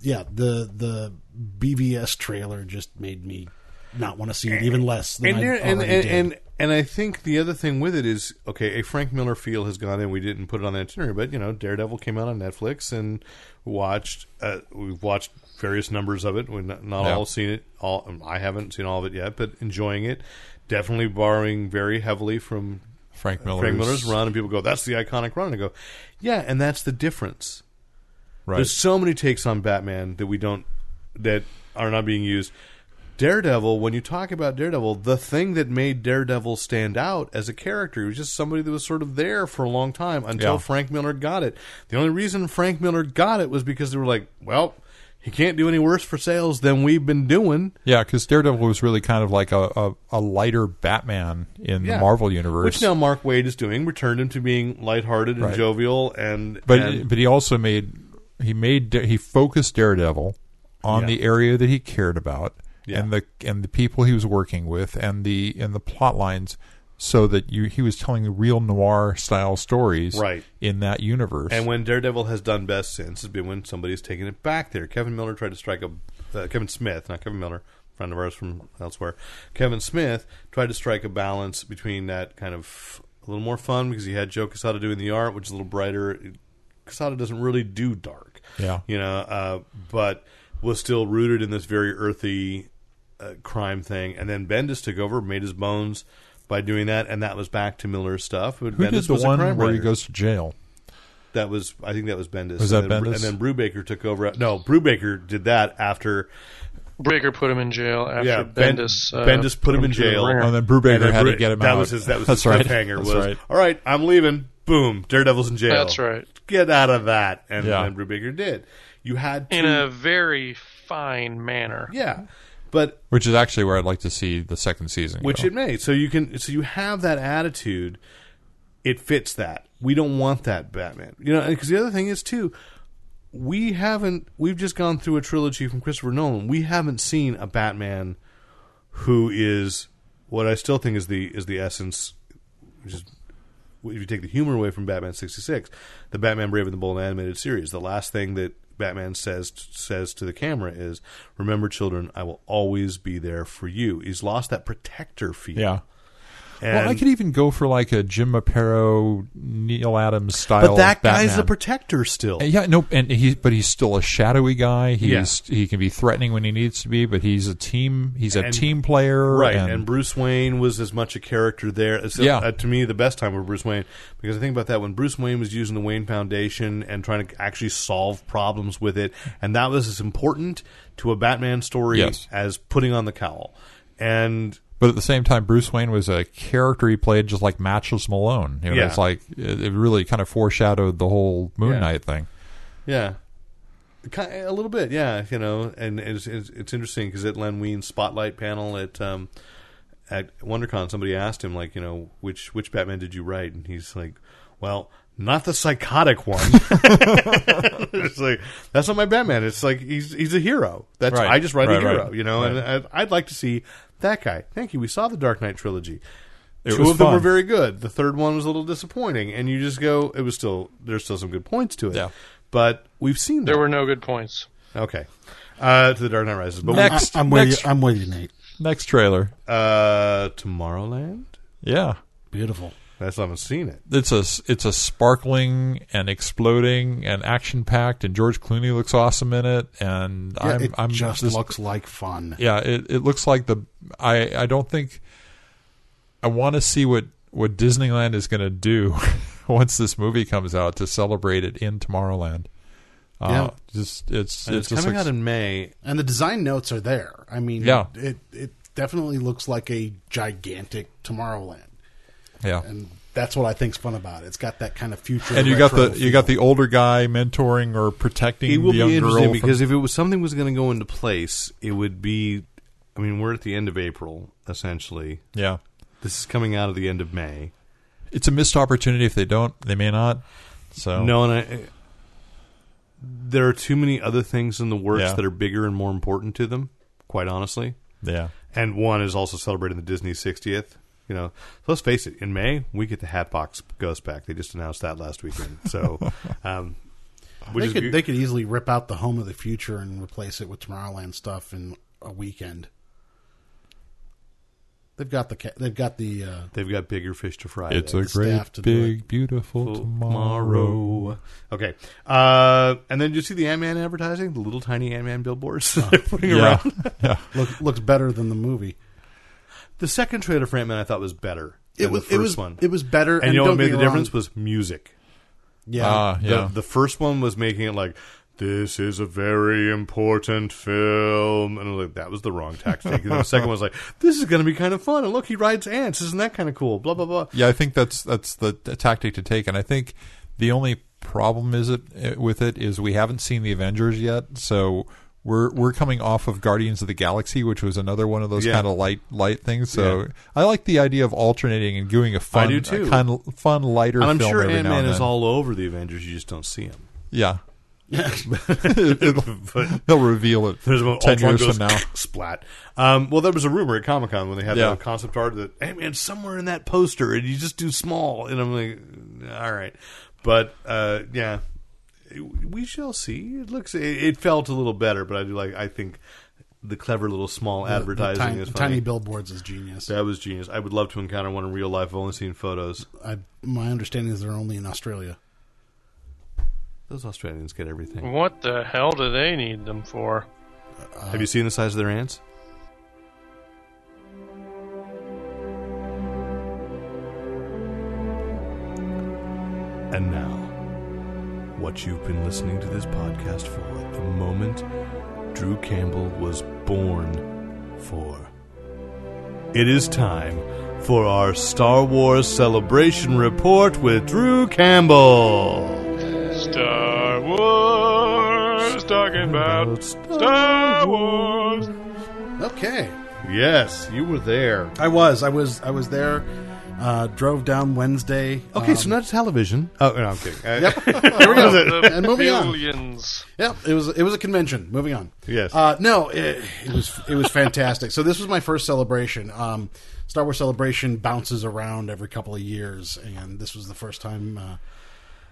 Speaker 7: yeah, the the BVS trailer just made me not want to see it even less than
Speaker 5: and,
Speaker 7: I
Speaker 5: there, and,
Speaker 7: already
Speaker 5: and,
Speaker 7: did.
Speaker 5: and and I think the other thing with it is okay. A Frank Miller feel has gone in. We didn't put it on the itinerary, but you know, Daredevil came out on Netflix and watched. Uh, we've watched various numbers of it. We've not, not
Speaker 6: Yeah.
Speaker 5: all seen it. All um, I haven't seen all of it yet, but enjoying it. Definitely borrowing very heavily from
Speaker 6: Frank Miller's,
Speaker 5: Frank Miller's run, and people go, "That's the iconic run." And I go, "Yeah," and that's the difference.
Speaker 6: Right.
Speaker 5: There's so many takes on Batman that we don't that are not being used. Daredevil, when you talk about Daredevil, the thing that made Daredevil stand out as a character was just somebody that was sort of there for a long time until
Speaker 6: Yeah.
Speaker 5: Frank Miller got it. The only reason Frank Miller got it was because they were like, well, he can't do any worse for sales than we've been doing.
Speaker 6: Yeah, because Daredevil was really kind of like a, a, a lighter Batman in
Speaker 5: Yeah.
Speaker 6: the Marvel universe.
Speaker 5: Which now Mark Wade is doing, returned him to being lighthearted and
Speaker 6: Right.
Speaker 5: jovial and
Speaker 6: but
Speaker 5: and-
Speaker 6: but he also made he made he focused Daredevil on
Speaker 5: Yeah.
Speaker 6: the area that he cared about
Speaker 5: Yeah.
Speaker 6: and the and the people he was working with and the and the plot lines so that you he was telling the real noir style stories
Speaker 5: Right.
Speaker 6: in that universe.
Speaker 5: And when Daredevil has done best since has been when somebody's taken it back there. Kevin Miller tried to strike a uh, Kevin Smith, not Kevin Miller, friend of ours from elsewhere. Kevin Smith tried to strike a balance between that kind of a little more fun because he had Joe Quesada doing the art, which is a little brighter. Quesada doesn't really do dark,
Speaker 6: Yeah.
Speaker 5: you know, uh, but was still rooted in this very earthy uh, crime thing. And then Bendis took over, made his bones. By doing that, and that was back to Miller's stuff. But
Speaker 6: Who
Speaker 5: Bendis
Speaker 6: did the
Speaker 5: was a
Speaker 6: one where
Speaker 5: crime
Speaker 6: he
Speaker 5: writer.
Speaker 6: goes to jail?
Speaker 5: That was, I think that was Bendis.
Speaker 6: Was that
Speaker 5: and then,
Speaker 6: Bendis?
Speaker 5: And then Brubaker took over. No, Brubaker did that after.
Speaker 8: Breaker put him in jail after
Speaker 5: Yeah, Ben-
Speaker 8: Bendis. uh,
Speaker 5: Bendis put him
Speaker 8: put
Speaker 5: in
Speaker 8: through the
Speaker 5: jail.
Speaker 8: wringer.
Speaker 6: And then Brubaker
Speaker 5: and then
Speaker 6: had
Speaker 5: Bru-
Speaker 6: to get him
Speaker 5: that
Speaker 6: out.
Speaker 5: Was his, that was
Speaker 6: That's
Speaker 5: his
Speaker 6: right.
Speaker 5: cliffhanger.
Speaker 6: That's
Speaker 5: was,
Speaker 6: right.
Speaker 5: All right, I'm leaving. Boom, Daredevil's in jail.
Speaker 8: That's right.
Speaker 5: Get out of that. And,
Speaker 6: Yeah.
Speaker 5: and Brubaker did. You had to.
Speaker 8: in a very fine manner.
Speaker 5: yeah. But
Speaker 6: Which is actually where I'd like to see the second season.
Speaker 5: which
Speaker 6: go.
Speaker 5: it may. So you can, so you have that attitude. It fits that. We don't want that Batman. You know, because the other thing is too, we haven't. We've just gone through a trilogy from Christopher Nolan. We haven't seen a Batman who is what I still think is the is the essence, which is if you take the humor away from Batman sixty six, the Batman Brave and the Bold animated series. The last thing that Batman says says to the camera is, "Remember, children, I will always be there for you." He's lost that protector feel.
Speaker 6: yeah.
Speaker 5: and,
Speaker 6: Well, I could even go for like a Jim Aparo, Neil Adams style.
Speaker 5: but that guy's
Speaker 6: Batman.
Speaker 5: the protector still.
Speaker 6: Uh, Yeah, no, and he but he's still a shadowy guy. He's he can be threatening when he needs to be, but he's a team. He's a
Speaker 5: And-
Speaker 6: team player,
Speaker 5: Right, and,
Speaker 6: And,
Speaker 5: Bruce Wayne was as much a character there. So,
Speaker 6: Yeah.
Speaker 5: uh, to me, the best time were Bruce Wayne because I think about that when Bruce Wayne was using the Wayne Foundation and trying to actually solve problems with it, and that was as important to a Batman story
Speaker 6: Yes.
Speaker 5: as putting on the cowl. And
Speaker 6: but at the same time, Bruce Wayne was a character he played just like Matchless Malone. You know,
Speaker 5: Yeah.
Speaker 6: it's like it, it really kind of foreshadowed the whole Moon
Speaker 5: Yeah.
Speaker 6: Knight thing.
Speaker 5: yeah, Ki- a little bit, yeah, you know, and it's it's, it's interesting because at Len Wein's spotlight panel at um, at WonderCon, somebody asked him like, you know, which which Batman did you write? And he's like, well, not the psychotic one. it's like that's not my Batman. It's like he's he's a hero. That's
Speaker 6: Right.
Speaker 5: I just write a
Speaker 6: Right, right.
Speaker 5: hero, you know. And I, I'd like to see that guy. Thank you. We saw the Dark Knight trilogy.
Speaker 6: It
Speaker 5: Two
Speaker 6: was
Speaker 5: of them were
Speaker 6: fun.
Speaker 5: very good. The third one was a little disappointing, and you just go, it was still there's still some good points to it.
Speaker 6: Yeah.
Speaker 5: But we've seen
Speaker 8: There
Speaker 5: that.
Speaker 8: were no good points.
Speaker 5: okay uh, to the Dark Knight Rises, but
Speaker 6: Next.
Speaker 7: I, am with
Speaker 6: next-
Speaker 7: you. I'm with you, Nate.
Speaker 6: Next trailer.
Speaker 5: uh, Tomorrowland.
Speaker 6: Yeah.
Speaker 7: Beautiful.
Speaker 5: That's I haven't seen it.
Speaker 6: It's a it's a sparkling and exploding and action packed and George Clooney looks awesome in it and
Speaker 7: Yeah,
Speaker 6: I'm
Speaker 7: it
Speaker 6: I'm
Speaker 7: just
Speaker 6: this-
Speaker 7: looks like fun.
Speaker 6: yeah it, it looks like the I I don't think I want to see what what Disneyland is going to do once this movie comes out to celebrate it in Tomorrowland. Uh,
Speaker 7: Yeah.
Speaker 6: just it's
Speaker 5: And it's
Speaker 6: just
Speaker 5: coming
Speaker 6: looks-
Speaker 5: out in May.
Speaker 7: And the design notes are there. I mean,
Speaker 6: Yeah.
Speaker 7: it it definitely looks like a gigantic Tomorrowland,
Speaker 6: yeah.
Speaker 7: and that's what I think's fun about it. It's got that kind of future.
Speaker 6: and you got the
Speaker 7: retro
Speaker 6: you got
Speaker 7: feel.
Speaker 6: the older guy mentoring or protecting
Speaker 5: It will
Speaker 6: the
Speaker 5: be
Speaker 6: young girl
Speaker 5: interesting
Speaker 6: from-
Speaker 5: because if it was something was going to go into place, it would be. I mean, we're at the end of April essentially.
Speaker 6: yeah
Speaker 5: This is coming out of the end of May.
Speaker 6: it's a missed opportunity if they don't they may not so
Speaker 5: No, and I, eh, there are too many other things in the works
Speaker 6: Yeah.
Speaker 5: that are bigger and more important to them. Quite honestly,
Speaker 6: yeah
Speaker 5: and one is also celebrating the Disney 60th. You know, let's face it. In May, we get the Hatbox Ghost Pack. They just announced that last weekend. So, um, which
Speaker 7: They
Speaker 5: is
Speaker 7: could
Speaker 5: good.
Speaker 7: they could easily rip out the Home of the Future and replace it with Tomorrowland stuff in a weekend. They've got the ca- they've got the uh,
Speaker 5: they've got bigger fish to fry.
Speaker 6: it's
Speaker 5: there.
Speaker 6: a
Speaker 7: the
Speaker 6: great
Speaker 7: staff to do
Speaker 6: big beautiful tomorrow
Speaker 5: tomorrow. Okay. Uh, and then did you see the Ant Man advertising? The little tiny Ant Man billboards they're putting
Speaker 6: yeah
Speaker 5: around.
Speaker 6: yeah
Speaker 7: look, looks better than the movie.
Speaker 5: The second trailer for Ant Man I thought was better. than the first
Speaker 7: it was
Speaker 5: one.
Speaker 7: it was better.
Speaker 5: and you know what
Speaker 7: don't get
Speaker 5: made the
Speaker 7: me wrong,
Speaker 5: difference was music.
Speaker 7: yeah,
Speaker 6: ah yeah
Speaker 5: The, the first one was making it like this is a very important film, and I'm like that was the wrong tactic. And then the second one was like this is going to be kind of fun, and look he rides ants, isn't that kind of cool? Blah blah blah.
Speaker 6: yeah I think that's that's the, the tactic to take and I think the only problem is it eh, with it is we haven't seen the Avengers yet so we're we're coming off of Guardians of the Galaxy which was another one of those
Speaker 5: Yeah.
Speaker 6: kind of light light things so
Speaker 5: Yeah.
Speaker 6: I like the idea of alternating and doing a fun
Speaker 5: do
Speaker 6: a
Speaker 5: too.
Speaker 6: kind of fun lighter
Speaker 5: And I'm
Speaker 6: film
Speaker 5: sure
Speaker 6: every
Speaker 5: Ant
Speaker 6: now
Speaker 5: Man
Speaker 6: and
Speaker 5: is
Speaker 6: then.
Speaker 5: all over the Avengers, you just don't see him.
Speaker 6: yeah
Speaker 5: But
Speaker 6: they'll reveal it
Speaker 5: There's one,
Speaker 6: ten
Speaker 5: Ultron
Speaker 6: years
Speaker 5: goes
Speaker 6: from now
Speaker 5: Splat. Um, well, there was a rumor at Comic Con when they had
Speaker 6: Yeah.
Speaker 5: the concept art that hey man, somewhere in that poster, and you just do small, and I'm like, all right, but uh, yeah, we shall see. It looks it, it felt a little better, but I do like I think the clever little small
Speaker 7: The- the
Speaker 5: advertising
Speaker 7: tiny,
Speaker 5: is
Speaker 7: the
Speaker 5: funny.
Speaker 7: tiny billboards is genius.
Speaker 5: that was genius. I would love to encounter one in real life. I've only seen photos.
Speaker 7: I, my understanding is they're only in Australia.
Speaker 5: Those Australians get everything.
Speaker 8: What the hell do they need them for?
Speaker 5: Have you seen the size of their ants? And now, what you've been listening to this podcast for, the moment Drew Campbell was born for. It is time for our Star Wars Celebration Report with Drew Campbell.
Speaker 8: Star Wars, talking about Star Wars.
Speaker 7: Okay,
Speaker 5: Yes, you were there.
Speaker 7: I was, I was, I was there. Uh, drove down Wednesday.
Speaker 5: Okay,
Speaker 7: um,
Speaker 5: so not television. Oh, no, I'm kidding. Uh,
Speaker 8: The
Speaker 7: And moving on.
Speaker 8: billions.
Speaker 7: Yeah, it was it was a convention. Moving on.
Speaker 5: Yes.
Speaker 7: Uh, no, it, it was it was fantastic. so this was my first celebration. Um, Star Wars Celebration bounces around every couple of years, and this was the first time uh,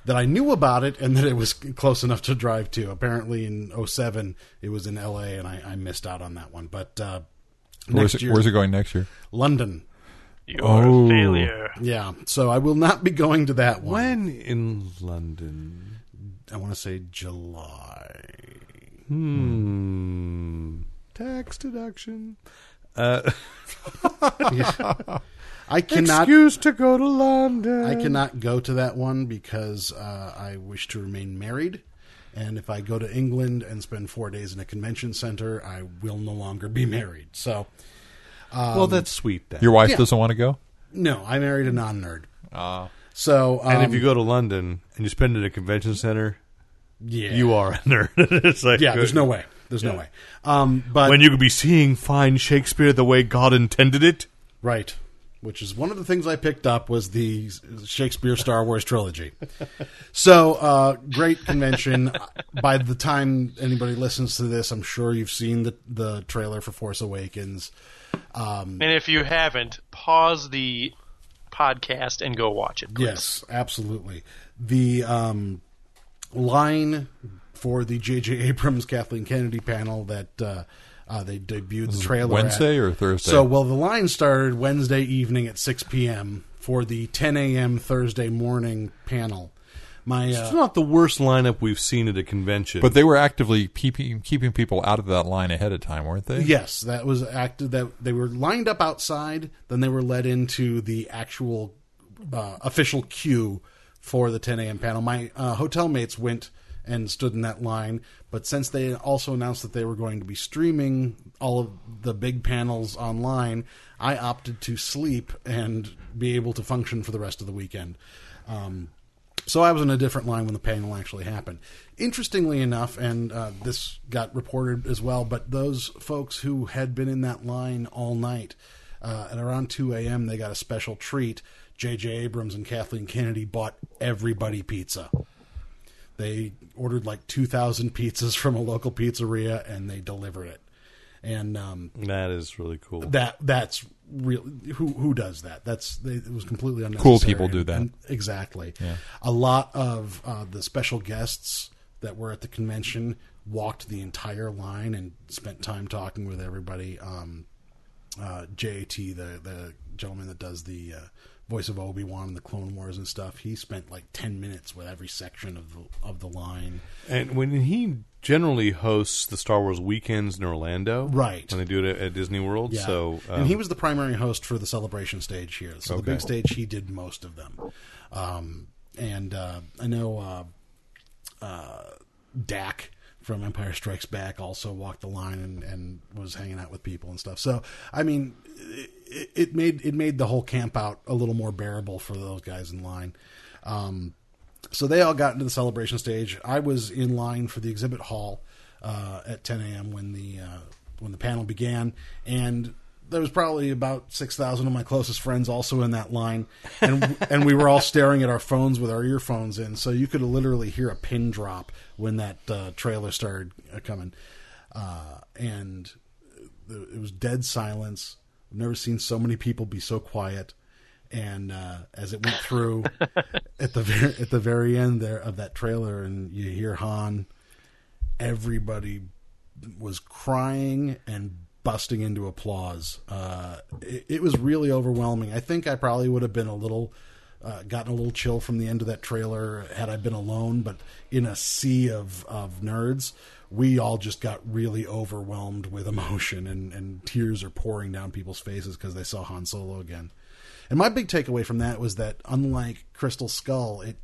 Speaker 7: that I knew about it and that it was close enough to drive to. Apparently, in 07, it was in L.A., and I, I missed out on that one. But uh,
Speaker 6: where's
Speaker 7: next
Speaker 6: it,
Speaker 7: year,
Speaker 6: where's it going next year
Speaker 7: London.
Speaker 8: You're
Speaker 6: Oh.
Speaker 8: a failure.
Speaker 7: Yeah, so I will not be going to that one.
Speaker 5: When in London?
Speaker 7: I want to say July.
Speaker 5: Hmm. Tax deduction. uh,
Speaker 7: I cannot.
Speaker 5: Excuse to go to London.
Speaker 7: I cannot go to that one because uh, I wish to remain married. And if I go to England and spend four days in a convention center, I will no longer be married. So,
Speaker 5: well, that's sweet then.
Speaker 6: your wife
Speaker 7: yeah.
Speaker 6: doesn't want to go
Speaker 7: no, I married a non nerd. so, um,
Speaker 5: Ah. and if you go to London and you spend it at a convention center,
Speaker 7: yeah,
Speaker 5: you are a nerd. it's like uh,
Speaker 7: Yeah, there's no way. There's no way. Um, but
Speaker 5: When you could be seeing fine Shakespeare the way God intended it.
Speaker 7: Right. Which is one of the things I picked up was the Shakespeare Star Wars trilogy. so, uh, great convention. By the time anybody listens to this, I'm sure you've seen the, the trailer for Force Awakens.
Speaker 8: And if you haven't, pause the podcast and go watch it. please.
Speaker 7: Yes, absolutely. The um, line for the J.J. Abrams Kathleen Kennedy panel that uh, uh, they debuted the trailer at-
Speaker 6: Wednesday or Thursday?
Speaker 7: So, well, the line started Wednesday evening at 6 p.m. for the 10 a.m. Thursday morning panel. My
Speaker 5: It's
Speaker 7: uh,
Speaker 5: not the worst lineup we've seen at a convention.
Speaker 6: But they were actively keeping keeping people out of that line ahead of time, weren't they?
Speaker 7: yes, that was acted that they were lined up outside, then they were led into the actual uh, official queue for the 10 a.m. panel. My uh, hotel mates went and stood in that line, but since they also announced that they were going to be streaming all of the big panels online, I opted to sleep and be able to function for the rest of the weekend. Um, So I was in a different line when the panel actually happened. Interestingly enough, and uh, this got reported as well, but those folks who had been in that line all night uh, at around 2 a.m., they got a special treat. J.J. Abrams and Kathleen Kennedy bought everybody pizza. They ordered like 2,000 pizzas from a local pizzeria and they delivered it. And um,
Speaker 5: that is really cool.
Speaker 7: that that's real. Who who does that? That's they, it was completely unnecessary.
Speaker 6: Cool people do that.
Speaker 7: exactly. A lot of uh, the special guests that were at the convention walked the entire line and spent time talking with everybody. Um, uh, JAT, the the gentleman that does the uh, voice of Obi Wan and the Clone Wars and stuff, he spent like ten minutes with every section of the of the line.
Speaker 5: And when he generally hosts the Star Wars weekends in Orlando,
Speaker 7: Right.
Speaker 5: When they do it at, at Disney World,
Speaker 7: Yeah.
Speaker 5: so um,
Speaker 7: and he was the primary host for the celebration stage here. So the
Speaker 5: Okay.
Speaker 7: big stage, he did most of them. Um, and uh, I know uh, uh, Dak from Empire Strikes Back also walked the line and, and was hanging out with people and stuff. So I mean, it, it made it made the whole camp out a little more bearable for those guys in line. Um, so they all got into the celebration stage. I was in line for the exhibit hall uh, at 10 a.m. when the uh, when the panel began, and there was probably about six thousand of my closest friends also in that line, and and we were all staring at our phones with our earphones in, so you could literally hear a pin drop when that uh, trailer started uh, coming, uh, and the- it was dead silence. I've never seen so many people be so quiet. And uh, as it went through, at the very, at the very end there of that trailer, and you hear Han, everybody was crying and busting into applause. Uh, it, it was really overwhelming. I think I probably would have been a little. Uh, gotten a little chill from the end of that trailer had I been alone, but in a sea of, of nerds, we all just got really overwhelmed with emotion and, and tears are pouring down people's faces because they saw Han Solo again. And my big takeaway from that was that unlike Crystal Skull, it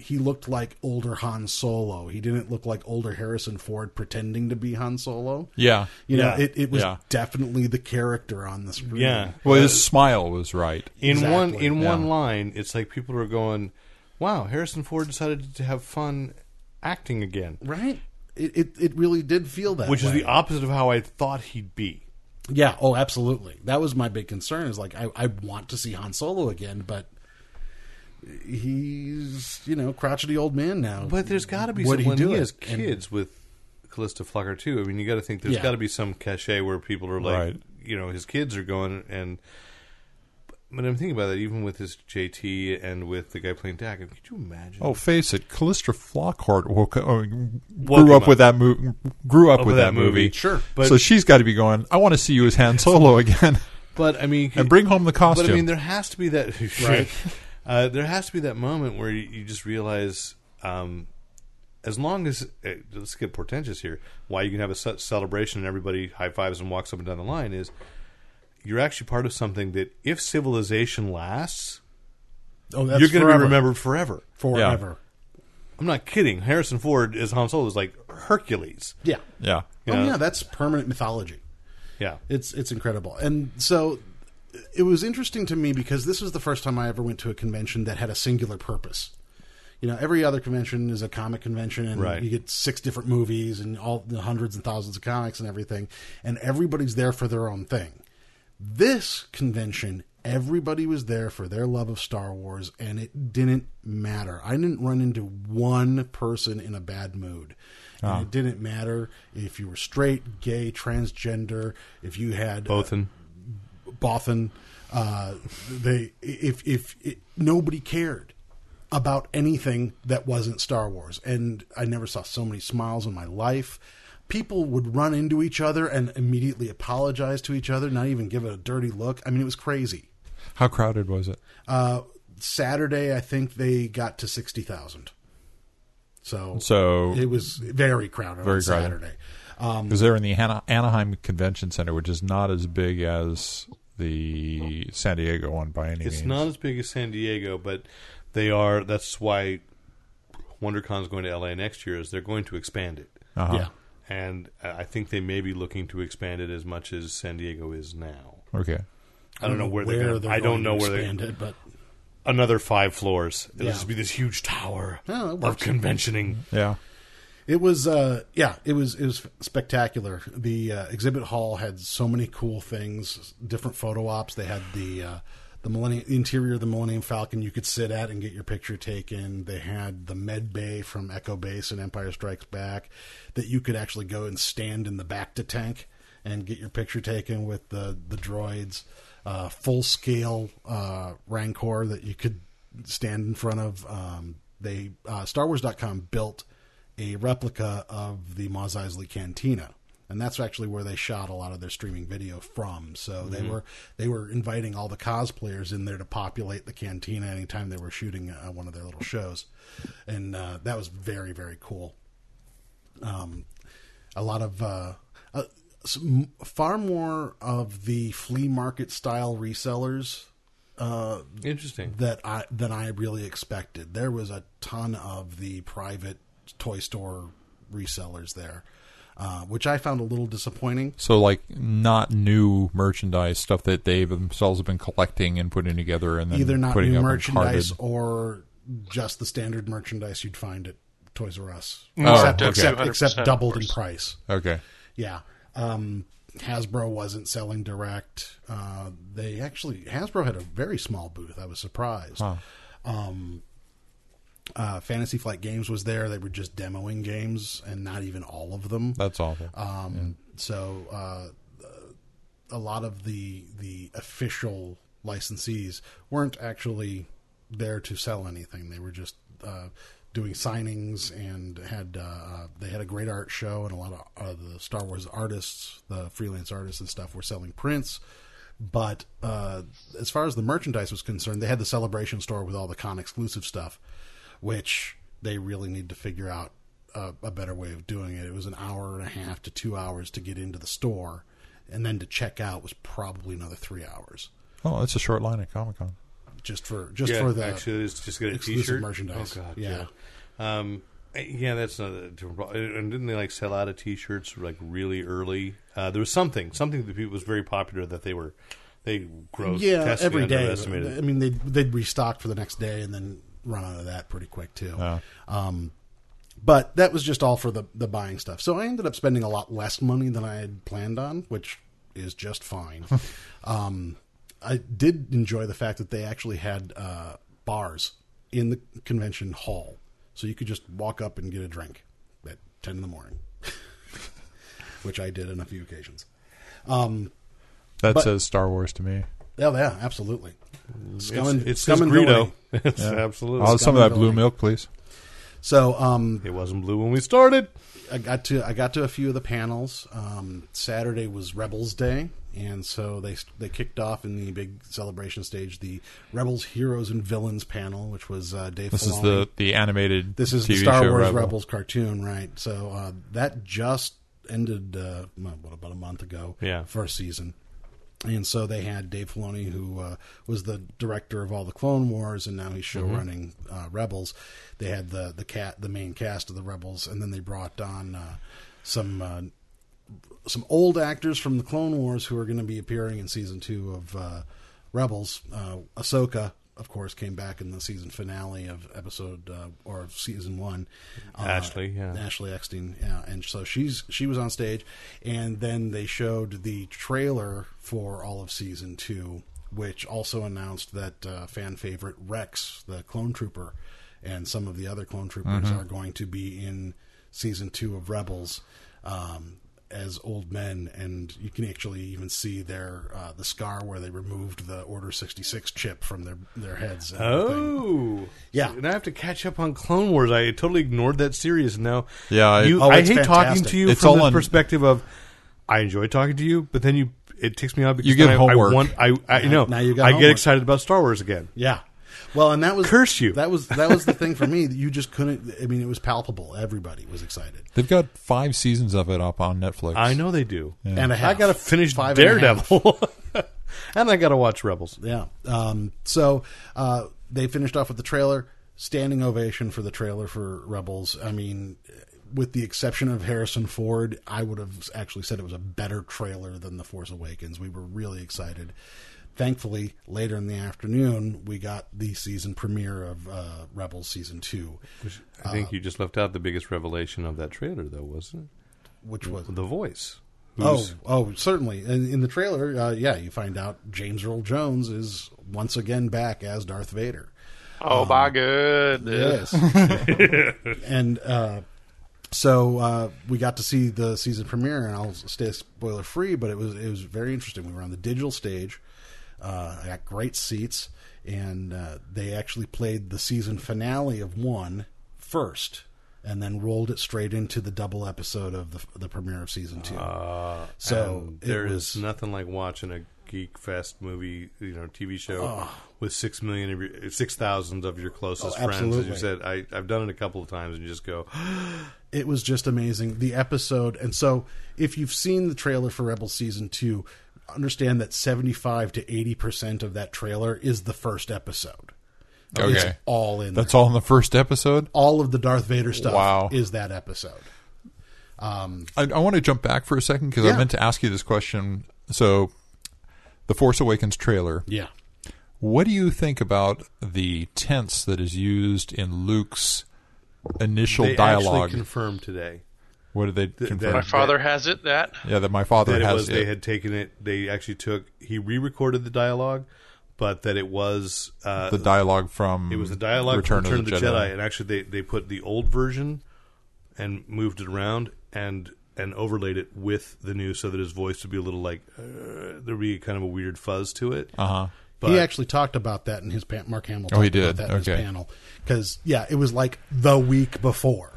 Speaker 7: he looked like older Han Solo. He didn't look like older Harrison Ford pretending to be Han Solo.
Speaker 6: Yeah.
Speaker 7: You know,
Speaker 5: Yeah.
Speaker 7: it, it was
Speaker 6: Yeah.
Speaker 7: definitely the character on the screen.
Speaker 5: yeah.
Speaker 6: Well, his smile was right.
Speaker 5: In one
Speaker 7: Exactly,
Speaker 5: in
Speaker 6: yeah.
Speaker 5: one line, it's like people are going, "Wow, Harrison Ford decided to have fun acting again,"
Speaker 7: Right? It, it it really did feel that
Speaker 5: which is
Speaker 7: way.
Speaker 5: the opposite of how I thought he'd be.
Speaker 7: Yeah, oh absolutely. That was my big concern is like I, I want to see Han Solo again, but he's, you know, crotchety old man now.
Speaker 5: But there's got to be some,
Speaker 7: Would he
Speaker 5: when
Speaker 7: do
Speaker 5: he
Speaker 7: it?
Speaker 5: has
Speaker 7: And-
Speaker 5: kids with Callista Flocker too. I mean, you got to think there's
Speaker 7: Yeah.
Speaker 5: got to be some cachet where people are like,
Speaker 6: Right.
Speaker 5: you know, his kids are going and. But I'm thinking about that, even with this JT and with the guy playing Dak. I mean, could you imagine?
Speaker 6: Oh, face it, Callista Flockhart woke, uh,
Speaker 5: Woke
Speaker 6: grew
Speaker 5: him
Speaker 6: up with that movie. Grew up
Speaker 5: Up
Speaker 6: with that, movie.
Speaker 5: Sure, but
Speaker 6: so she's got to be going. I want to see you as Han Solo again,
Speaker 5: but I mean,
Speaker 6: and bring home the costume.
Speaker 5: But I mean, there has to be that right. Uh, there has to be that moment where you, you just realize, um, as long as uh, let's get portentous here, why you can have a ce- celebration and everybody high fives and walks up and down the line is you're actually part of something that if civilization lasts,
Speaker 7: oh, that's
Speaker 5: you're going to
Speaker 7: forever.
Speaker 5: be remembered forever.
Speaker 7: forever.
Speaker 5: I'm not kidding. Harrison Ford as Han Solo is like Hercules.
Speaker 7: Yeah.
Speaker 6: yeah,
Speaker 7: Oh
Speaker 5: Yeah.
Speaker 7: yeah, that's permanent mythology.
Speaker 5: Yeah,
Speaker 7: It's it's incredible. And so it was interesting to me because this was the first time I ever went to a convention that had a singular purpose. You know, every other convention is a comic convention and
Speaker 5: Right.
Speaker 7: you get six different movies and all the hundreds and thousands of comics and everything and everybody's there for their own thing. This convention, everybody was there for their love of Star Wars, and it didn't matter. I didn't run into one person in a bad mood. And It didn't matter if you were straight, gay, transgender, if you had
Speaker 5: Both in.
Speaker 7: Bothan. Uh, they if if it, nobody cared about anything that wasn't Star Wars, and I never saw so many smiles in my life. People would run into each other and immediately apologize to each other, not even give it a dirty look. I mean, it was crazy.
Speaker 6: How crowded was it?
Speaker 7: Uh, Saturday, I think they got to sixty thousand. So,
Speaker 6: So
Speaker 7: it was very crowded
Speaker 6: Very
Speaker 7: on
Speaker 6: crowded.
Speaker 7: Saturday.
Speaker 6: because they're in the Ana- Anaheim Convention Center, which is not as big as the San Diego one by any
Speaker 5: It's
Speaker 6: means.
Speaker 5: not as big as San Diego, but they are. That's why WonderCon's going to LA next year. Is they're going to expand it,
Speaker 6: Uh-huh.
Speaker 7: Yeah.
Speaker 5: and I I think they may be looking to expand it as much as San Diego is now.
Speaker 6: Okay.
Speaker 5: I don't know where, they're. Gonna, I don't
Speaker 7: going
Speaker 5: know
Speaker 7: to
Speaker 5: where they.
Speaker 7: expand it, but
Speaker 5: Another five floors. It'll
Speaker 7: Yeah.
Speaker 5: just be this huge tower
Speaker 7: Oh, it
Speaker 5: of
Speaker 7: works. Mm-hmm.
Speaker 5: conventioning.
Speaker 6: Yeah.
Speaker 7: It was, uh, yeah, it was it was spectacular. The uh, exhibit hall had so many cool things, different photo ops. They had the uh, the Millennium the interior of the Millennium Falcon you could sit at and get your picture taken. They had the med bay from Echo Base and Empire Strikes Back that you could actually go and stand in the back to tank and get your picture taken with the the droids. Uh, full scale uh, Rancor that you could stand in front of. Um, they uh, StarWars.com built a replica of the Mos Eisley Cantina, and that's actually where they shot a lot of their streaming video from. So they were they were inviting all the cosplayers in there to populate the cantina anytime they were shooting uh, one of their little shows, and uh, that was very very cool. Um, a lot of uh, uh, some, far more of the flea market style resellers uh,
Speaker 5: Interesting.
Speaker 7: that I than I really expected. There was a ton of the private toy store resellers there, uh, which I found a little disappointing.
Speaker 6: So, like, not new merchandise stuff that they themselves have been collecting and putting together, and then
Speaker 7: Either not
Speaker 6: putting
Speaker 7: new
Speaker 6: up and
Speaker 7: merchandise
Speaker 6: carded.
Speaker 7: or just the standard merchandise you'd find at Toys R Us,
Speaker 6: Oh,
Speaker 7: except,
Speaker 6: okay.
Speaker 7: except,
Speaker 8: 100%,
Speaker 7: except
Speaker 8: of
Speaker 7: doubled in
Speaker 8: course.
Speaker 7: price.
Speaker 6: Okay.
Speaker 7: Yeah. Um, Hasbro wasn't selling direct. Uh, they actually Hasbro had a very small booth. I was surprised. Um, uh, Fantasy Flight Games was there. They were just demoing games and not even all of them.
Speaker 6: That's awful.
Speaker 7: Um, So uh, a lot of the the official licensees weren't actually there to sell anything. They were just uh, doing signings and had uh, they had a great art show and a lot of uh, the Star Wars artists, the freelance artists and stuff, were selling prints. But uh, as far as the merchandise was concerned, they had the celebration store with all the con exclusive stuff, which they really need to figure out a, a better way of doing it. It was an hour and a half to two hours to get into the store, and then to check out was probably another three hours
Speaker 6: oh, that's a short line at Comic Con.
Speaker 7: just for just
Speaker 5: yeah,
Speaker 7: for the
Speaker 5: actually, it's just get a
Speaker 7: exclusive
Speaker 5: t-shirt
Speaker 7: merchandise.
Speaker 5: Oh god, yeah.
Speaker 7: Yeah.
Speaker 5: Um, yeah, that's not a different problem. And didn't they like sell out of t-shirts like really early? Uh, there was something, something that people- was very popular that they were they gross
Speaker 7: yeah
Speaker 5: testly
Speaker 7: every day. uh,
Speaker 5: underestimated.
Speaker 7: I mean, they they'd restock for the next day and then run out of that pretty quick too. Um, but that was just all for the the buying stuff. So I ended up spending a lot less money than I had planned on, which is just fine. um, I did enjoy the fact that they actually had uh, bars in the convention hall, so you could just walk up and get a drink at ten in the morning, which I did on a few occasions. Um,
Speaker 6: That
Speaker 7: But-
Speaker 6: says Star Wars to me.
Speaker 7: yeah, yeah, absolutely. Scum
Speaker 5: It's,
Speaker 7: and,
Speaker 5: it's
Speaker 7: scum
Speaker 5: just
Speaker 7: and
Speaker 5: Greedo.
Speaker 7: villainy.
Speaker 5: It's absolutely.
Speaker 6: Oh, some of that blue
Speaker 7: Scumdog.
Speaker 6: milk, please.
Speaker 7: So um,
Speaker 5: it wasn't blue when we started.
Speaker 7: I got to I got to a few of the panels. Um, Saturday was Rebels Day, and so they they kicked off in the big celebration stage the Rebels Heroes and Villains panel, which was uh, Dave.
Speaker 6: This is
Speaker 7: Filoni.
Speaker 6: the the animated.
Speaker 7: this is
Speaker 6: TV
Speaker 7: the Star
Speaker 6: show
Speaker 7: Wars
Speaker 6: Rebel.
Speaker 7: Rebels cartoon, right? So uh, that just ended uh, well, what about a month ago?
Speaker 5: Yeah.
Speaker 7: first season. And so they had Dave Filoni, who uh, was the director of all the Clone Wars, and now he's show
Speaker 6: Mm-hmm.
Speaker 7: running uh, Rebels. They had the the cat, the main cast of the Rebels, and then they brought on uh, some uh, some old actors from the Clone Wars who are going to be appearing in season two of uh, Rebels. Uh, Ahsoka of course, came back in the season finale of episode uh, or of season one. Uh,
Speaker 5: Ashley, yeah.
Speaker 7: Ashley Eckstein, yeah. And so she's she was on stage, and then they showed the trailer for all of season two, which also announced that uh, fan favorite Rex, the clone trooper, and some of the other clone troopers are going to be in season two of Rebels. Um, as old men, and you can actually even see their uh, the scar where they removed the Order sixty six chip from their their heads. and everything.
Speaker 5: Oh,
Speaker 7: Yeah.
Speaker 5: And I have to catch up on Clone Wars. I totally ignored that series. and Now,
Speaker 6: Yeah, I-
Speaker 5: you,
Speaker 6: Oh,
Speaker 5: I
Speaker 7: it's
Speaker 5: hate talking
Speaker 7: fantastic.
Speaker 5: to you
Speaker 6: It's
Speaker 5: from
Speaker 6: all
Speaker 5: the
Speaker 6: on-
Speaker 5: perspective of I enjoy talking to you, but then you it ticks me off because
Speaker 6: You get
Speaker 5: then I, I
Speaker 6: homework.
Speaker 5: want I, I you know
Speaker 7: now you got
Speaker 5: I get
Speaker 7: homework.
Speaker 5: excited about Star Wars again.
Speaker 7: Yeah. Well, and that was
Speaker 5: Curse you.
Speaker 7: That was that was the thing for me. You just couldn't. I mean, it was palpable. Everybody was excited.
Speaker 6: They've got five seasons of it up on Netflix.
Speaker 5: I know they do.
Speaker 7: And a half.
Speaker 5: I got to finish
Speaker 7: Five and a half.
Speaker 5: Daredevil, and, I got to watch Rebels.
Speaker 7: Yeah. Um, so uh, they finished off with the trailer. Standing ovation for the trailer for Rebels. I mean, with the exception of Harrison Ford, I would have actually said it was a better trailer than The Force Awakens. We were really excited. Thankfully, later in the afternoon, we got the season premiere of uh, Rebels season two, which,
Speaker 5: I think you just left out the biggest revelation of that trailer, though, wasn't
Speaker 7: was
Speaker 5: it? The voice.
Speaker 7: Oh,
Speaker 5: Who's-
Speaker 7: oh, certainly. In, in the trailer, uh, yeah, you find out James Earl Jones is once again back as Darth Vader.
Speaker 8: Oh
Speaker 5: Uh-huh.
Speaker 8: my good.
Speaker 7: Yes. and uh, so uh, we got to see the season premiere, and I'll stay spoiler free, but it was it was very interesting. We were on the digital stage. Uh, I got great seats, and uh, they actually played the season finale of one first, and then rolled it straight into the double episode of the the premiere of season two. so
Speaker 5: Uh, And
Speaker 7: it
Speaker 5: there is
Speaker 7: was-
Speaker 5: nothing like watching a geek fest movie, you know, TV show with six million of your six thousands of your closest
Speaker 7: Oh,
Speaker 5: friends. As you
Speaker 7: absolutely.
Speaker 5: said, I, I've done it a couple of times, and you just go,
Speaker 7: it was just amazing the episode and so if you've seen the trailer for rebel season 2 understand that 75 to 80% of that trailer is the first episode it's
Speaker 6: Okay.
Speaker 7: all in
Speaker 6: That's
Speaker 7: there.
Speaker 6: all in the first episode.
Speaker 7: all of the darth vader stuff
Speaker 6: Wow.
Speaker 7: is that episode
Speaker 6: I, I want to jump back for a second because
Speaker 7: Yeah.
Speaker 6: I meant to ask you this question. So, the Force Awakens trailer.
Speaker 7: yeah
Speaker 6: What do you think about the tense that is used in Luke's initial
Speaker 5: they
Speaker 6: dialogue?
Speaker 5: actually confirmed today
Speaker 6: what did they
Speaker 5: th-
Speaker 6: confirm?
Speaker 8: My father has it that
Speaker 6: yeah, that my father
Speaker 5: that it
Speaker 6: has
Speaker 5: was they had taken it. They actually took he re-recorded the dialogue, but that it was uh,
Speaker 6: the dialogue from
Speaker 5: it was the dialogue
Speaker 6: Return,
Speaker 5: Return, from
Speaker 6: of the,
Speaker 5: Jedi.
Speaker 6: Jedi.
Speaker 5: and actually they they put the old version and moved it around and and overlaid it with the new so that his voice would be a little like uh, there'd be kind of a weird fuzz to it. Uh
Speaker 6: Uh-huh.
Speaker 5: huh. But
Speaker 7: he actually talked about that in his pan- mark hamill
Speaker 6: Oh, he
Speaker 7: talked
Speaker 6: did.
Speaker 7: about that in
Speaker 6: Okay.
Speaker 7: his panel cuz yeah it was like the week before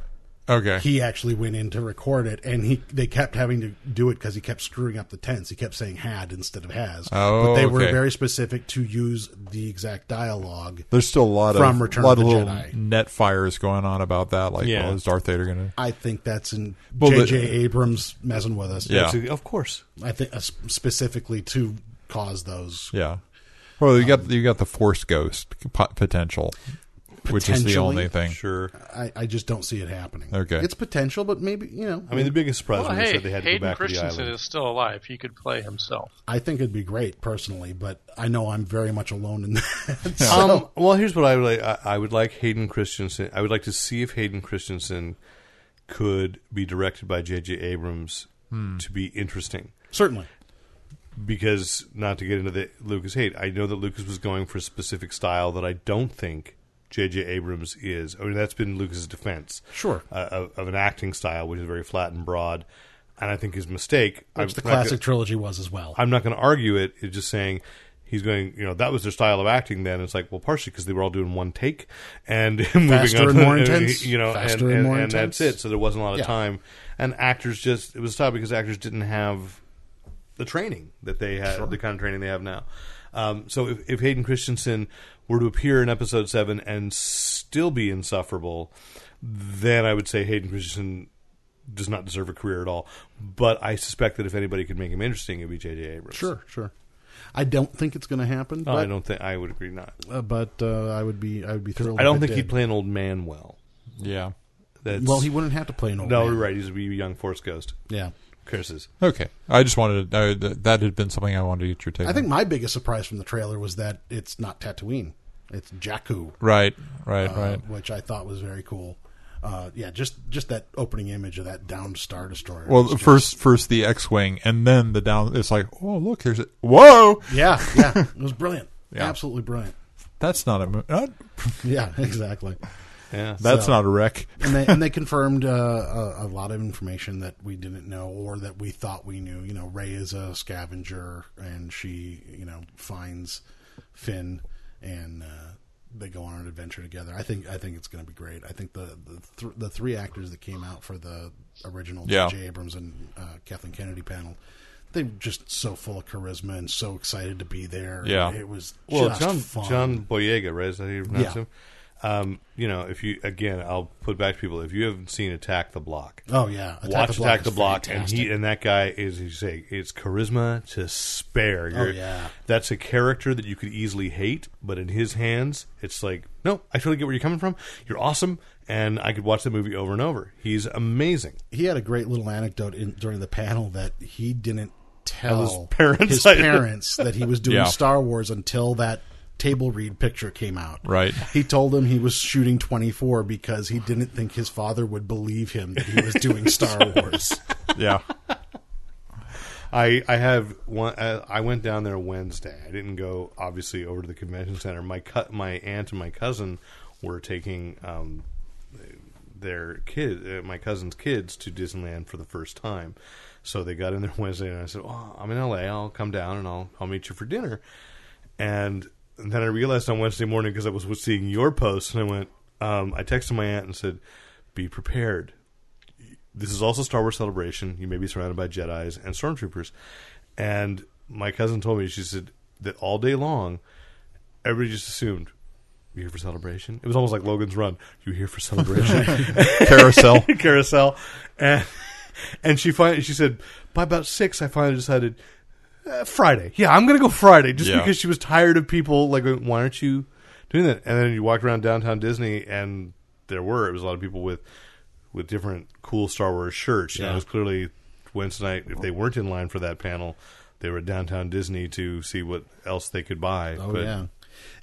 Speaker 6: Okay,
Speaker 7: he actually went in to record it, and he they kept having to do it because he kept screwing up the tense. He kept saying "had" instead of "has."
Speaker 6: Oh,
Speaker 7: but they were
Speaker 6: okay.
Speaker 7: very specific to use the exact dialogue.
Speaker 6: there's still a lot
Speaker 7: From
Speaker 6: of
Speaker 7: Return
Speaker 6: lot
Speaker 7: of the
Speaker 6: little
Speaker 7: Jedi.
Speaker 6: net fires going on about that. Like,
Speaker 5: Yeah.
Speaker 6: well, is Darth Vader going to?
Speaker 7: I think that's in
Speaker 6: Well, the-
Speaker 7: J.J. Abrams messing with us.
Speaker 6: Yeah.
Speaker 5: Actually, of course.
Speaker 7: I think uh, sp- specifically to cause those.
Speaker 6: Yeah. Well, you got you got the Force Ghost po- potential, which is the
Speaker 7: Potentially.
Speaker 6: only thing.
Speaker 5: Sure.
Speaker 7: I, I just don't see it happening.
Speaker 6: Okay.
Speaker 7: it's potential, but maybe you know.
Speaker 5: I mean, the biggest surprise
Speaker 8: well,
Speaker 5: when they
Speaker 8: oh, hey,
Speaker 5: said they had to go
Speaker 8: Hayden
Speaker 5: back to the
Speaker 8: Christensen
Speaker 5: island.
Speaker 8: is still alive. He could play himself.
Speaker 7: I think it'd be great personally, but I know I'm very much alone in that.
Speaker 5: Um, well, here's what I would like. I, I would like Hayden Christensen. I would like to see if Hayden Christensen could be directed by J.J. Abrams
Speaker 6: Hmm.
Speaker 5: to be interesting.
Speaker 7: Certainly,
Speaker 5: because not to get into the Lucas hate, I know that Lucas was going for a specific style that I don't think J.J. Abrams is. I mean, that's been Lucas's defense,
Speaker 7: Sure.
Speaker 5: uh, of, of an acting style which is very flat and broad. And I think his mistake, I'm
Speaker 7: which the
Speaker 5: not gonna-
Speaker 7: classic trilogy was as well.
Speaker 5: I'm not going to argue it. It's just saying he's going. You know, that was their style of acting then. It's like well, partially because they were all doing one take and moving
Speaker 7: Faster
Speaker 5: on,
Speaker 7: and more intense.
Speaker 5: You know,
Speaker 7: Faster
Speaker 5: and,
Speaker 7: and
Speaker 5: and,
Speaker 7: more
Speaker 5: and that's
Speaker 7: intense.
Speaker 5: it. So there wasn't a lot of
Speaker 7: Yeah.
Speaker 5: time, and actors just it was tough because actors didn't have the training that they had, the kind of training they have now. Um, so if, if Hayden Christensen were to appear in episode seven and still be insufferable, then I would say Hayden Christensen does not deserve a career at all. But I suspect that if anybody could make him interesting, it'd be J.J. Abrams.
Speaker 7: Sure, sure. I don't think it's going to happen.
Speaker 5: No,
Speaker 7: but
Speaker 5: Oh, I don't think I would agree. Not.
Speaker 7: uh, but uh, I would be I would be thrilled.
Speaker 5: I don't
Speaker 7: if it
Speaker 5: think he'd
Speaker 7: did.
Speaker 5: play an old man well.
Speaker 6: Yeah.
Speaker 5: That's,
Speaker 7: Well, he wouldn't have to play an old
Speaker 5: No,
Speaker 7: man.
Speaker 5: you're right. He's a wee young Force Ghost.
Speaker 7: Yeah,
Speaker 5: Curses.
Speaker 6: Okay. I just wanted to, uh, th- that had been something I wanted to get your take.
Speaker 7: I
Speaker 6: on.
Speaker 7: think my biggest surprise from the trailer was that it's not Tatooine. It's Jakku,
Speaker 6: Right, right,
Speaker 7: uh,
Speaker 6: right.
Speaker 7: which I thought was very cool. Uh, yeah, just just that opening image of that downed star destroyer.
Speaker 6: Well,
Speaker 7: was just-
Speaker 6: first, first the X-wing, and then the down. It's like, oh look, here's it. Whoa,
Speaker 7: yeah, yeah, it was brilliant,
Speaker 6: Yeah.
Speaker 7: absolutely brilliant.
Speaker 6: that's not a mo- uh,
Speaker 7: Yeah, exactly.
Speaker 5: Yeah.
Speaker 6: that's
Speaker 7: So-
Speaker 6: not a wreck.
Speaker 7: and they and they confirmed uh, a, a lot of information that we didn't know or that we thought we knew. You know, Ray is a scavenger, and she you know finds Finn, and uh, they go on an adventure together. I think I think it's going to be great. I think the the, th- the three actors that came out for the original
Speaker 6: Yeah.
Speaker 7: J.J. Abrams and uh, Kathleen Kennedy panel. They were just so full of charisma and so excited to be there.
Speaker 6: Yeah.
Speaker 7: it was
Speaker 5: well,
Speaker 7: just
Speaker 5: John
Speaker 7: fun.
Speaker 5: John Boyega, right? Is that how you pronounce
Speaker 7: Yeah.
Speaker 5: him? Um, you know, if you again, I'll put back to people if you haven't seen Attack the Block,
Speaker 7: Oh yeah,
Speaker 5: watch Attack
Speaker 7: is
Speaker 5: the Block, and
Speaker 7: fantastic.
Speaker 5: he and that guy is you say it's charisma to spare. You're-
Speaker 7: Oh, yeah.
Speaker 5: that's a character that you could easily hate, but in his hands, it's like no, I totally get where you're coming from. You're awesome, and I could watch the movie over and over. He's amazing.
Speaker 7: he had a great little anecdote in, during the panel that he didn't tell
Speaker 5: his parents.
Speaker 7: his parents that he was doing
Speaker 6: Yeah.
Speaker 7: Star Wars until that table read picture came out.
Speaker 6: Right.
Speaker 7: He told them he was shooting 24 because he didn't think his father would believe him that he was doing Star Wars.
Speaker 6: Yeah,
Speaker 5: I I have one. Uh, I went down there Wednesday. I didn't go obviously over to the convention center. My cut, my aunt and my cousin were taking um, their kid, uh, my cousin's kids, to Disneyland for the first time. So they got in there Wednesday, and I said, "Oh, I'm in LA. I'll come down and I'll I'll meet you for dinner." And then I realized on Wednesday morning because I was seeing your post, and I went. Um, I texted my aunt and said, "Be prepared." this is also Star Wars Celebration. You may be surrounded by Jedi's and stormtroopers. And my cousin told me she said that all day long, everybody just assumed you here for celebration. It was almost like Logan's Run. You here for celebration?
Speaker 6: carousel.
Speaker 5: Carousel, and and she finally she said by about six I finally decided uh, Friday. Yeah, I'm gonna go Friday just
Speaker 6: Yeah.
Speaker 5: because she was tired of people like going, why aren't you doing that? And then you walked around downtown Disney and there were it was a lot of people with with different cool Star Wars shirts. You know, it was clearly Wednesday night. If they weren't in line for that panel, they were at downtown Disney to see what else they could buy.
Speaker 7: Oh yeah.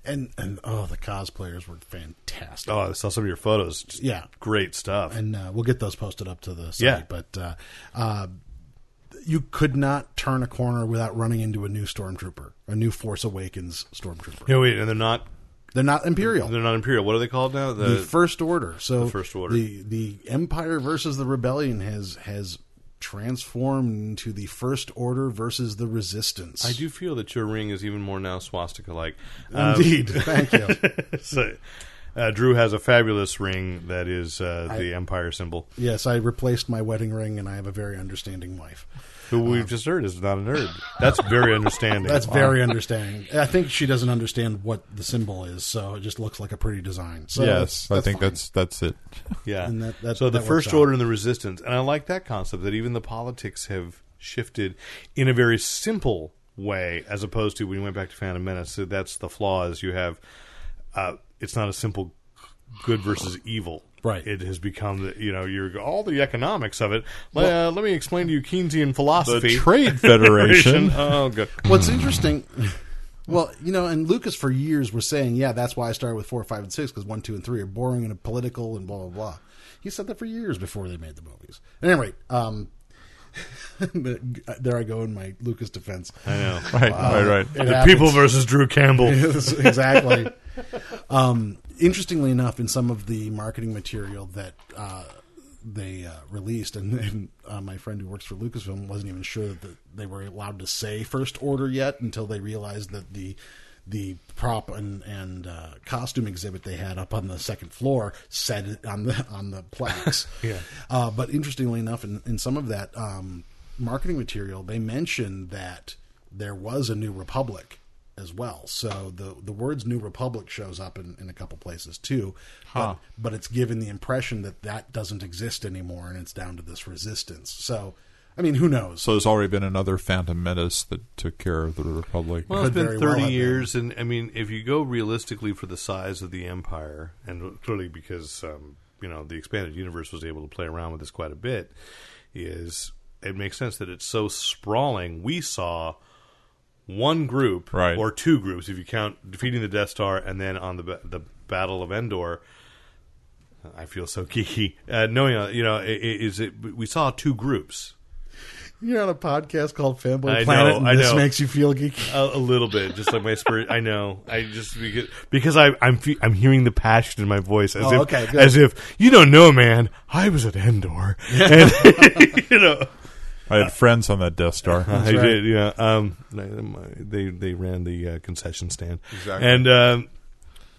Speaker 7: And and oh the cosplayers were fantastic.
Speaker 5: Oh, I saw some of your photos. Just
Speaker 7: Yeah.
Speaker 5: great stuff.
Speaker 7: and uh, we'll get those posted up to the site.
Speaker 5: Yeah.
Speaker 7: But uh, uh, you could not turn a corner without running into a new stormtrooper, a new Force Awakens stormtrooper.
Speaker 5: no, wait, and they're not
Speaker 7: They're not Imperial.
Speaker 5: they're not Imperial. What are they called now?
Speaker 7: the First Order. So
Speaker 5: the First Order.
Speaker 7: The the Empire versus the Rebellion has has transformed into the First Order versus the Resistance.
Speaker 5: I do feel that your ring is even more now swastika like.
Speaker 7: indeed. Thank you.
Speaker 5: so, uh, Drew has a fabulous ring that is uh, the Empire symbol,
Speaker 7: Yes, I replaced my wedding ring, and I have a very understanding wife.
Speaker 5: who we've just heard is not a nerd. That's very understanding.
Speaker 7: That's very understanding. I think she doesn't understand what the symbol is, so it just looks like a pretty design. So
Speaker 6: yes,
Speaker 7: that's-
Speaker 6: I think
Speaker 7: fine.
Speaker 6: that's that's it.
Speaker 5: yeah.
Speaker 7: and that- that-
Speaker 5: so the
Speaker 7: that works
Speaker 5: First
Speaker 7: out.
Speaker 5: Order and the Resistance, and I like that concept that even the politics have shifted in a very simple way, as opposed to when you went back to Phantom Menace. So that's the flaw is you have. Uh, it's not a simple good versus evil.
Speaker 7: Right.
Speaker 5: It has become the you know you're all the economics of it. Let, uh, let me explain to you Keynesian philosophy.
Speaker 6: Trade Federation.
Speaker 5: oh, good.
Speaker 7: What's interesting. Well, you know, and Lucas for years was saying, yeah, that's why I started with four, five, and six because one, two, and three are boring and political and blah blah blah. He said that for years before they made the movies. At any rate, um, uh, there I go in my Lucas defense.
Speaker 5: I know.
Speaker 6: right, right, right.
Speaker 5: The
Speaker 7: happens.
Speaker 5: people versus Drew Campbell.
Speaker 7: Yes, exactly. um, interestingly enough, in some of the marketing material that uh, they uh, released, and, and uh, my friend who works for Lucasfilm wasn't even sure that the, they were allowed to say First Order yet until they realized that the the prop and, and uh, costume exhibit they had up on the second floor said it on the on the plaques. yeah. Uh, but interestingly enough, in, in some of that um, marketing material, they mentioned that there was a New Republic as well. So the the words New Republic shows up in, in a couple places too, but, but it's given the impression that that doesn't exist anymore, and it's down to this resistance. So, I mean, who knows?
Speaker 6: So there's already been another Phantom Menace that took care of the Republic.
Speaker 5: Well, it's
Speaker 7: could
Speaker 5: been
Speaker 7: very
Speaker 5: 30
Speaker 7: well have been.
Speaker 5: years, and I mean, if you go realistically for the size of the empire, and clearly because um, you know the expanded universe was able to play around with this quite a bit, is it makes sense that it's so sprawling. We saw one group
Speaker 6: Right.
Speaker 5: or two groups if you count defeating the Death Star and then on the ba- the Battle of Endor. I feel so geeky uh, knowing uh, you know i- i- is it we saw two groups
Speaker 7: You're on a podcast called Fanboy
Speaker 5: I
Speaker 7: Planet,
Speaker 5: know,
Speaker 7: and
Speaker 5: I
Speaker 7: this
Speaker 5: know.
Speaker 7: makes you feel geeky.
Speaker 5: a, a little bit just like my spirit I know I just because, because I I'm fe- I'm hearing the passion in my voice as
Speaker 7: Oh,
Speaker 5: if
Speaker 7: okay, good.
Speaker 5: as if you don't know man I was at Endor and you know
Speaker 6: I
Speaker 7: Uh,
Speaker 6: had friends on that Death Star.
Speaker 5: I
Speaker 7: right.
Speaker 5: did, yeah. Um, they they ran the uh, concession stand,
Speaker 6: Exactly.
Speaker 5: and um,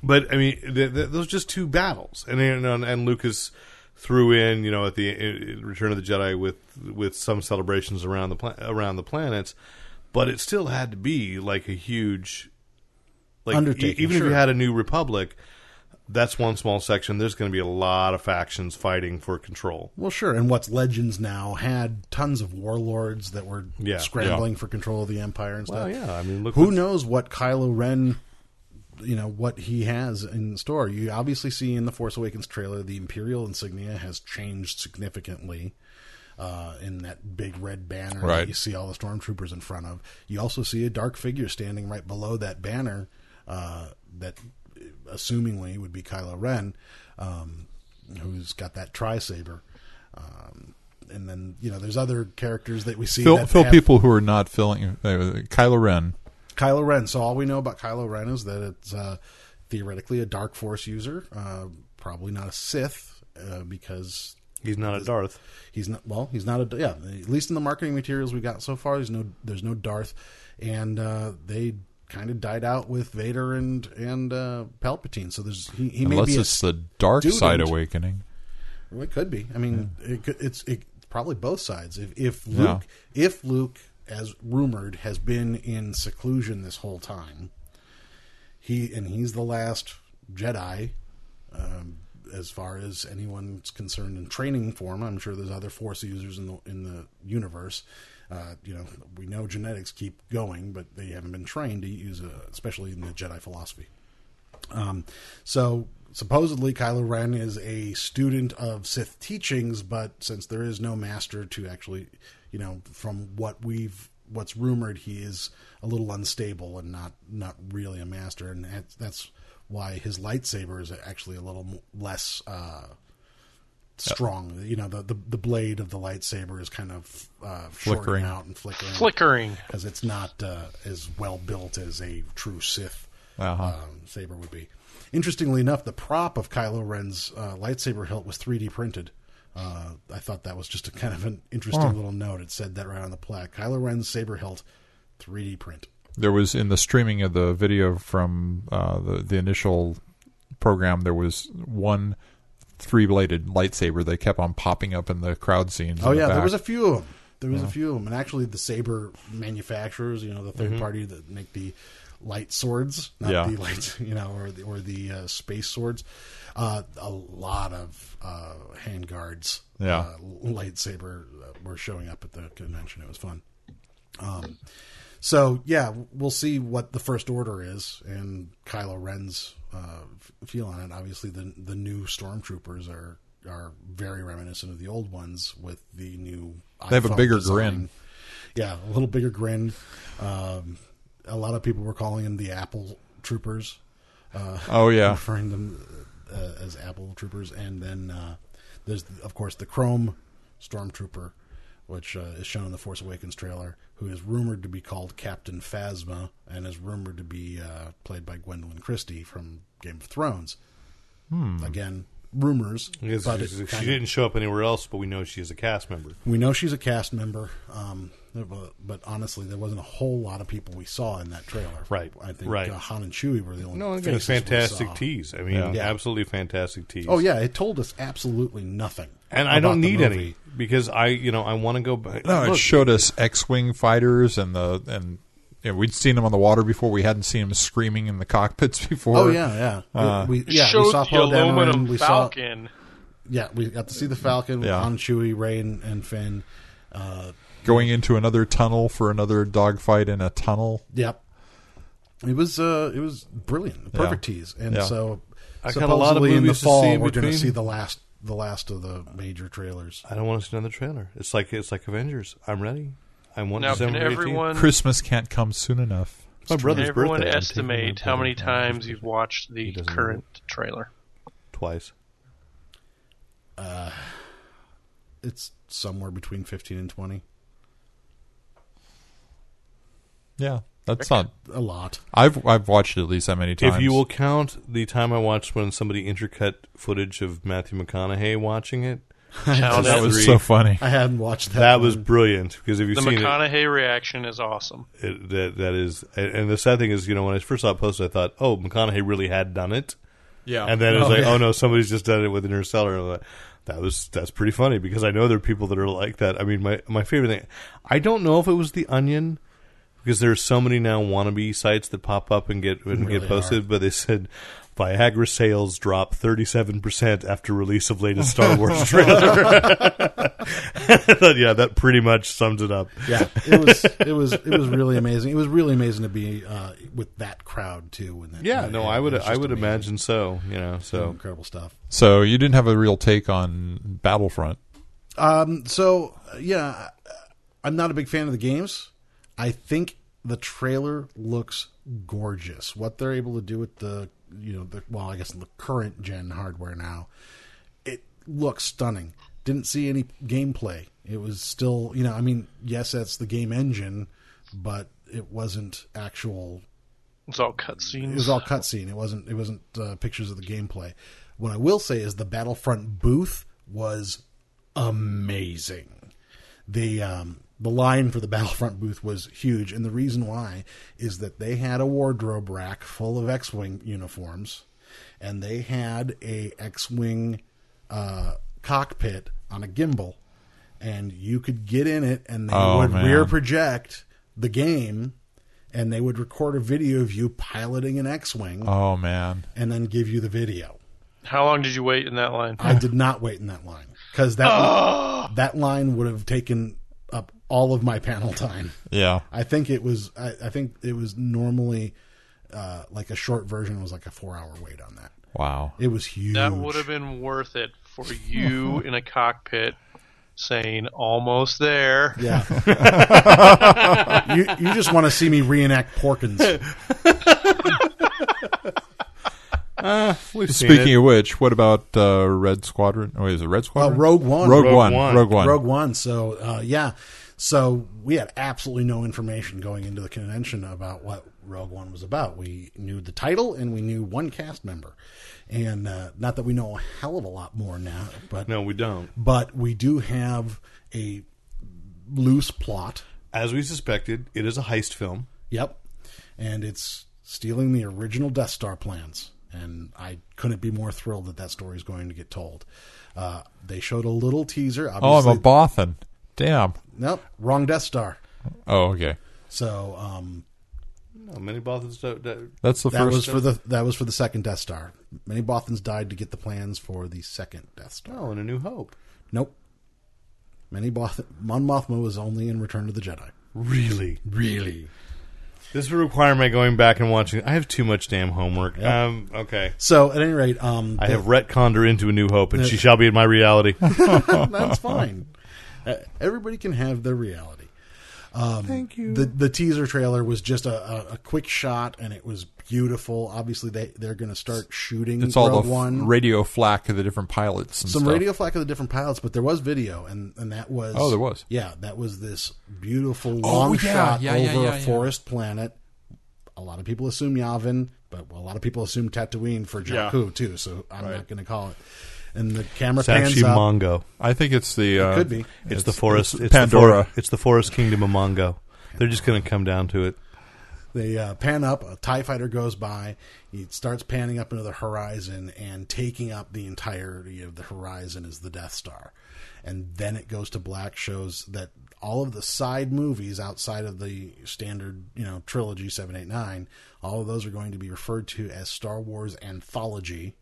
Speaker 5: but I mean, th th those are just two battles, and and, and Lucas threw in, you know, at the uh, Return of the Jedi with with some celebrations around the pla- around the planets, but it still had to be like a huge like
Speaker 7: Undertaking,
Speaker 5: e- even if
Speaker 7: sure.
Speaker 5: you had a new republic. That's one small section. There's going to be a lot of factions fighting for control.
Speaker 7: Well, sure. And what's Legends now had tons of warlords that were
Speaker 5: Yeah,
Speaker 7: scrambling for control of the Empire and stuff.
Speaker 5: Well, Oh, yeah, I mean, look
Speaker 7: who
Speaker 5: what's-
Speaker 7: knows what Kylo Ren, you know, what he has in store. You obviously see in the Force Awakens trailer the Imperial insignia has changed significantly. Uh, in that big red banner
Speaker 6: Right.
Speaker 7: that you see all the stormtroopers in front of, you also see a dark figure standing right below that banner. Uh, that, assumingly, would be Kylo Ren, um, who's got that tri saber. Um, and then you know, there's other characters that we see.
Speaker 6: Phil,
Speaker 7: that
Speaker 6: Phil
Speaker 7: have-
Speaker 6: people who are not filling uh, Kylo Ren.
Speaker 7: Kylo Ren. So all we know about Kylo Ren is that it's uh, theoretically a Dark Force user, uh, probably not a Sith, uh, because
Speaker 5: He's not a Darth.
Speaker 7: he's not. Well, he's not a. Yeah, at least in the marketing materials we got so far, there's no there's no Darth, and uh, they kind of died out with Vader and and uh, Palpatine. So there's he, he may
Speaker 6: Unless
Speaker 7: be a
Speaker 6: it's the Dark
Speaker 7: student.
Speaker 6: Side Awakening.
Speaker 7: well, it could be. I mean, it could, it's it, probably both sides. If if
Speaker 6: Yeah.
Speaker 7: Luke, if Luke, as rumored, has been in seclusion this whole time, he and he's the last Jedi, um, as far as anyone's concerned in training form. I'm sure there's other Force users in the in the universe. Uh, you know, we know genetics keep going, but they haven't been trained to use, a, especially in the Jedi philosophy. Um, so supposedly Kylo Ren is a student of Sith teachings, but since there is no master to actually, you know, from what we've what's rumored, he is a little unstable and not not really a master, and that's, that's why his lightsaber is actually a little m- less. Uh, Strong, you know the, the the blade of the lightsaber is kind of uh, shorting
Speaker 6: Flickering.
Speaker 7: out and flickering,
Speaker 8: Flickering.
Speaker 7: because it's not uh, as well built as a true Sith
Speaker 6: Uh-huh.
Speaker 7: um, saber would be. Interestingly enough, the prop of Kylo Ren's uh, lightsaber hilt was 3D printed. Uh, I thought that was just a kind of an interesting little note. It said that right on the plaque. Kylo Ren's saber hilt, 3D print.
Speaker 6: There was in the streaming of the video from uh, the the initial program. There was one three bladed lightsaber. They kept on popping up in the crowd scenes.
Speaker 7: Oh
Speaker 6: in the
Speaker 7: yeah, there
Speaker 6: back.
Speaker 7: was a few of them. There was a few of them, and actually, the saber manufacturers, you know, the 3rd party that make the light swords, not
Speaker 6: Mm-hmm. Yeah.
Speaker 7: the lights, you know, or the or the uh, space swords. Uh, a lot of uh, hand guards,
Speaker 6: Yeah.
Speaker 7: uh, lightsaber uh, were showing up at the convention. It was fun. Um, so yeah, we'll see what the first order is and Kylo Ren's uh, f- feel on it. Obviously, the the new stormtroopers are are very reminiscent of the old ones with the new.
Speaker 6: They have a
Speaker 7: iPhone
Speaker 6: bigger
Speaker 7: design.
Speaker 6: grin.
Speaker 7: Yeah, a little bigger grin. Um, a lot of people were calling them the Apple Troopers,
Speaker 6: oh yeah,
Speaker 7: referring them uh, as Apple Troopers, and then uh, there's of course the Chrome Stormtrooper, which uh, is shown in the Force Awakens trailer, who is rumored to be called Captain Phasma, and is rumored to be uh, played by Gwendolyn Christie from Game of Thrones.
Speaker 5: Hmm.
Speaker 7: Again, rumors,
Speaker 5: Yes,
Speaker 7: but
Speaker 5: she's-
Speaker 7: it
Speaker 5: she
Speaker 7: kinda-
Speaker 5: didn't show up anywhere else, but we know she is a cast member.
Speaker 7: we know she's a cast member. Um, but, but honestly, there wasn't a whole lot of people we saw in that trailer.
Speaker 5: Right,
Speaker 7: I think
Speaker 5: right.
Speaker 7: uh, Han and Chewie were the only.
Speaker 5: No, again,
Speaker 7: faces
Speaker 5: fantastic
Speaker 7: we saw.
Speaker 5: tease. I mean,
Speaker 7: Yeah.
Speaker 5: absolutely fantastic tease.
Speaker 7: Oh yeah, it told us absolutely nothing.
Speaker 5: and I
Speaker 7: about
Speaker 5: don't
Speaker 7: the
Speaker 5: need
Speaker 7: movie.
Speaker 5: any because I, you know, I want to go back.
Speaker 6: no, it
Speaker 5: Look,
Speaker 6: showed us X-wing fighters and the and. yeah, we'd seen them on the water before. We hadn't seen them screaming in the cockpits before.
Speaker 7: Oh yeah, yeah.
Speaker 6: Uh,
Speaker 7: we, we- yeah,
Speaker 8: Showed
Speaker 7: we saw
Speaker 8: the
Speaker 7: Poe
Speaker 8: aluminum
Speaker 7: Dameron. We saw
Speaker 8: Falcon.
Speaker 7: yeah, we got to see the Falcon with
Speaker 6: Yeah.
Speaker 7: Han, Chewie, Ray, and, and Finn. Uh,
Speaker 6: Going into another tunnel for another dogfight in a tunnel.
Speaker 7: yep, it was uh, it was brilliant, a perfect tease, and
Speaker 6: Yeah.
Speaker 7: so
Speaker 5: I got a
Speaker 7: supposedly
Speaker 5: lot of
Speaker 7: in the
Speaker 5: movies to
Speaker 7: fall
Speaker 5: see in
Speaker 7: we're going to
Speaker 5: between.
Speaker 7: see the last the last of the major trailers.
Speaker 5: I don't want to see another trailer. It's like it's like Avengers. I'm ready. I I want
Speaker 8: Now, can
Speaker 5: December 18th.
Speaker 8: everyone
Speaker 6: Christmas can't come soon enough.
Speaker 5: It's my
Speaker 8: can
Speaker 5: brother's
Speaker 8: everyone
Speaker 5: birthday. I'm taking my
Speaker 8: estimate how
Speaker 5: brother
Speaker 8: many
Speaker 5: down.
Speaker 8: times you've watched the
Speaker 5: doesn't know.
Speaker 8: current trailer?
Speaker 5: Twice.
Speaker 7: It's somewhere between 15 and 20.
Speaker 6: Yeah, that's not.
Speaker 7: A lot.
Speaker 6: I've I've watched it at least that many times.
Speaker 5: If you will count the time I watched when somebody intercut footage of Matthew McConaughey watching it,
Speaker 8: Count
Speaker 6: that
Speaker 8: it.
Speaker 6: was
Speaker 5: three.
Speaker 6: so funny.
Speaker 7: I hadn't watched that.
Speaker 5: that was
Speaker 7: one.
Speaker 5: brilliant because if you've
Speaker 8: The
Speaker 5: seen it,
Speaker 8: McConaughey reaction is awesome.
Speaker 5: it, that that is. And and the sad thing is, you know, when I first saw it posted, I thought, oh, McConaughey really had done it,
Speaker 6: Yeah,
Speaker 5: and then it was
Speaker 7: Oh,
Speaker 5: like,
Speaker 7: yeah.
Speaker 5: oh no, somebody's just done it with Interstellar. And I'm like, that was that's pretty funny because I know there are people that are like that. I mean, my my favorite thing, I don't know if it was the Onion. Because there's so many now wannabe sites that pop up and get and
Speaker 7: Really
Speaker 5: get posted, but they said Viagra sales drop 37 percent after release of latest Star Wars trailer. I thought, yeah, that pretty much sums it up.
Speaker 7: Yeah, it was. It was. It was really amazing. It was really amazing to be uh, with that crowd too. When that,
Speaker 5: Yeah,
Speaker 7: when
Speaker 5: no,
Speaker 7: that
Speaker 5: I
Speaker 7: happened.
Speaker 5: would
Speaker 7: It was
Speaker 5: I
Speaker 7: just
Speaker 5: would
Speaker 7: amazing.
Speaker 5: imagine so. You know, so
Speaker 7: incredible stuff.
Speaker 6: So you didn't have a real take on Battlefront.
Speaker 7: Um, so uh, yeah, uh, I'm not a big fan of the games. I think the trailer looks gorgeous. What they're able to do with the you know the well, I guess the current gen hardware now, it looks stunning. Didn't see any gameplay. It was still you know I mean yes that's the game engine, but it wasn't actual
Speaker 8: It's all
Speaker 7: it
Speaker 8: cutscenes.
Speaker 7: was all cutscene. It wasn't. It wasn't uh, pictures of the gameplay. What I will say is the Battlefront booth was amazing. The um, the line for the Battlefront booth was huge, and the reason why is that they had a wardrobe rack full of X-wing uniforms, and they had a X-wing uh, cockpit on a gimbal, and you could get in it, and they
Speaker 6: Oh,
Speaker 7: would
Speaker 6: man.
Speaker 7: rear project the game and they would record a video of you piloting an X-wing
Speaker 6: Oh man,
Speaker 7: and then give you the video.
Speaker 8: How long did you wait in that line?
Speaker 7: I did not wait in that line because that
Speaker 8: Ah!
Speaker 7: that line would have taken up all of my panel time.
Speaker 6: yeah,
Speaker 7: I think it was I, I think it was normally uh, like a short version was like a four hour wait on that.
Speaker 6: wow.
Speaker 7: It was huge.
Speaker 8: That would have been worth it for you in a cockpit saying almost there.
Speaker 7: yeah. you you just want to see me reenact Porkins.
Speaker 5: We've seen
Speaker 6: Speaking
Speaker 5: it.
Speaker 6: of which, what about uh, Red Squadron? Oh, is it Red
Speaker 7: Uh,
Speaker 6: Squadron?
Speaker 7: Rogue One.
Speaker 6: Rogue,
Speaker 5: Rogue
Speaker 6: One.
Speaker 5: One.
Speaker 6: Rogue One.
Speaker 7: Rogue One. So uh, yeah, so we had absolutely no information going into the convention about what Rogue One was about. We knew the title and we knew one cast member, and uh, not that we know a hell of a lot more now, but
Speaker 5: no, we don't.
Speaker 7: but we do have a loose plot.
Speaker 5: As we suspected, it is a heist film.
Speaker 7: Yep, and it's stealing the original Death Star plans. And I couldn't be more thrilled that that story is going to get told. Uh, they showed a little teaser.
Speaker 6: Oh, I'm
Speaker 7: Obviously,
Speaker 6: a Bothan. Damn.
Speaker 7: Nope, wrong Death Star.
Speaker 6: Oh, okay.
Speaker 7: So um,
Speaker 5: No, many Bothans don't. don't-
Speaker 6: That's the
Speaker 7: that
Speaker 6: first.
Speaker 7: was for the that was for the second Death Star. Many Bothans died to get the plans for the second Death Star.
Speaker 5: Oh, and A New Hope.
Speaker 7: Nope. Many Both Mon Mothma was only in Return of the Jedi.
Speaker 5: Really,
Speaker 7: Really?
Speaker 5: this would require my going back and watching. I have too much damn homework.
Speaker 7: Yeah.
Speaker 5: Um, okay.
Speaker 7: So at any rate, um,
Speaker 5: I have retconned her into a new hope, and she shall be in my reality.
Speaker 7: that's fine. Uh, everybody can have their reality. Um, Thank you. The the teaser trailer was just a, a, a quick shot, and it was beautiful. Obviously, they they're going to start shooting.
Speaker 6: it's all
Speaker 7: Rogue
Speaker 6: the f-
Speaker 7: one.
Speaker 6: radio flack of the different pilots and
Speaker 7: some
Speaker 6: stuff.
Speaker 7: radio flack of the different pilots, but there was video, and and that was
Speaker 6: Oh, there was. Oh,
Speaker 7: yeah, that was this beautiful long shot
Speaker 6: yeah,
Speaker 7: over
Speaker 6: yeah, yeah,
Speaker 7: a
Speaker 6: yeah.
Speaker 7: forest planet. A lot of people assume Yavin, but a lot of people assume Tatooine for
Speaker 6: Yeah.
Speaker 7: Jakku too. So I'm not going to call it. And the camera
Speaker 5: It's
Speaker 7: pans
Speaker 5: actually
Speaker 7: up.
Speaker 5: Mongo.
Speaker 6: I think it's the. Uh,
Speaker 7: could be.
Speaker 5: It's, the forest. It's, The
Speaker 6: Pandora.
Speaker 5: for, it's the forest kingdom of Mongo. They're just going to come down to it.
Speaker 7: They uh, pan up. A Tie fighter goes by. He starts panning up into the horizon and taking up the entirety of the horizon is the Death Star. And then it goes to black. Shows that all of the side movies outside of the standard, you know, trilogy seven, eight, nine, all of those are going to be referred to as Star Wars anthology.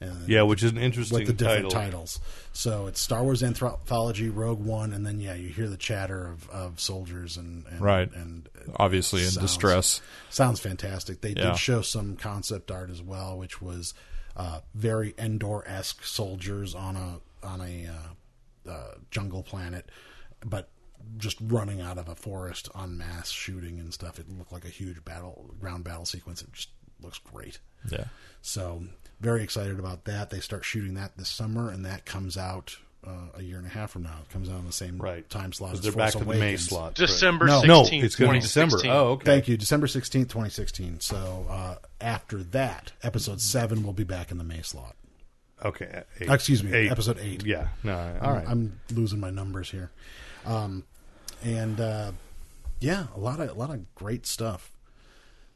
Speaker 7: And
Speaker 5: Yeah, which is an interesting
Speaker 7: with the different
Speaker 5: title.
Speaker 7: titles. So it's Star Wars Anthology, Rogue One, and then yeah, you hear the chatter of, of soldiers and, and
Speaker 6: Right.
Speaker 7: and
Speaker 6: Obviously in
Speaker 7: sounds-
Speaker 6: distress.
Speaker 7: Sounds fantastic. They
Speaker 6: Yeah.
Speaker 7: did show some concept art as well, which was uh, very Endor esque soldiers on a on a uh, uh, jungle planet, but just running out of a forest en masse shooting and stuff. It looked like a huge battle ground battle sequence. It just looks great.
Speaker 6: Yeah.
Speaker 7: So very excited about that. They start shooting that this summer, and that comes out uh, a year and a half from now. It comes out on the same
Speaker 5: Right.
Speaker 7: time slot.
Speaker 5: Because
Speaker 7: as
Speaker 5: they're
Speaker 7: Force
Speaker 5: back to the May
Speaker 7: Awakens.
Speaker 5: slot.
Speaker 8: December
Speaker 7: No.
Speaker 8: 16th.
Speaker 5: No, it's going to be
Speaker 8: 2016.
Speaker 5: December. Oh, okay.
Speaker 7: Thank you. December 16th, 2016. So uh, after that, episode 7 will be back in the May slot.
Speaker 5: Okay. uh, eight.
Speaker 7: Excuse me,
Speaker 5: Eight. Um,
Speaker 7: episode 8.
Speaker 5: Yeah. No. All
Speaker 7: I'm-
Speaker 5: right.
Speaker 7: I'm losing my numbers here. Um, and uh, yeah, a lot of a lot of great stuff.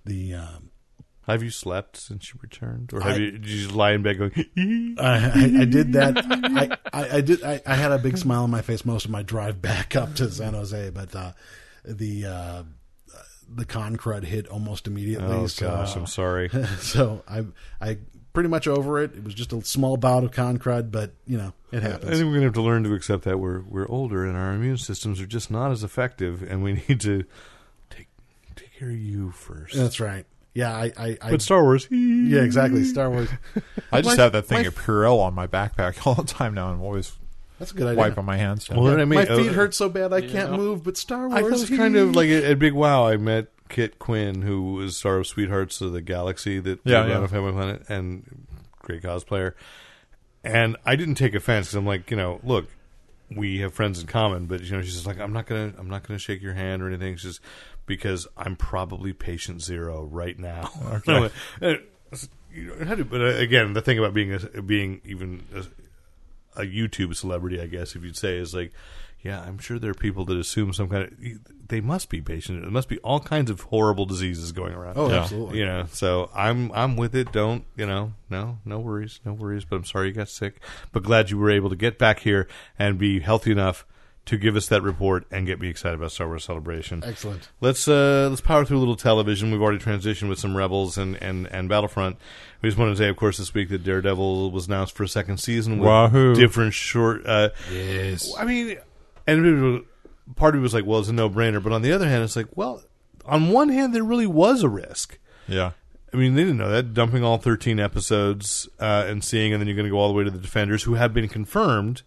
Speaker 7: The um,
Speaker 5: have you slept since you returned, or have
Speaker 7: I-
Speaker 5: you did you just lie in bed going?
Speaker 7: I, I, I did that. I, I, I did. I, I had a big smile on my face most of my drive back up to San Jose, but uh, the uh, the con crud hit almost immediately.
Speaker 5: oh
Speaker 7: so,
Speaker 5: gosh, I'm sorry.
Speaker 7: so I I pretty much over it. It was just a small bout of con crud, but you know it
Speaker 5: I
Speaker 7: happens.
Speaker 5: think we're going to have to learn to accept that we're we're older and our immune systems are just not as effective, and we need to take take care of you first.
Speaker 7: That's right. Yeah, I I, I
Speaker 5: but Star Wars,
Speaker 7: yeah exactly. Star Wars.
Speaker 6: I just
Speaker 7: My-
Speaker 6: have that thing
Speaker 7: my-
Speaker 6: of Purell on my backpack all the time now, and I'm always
Speaker 7: That's a good idea.
Speaker 6: wiping my hands down.
Speaker 5: Well, then I mean,
Speaker 7: my feet
Speaker 5: uh,
Speaker 7: hurt so bad I can't move, but Star
Speaker 5: I
Speaker 7: Wars.
Speaker 5: thought it was kind of like a, a big wow. I met Kit Quinn, who was star of Sweethearts of the Galaxy that
Speaker 6: Yeah,
Speaker 5: ran
Speaker 6: yeah.
Speaker 5: off Family Planet, and great cosplayer. And I didn't take offense because I'm like, you know, look, we have friends in common, but you know, she's just like, I'm not gonna, I'm not gonna shake your hand or anything. She's just because I'm probably patient zero right now. Okay. but uh, again, the thing about being a, being even a, a YouTube celebrity, I guess, if you'd say, is like, yeah, I'm sure there are people that assume some kind of. They must be patient. There must be all kinds of horrible diseases going around.
Speaker 7: oh,
Speaker 6: Yeah.
Speaker 7: absolutely.
Speaker 5: you know. So I'm I'm with it. Don't you know? No, no worries, no worries. But I'm sorry you got sick. But glad you were able to get back here and be healthy enough to give us that report and get me excited about Star Wars Celebration.
Speaker 7: Excellent.
Speaker 5: Let's uh, let's power through a little television. We've already transitioned with some Rebels and, and, and Battlefront. We just wanted to say, of course, this week that Daredevil was announced for a second season with
Speaker 6: Wahoo.
Speaker 5: different short. Uh,
Speaker 7: Yes.
Speaker 5: I mean, and it was- part of me was like, well, it's a no brainer. But on the other hand, it's like, well, on one hand, there really was a risk.
Speaker 6: yeah.
Speaker 5: I mean, they didn't know that. Dumping all 13 episodes uh, and seeing, and then you're going to go all the way to the Defenders, who have been confirmed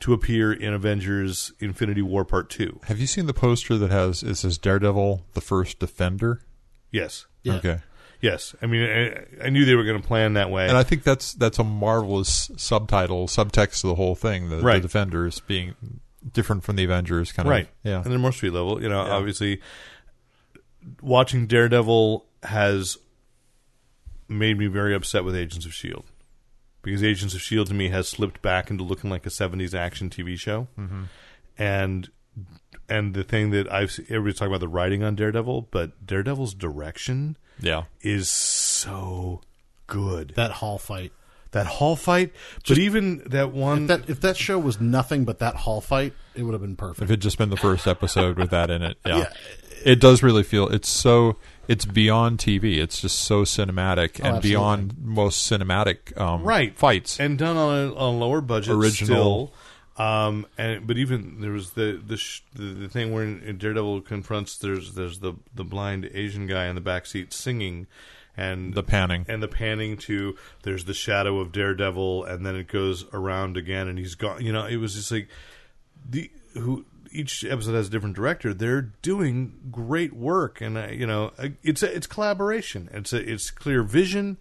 Speaker 5: to appear in Avengers Infinity War Part 2.
Speaker 6: Have you seen the poster that has it says Daredevil, the first Defender?
Speaker 5: Yes.
Speaker 7: Yeah.
Speaker 6: Okay,
Speaker 5: Yes. I mean, I, I knew they were going to plan that way.
Speaker 6: and I think that's that's a marvelous subtitle, subtext to the whole thing. The,
Speaker 5: Right.
Speaker 6: the Defenders being different from the Avengers, kind
Speaker 5: right.
Speaker 6: of. Yeah.
Speaker 5: And they're more street level. You know, obviously, watching Daredevil has made me very upset with Agents of S.H.I.E.L.D. E Because Agents of S.H.I.E.L.D. E to me has slipped back into looking like a 70s action TV show. And. And the thing that I've seen, everybody's talking about the writing on Daredevil, but Daredevil's direction
Speaker 6: yeah.
Speaker 5: is so good. That,
Speaker 7: That hall fight.
Speaker 5: hall fight, but even that one
Speaker 7: If that if that show was nothing but that hall fight, it would have been
Speaker 6: If
Speaker 7: perfect.
Speaker 6: it'd just been the first episode with that in it, yeah. It does really feel it's so it's beyond TV. It's just so cinematic and
Speaker 7: absolutely.
Speaker 6: beyond most cinematic um,
Speaker 5: Oh, right
Speaker 6: fights.
Speaker 5: and done on a, on a lower budget
Speaker 6: Original.
Speaker 5: still. um and but even there was the the sh- the, the thing where in Daredevil confronts there's there's the the blind Asian guy in the back seat singing and
Speaker 6: the panning.
Speaker 5: and the panning to there's the shadow of Daredevil and then it goes around again and he's gone you know it was just like the who each episode has a different director they're doing great work and uh, you know uh, it's a, it's collaboration it's a, it's clear vision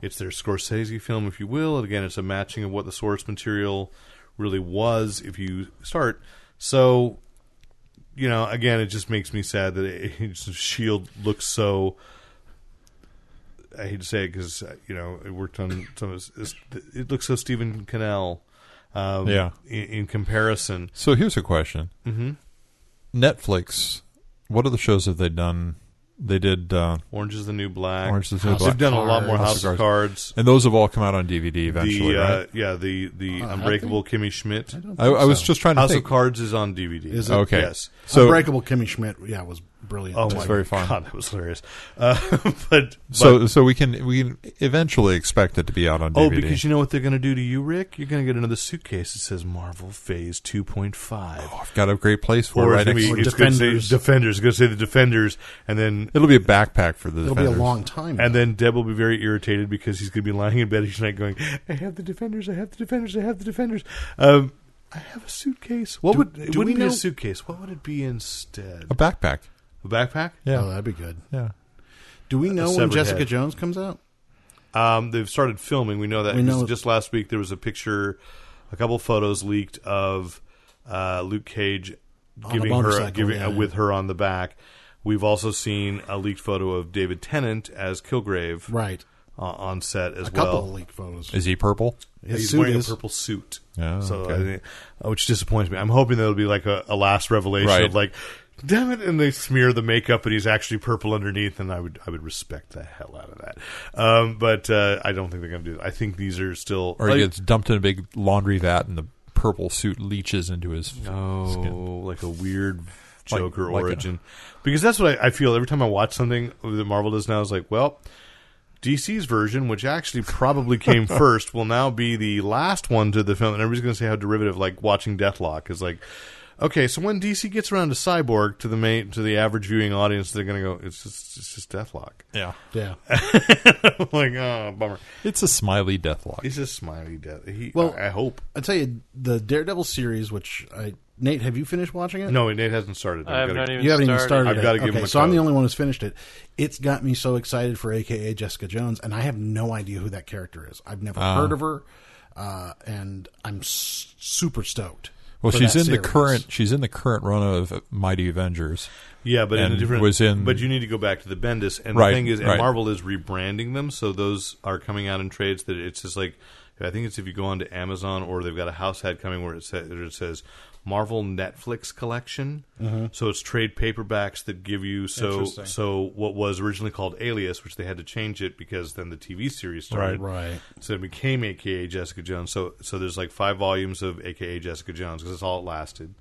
Speaker 5: it's their Scorsese film if you will and again it's a matching of what the source material really was if you start so you know again it just makes me sad that Agents of Shield looks so I hate to say it because you know it worked on some of his, it looks so Stephen Cannell um,
Speaker 6: Yeah.
Speaker 5: in, in comparison
Speaker 6: So here's a question. Mm-hmm. Netflix, what other shows have they done? They did uh,
Speaker 5: Orange is the New Black.
Speaker 6: Orange is the New
Speaker 5: They've
Speaker 6: Black.
Speaker 5: done a lot more
Speaker 6: House
Speaker 5: House
Speaker 6: of
Speaker 5: of Cards.
Speaker 6: and those have all come out on DVD eventually,
Speaker 5: the uh,
Speaker 6: right?
Speaker 5: yeah, the the Unbreakable Kimmy Schmidt.
Speaker 6: I, I was just trying to
Speaker 5: House
Speaker 6: think.
Speaker 5: of Cards is on DVD.
Speaker 7: Is it?
Speaker 6: okay.
Speaker 5: Yes.
Speaker 6: So
Speaker 7: Unbreakable Kimmy Schmidt, yeah, was brilliant.
Speaker 5: Oh
Speaker 7: Too.
Speaker 5: my
Speaker 6: very fun.
Speaker 5: God, that was hilarious. Uh, but, but
Speaker 6: so so we can we can eventually expect it to be out on DVD.
Speaker 5: oh, because you know what they're going to do to you, Rick? You're going to get another suitcase that says Marvel Phase 2.5.
Speaker 6: Oh, I've got a great place for it.
Speaker 5: it's
Speaker 6: Right
Speaker 5: gonna be-
Speaker 6: next to
Speaker 5: it's gonna say Defenders. Going to say the Defenders, and then
Speaker 6: It'll be a backpack for the
Speaker 7: It'll
Speaker 6: defenders.
Speaker 7: be a long time.
Speaker 5: And then Deb will be very irritated because he's going to be lying in bed each night going, I have the defenders, I have the defenders, I have the defenders. Um, I have a suitcase. What
Speaker 7: Do-
Speaker 5: would
Speaker 7: do
Speaker 5: it wouldn't
Speaker 7: we
Speaker 5: be a
Speaker 7: know-
Speaker 5: suitcase? What would it be instead?
Speaker 6: A backpack.
Speaker 5: A backpack?
Speaker 7: Oh,
Speaker 6: Yeah.
Speaker 7: that'd be good.
Speaker 6: yeah.
Speaker 7: Do we know when
Speaker 5: severed
Speaker 7: Jessica
Speaker 5: head.
Speaker 7: Jones comes out?
Speaker 5: Um, they've started filming. We know that.
Speaker 7: We know-
Speaker 5: Just- Just last week, there was a picture, a couple photos leaked of uh, Luke Cage
Speaker 7: On a
Speaker 5: giving her
Speaker 7: motorcycle,
Speaker 5: giving
Speaker 7: yeah.
Speaker 5: uh, with her on the back. We've also seen a leaked photo of David Tennant as Kilgrave
Speaker 7: Right.
Speaker 5: uh, on set as well.
Speaker 7: A couple of leaked photos.
Speaker 6: Is he purple?
Speaker 7: His
Speaker 5: He's
Speaker 7: suit
Speaker 5: wearing
Speaker 7: is-
Speaker 5: a purple suit,
Speaker 6: Oh,
Speaker 5: so
Speaker 6: okay.
Speaker 5: I think- uh, which disappoints me. I'm hoping that'll be like a, a last revelation
Speaker 6: Right.
Speaker 5: of like, damn it, and they smear the makeup, and he's actually purple underneath, and I would I would respect the hell out of that. Um, but uh, I don't think they're going to do. that. I think these are still.
Speaker 6: Or
Speaker 5: like,
Speaker 6: he gets dumped in a big laundry vat and the purple suit leaches into his skin.
Speaker 5: Oh, like a weird Joker
Speaker 6: like a-
Speaker 5: origin. because that's what I, I feel every time I watch something that Marvel does now. Is like, well, DC's version, which actually probably came first, will now be the last one to the film, and everybody's going to say how derivative. Like watching Deathlock is like. Okay, so when DC gets around to Cyborg to the main to the average viewing audience, they're gonna go. It's just it's just Deathlock.
Speaker 6: Yeah.
Speaker 7: Yeah.
Speaker 5: like, oh bummer.
Speaker 6: It's a smiley death lock.
Speaker 5: He's just smiley death. He,
Speaker 7: Well-
Speaker 5: I, I hope.
Speaker 7: I tell you, the Daredevil series, which I Nate, have you finished watching it?
Speaker 5: No, it it hasn't started.
Speaker 8: I
Speaker 5: I've
Speaker 8: have
Speaker 5: gotta-
Speaker 8: not even
Speaker 7: you haven't even
Speaker 8: started.
Speaker 7: started.
Speaker 5: I've
Speaker 7: it.
Speaker 5: gotta give
Speaker 7: okay,
Speaker 5: him a
Speaker 7: so I'm the
Speaker 5: code.
Speaker 7: only one who's finished it. It's got me so excited for AKA Jessica Jones, and I have no idea who that character is. I've never
Speaker 5: Ah.
Speaker 7: heard of her, uh, and I'm s- super stoked.
Speaker 6: Well,
Speaker 7: for
Speaker 6: she's
Speaker 7: that
Speaker 6: in the
Speaker 7: series.
Speaker 6: current. She's in the current run of Mighty Avengers.
Speaker 5: Yeah, but in a
Speaker 6: and
Speaker 5: different
Speaker 6: was in-
Speaker 5: But you need to go back to the Bendis, and
Speaker 6: Right,
Speaker 5: the thing is, and
Speaker 6: right.
Speaker 5: Marvel is rebranding them, so those are coming out in trades that it's just like I think it's if you go on to Amazon or they've got a house hat coming where it says it says Marvel Netflix collection. So it's trade paperbacks that give you so
Speaker 6: Interesting.
Speaker 5: so what was originally called Alias, which they had to change it because then the TV series started.
Speaker 7: Right.
Speaker 5: So it became AKA Jessica Jones. So so there's like five volumes of AKA Jessica Jones because that's all it lasted.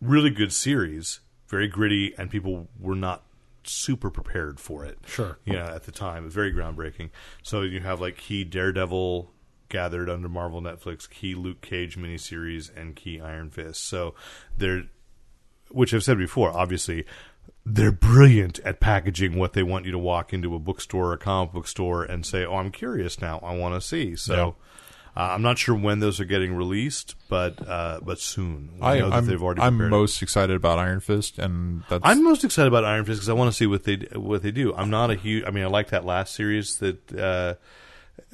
Speaker 5: Really good series, very gritty, and people were not super prepared for it.
Speaker 7: Sure.
Speaker 5: You know, at the time, very groundbreaking. So you have like Key Daredevil gathered under Marvel Netflix, Key Luke Cage miniseries, and Key Iron Fist. So they're which I've said before, obviously, they're brilliant at packaging what they want you to walk into a bookstore or a comic book store and say, "Oh, I'm curious now. I want to see." So uh, I'm not sure when those are getting released, but uh, but soon. We
Speaker 6: I,
Speaker 5: know that
Speaker 6: I'm,
Speaker 5: they've already
Speaker 6: I'm
Speaker 5: prepared it.
Speaker 6: most excited about Iron Fist, and that's
Speaker 5: I'm most excited about Iron Fist because I want to see what they what they do. I'm not a huge. I mean, I like that last series that uh,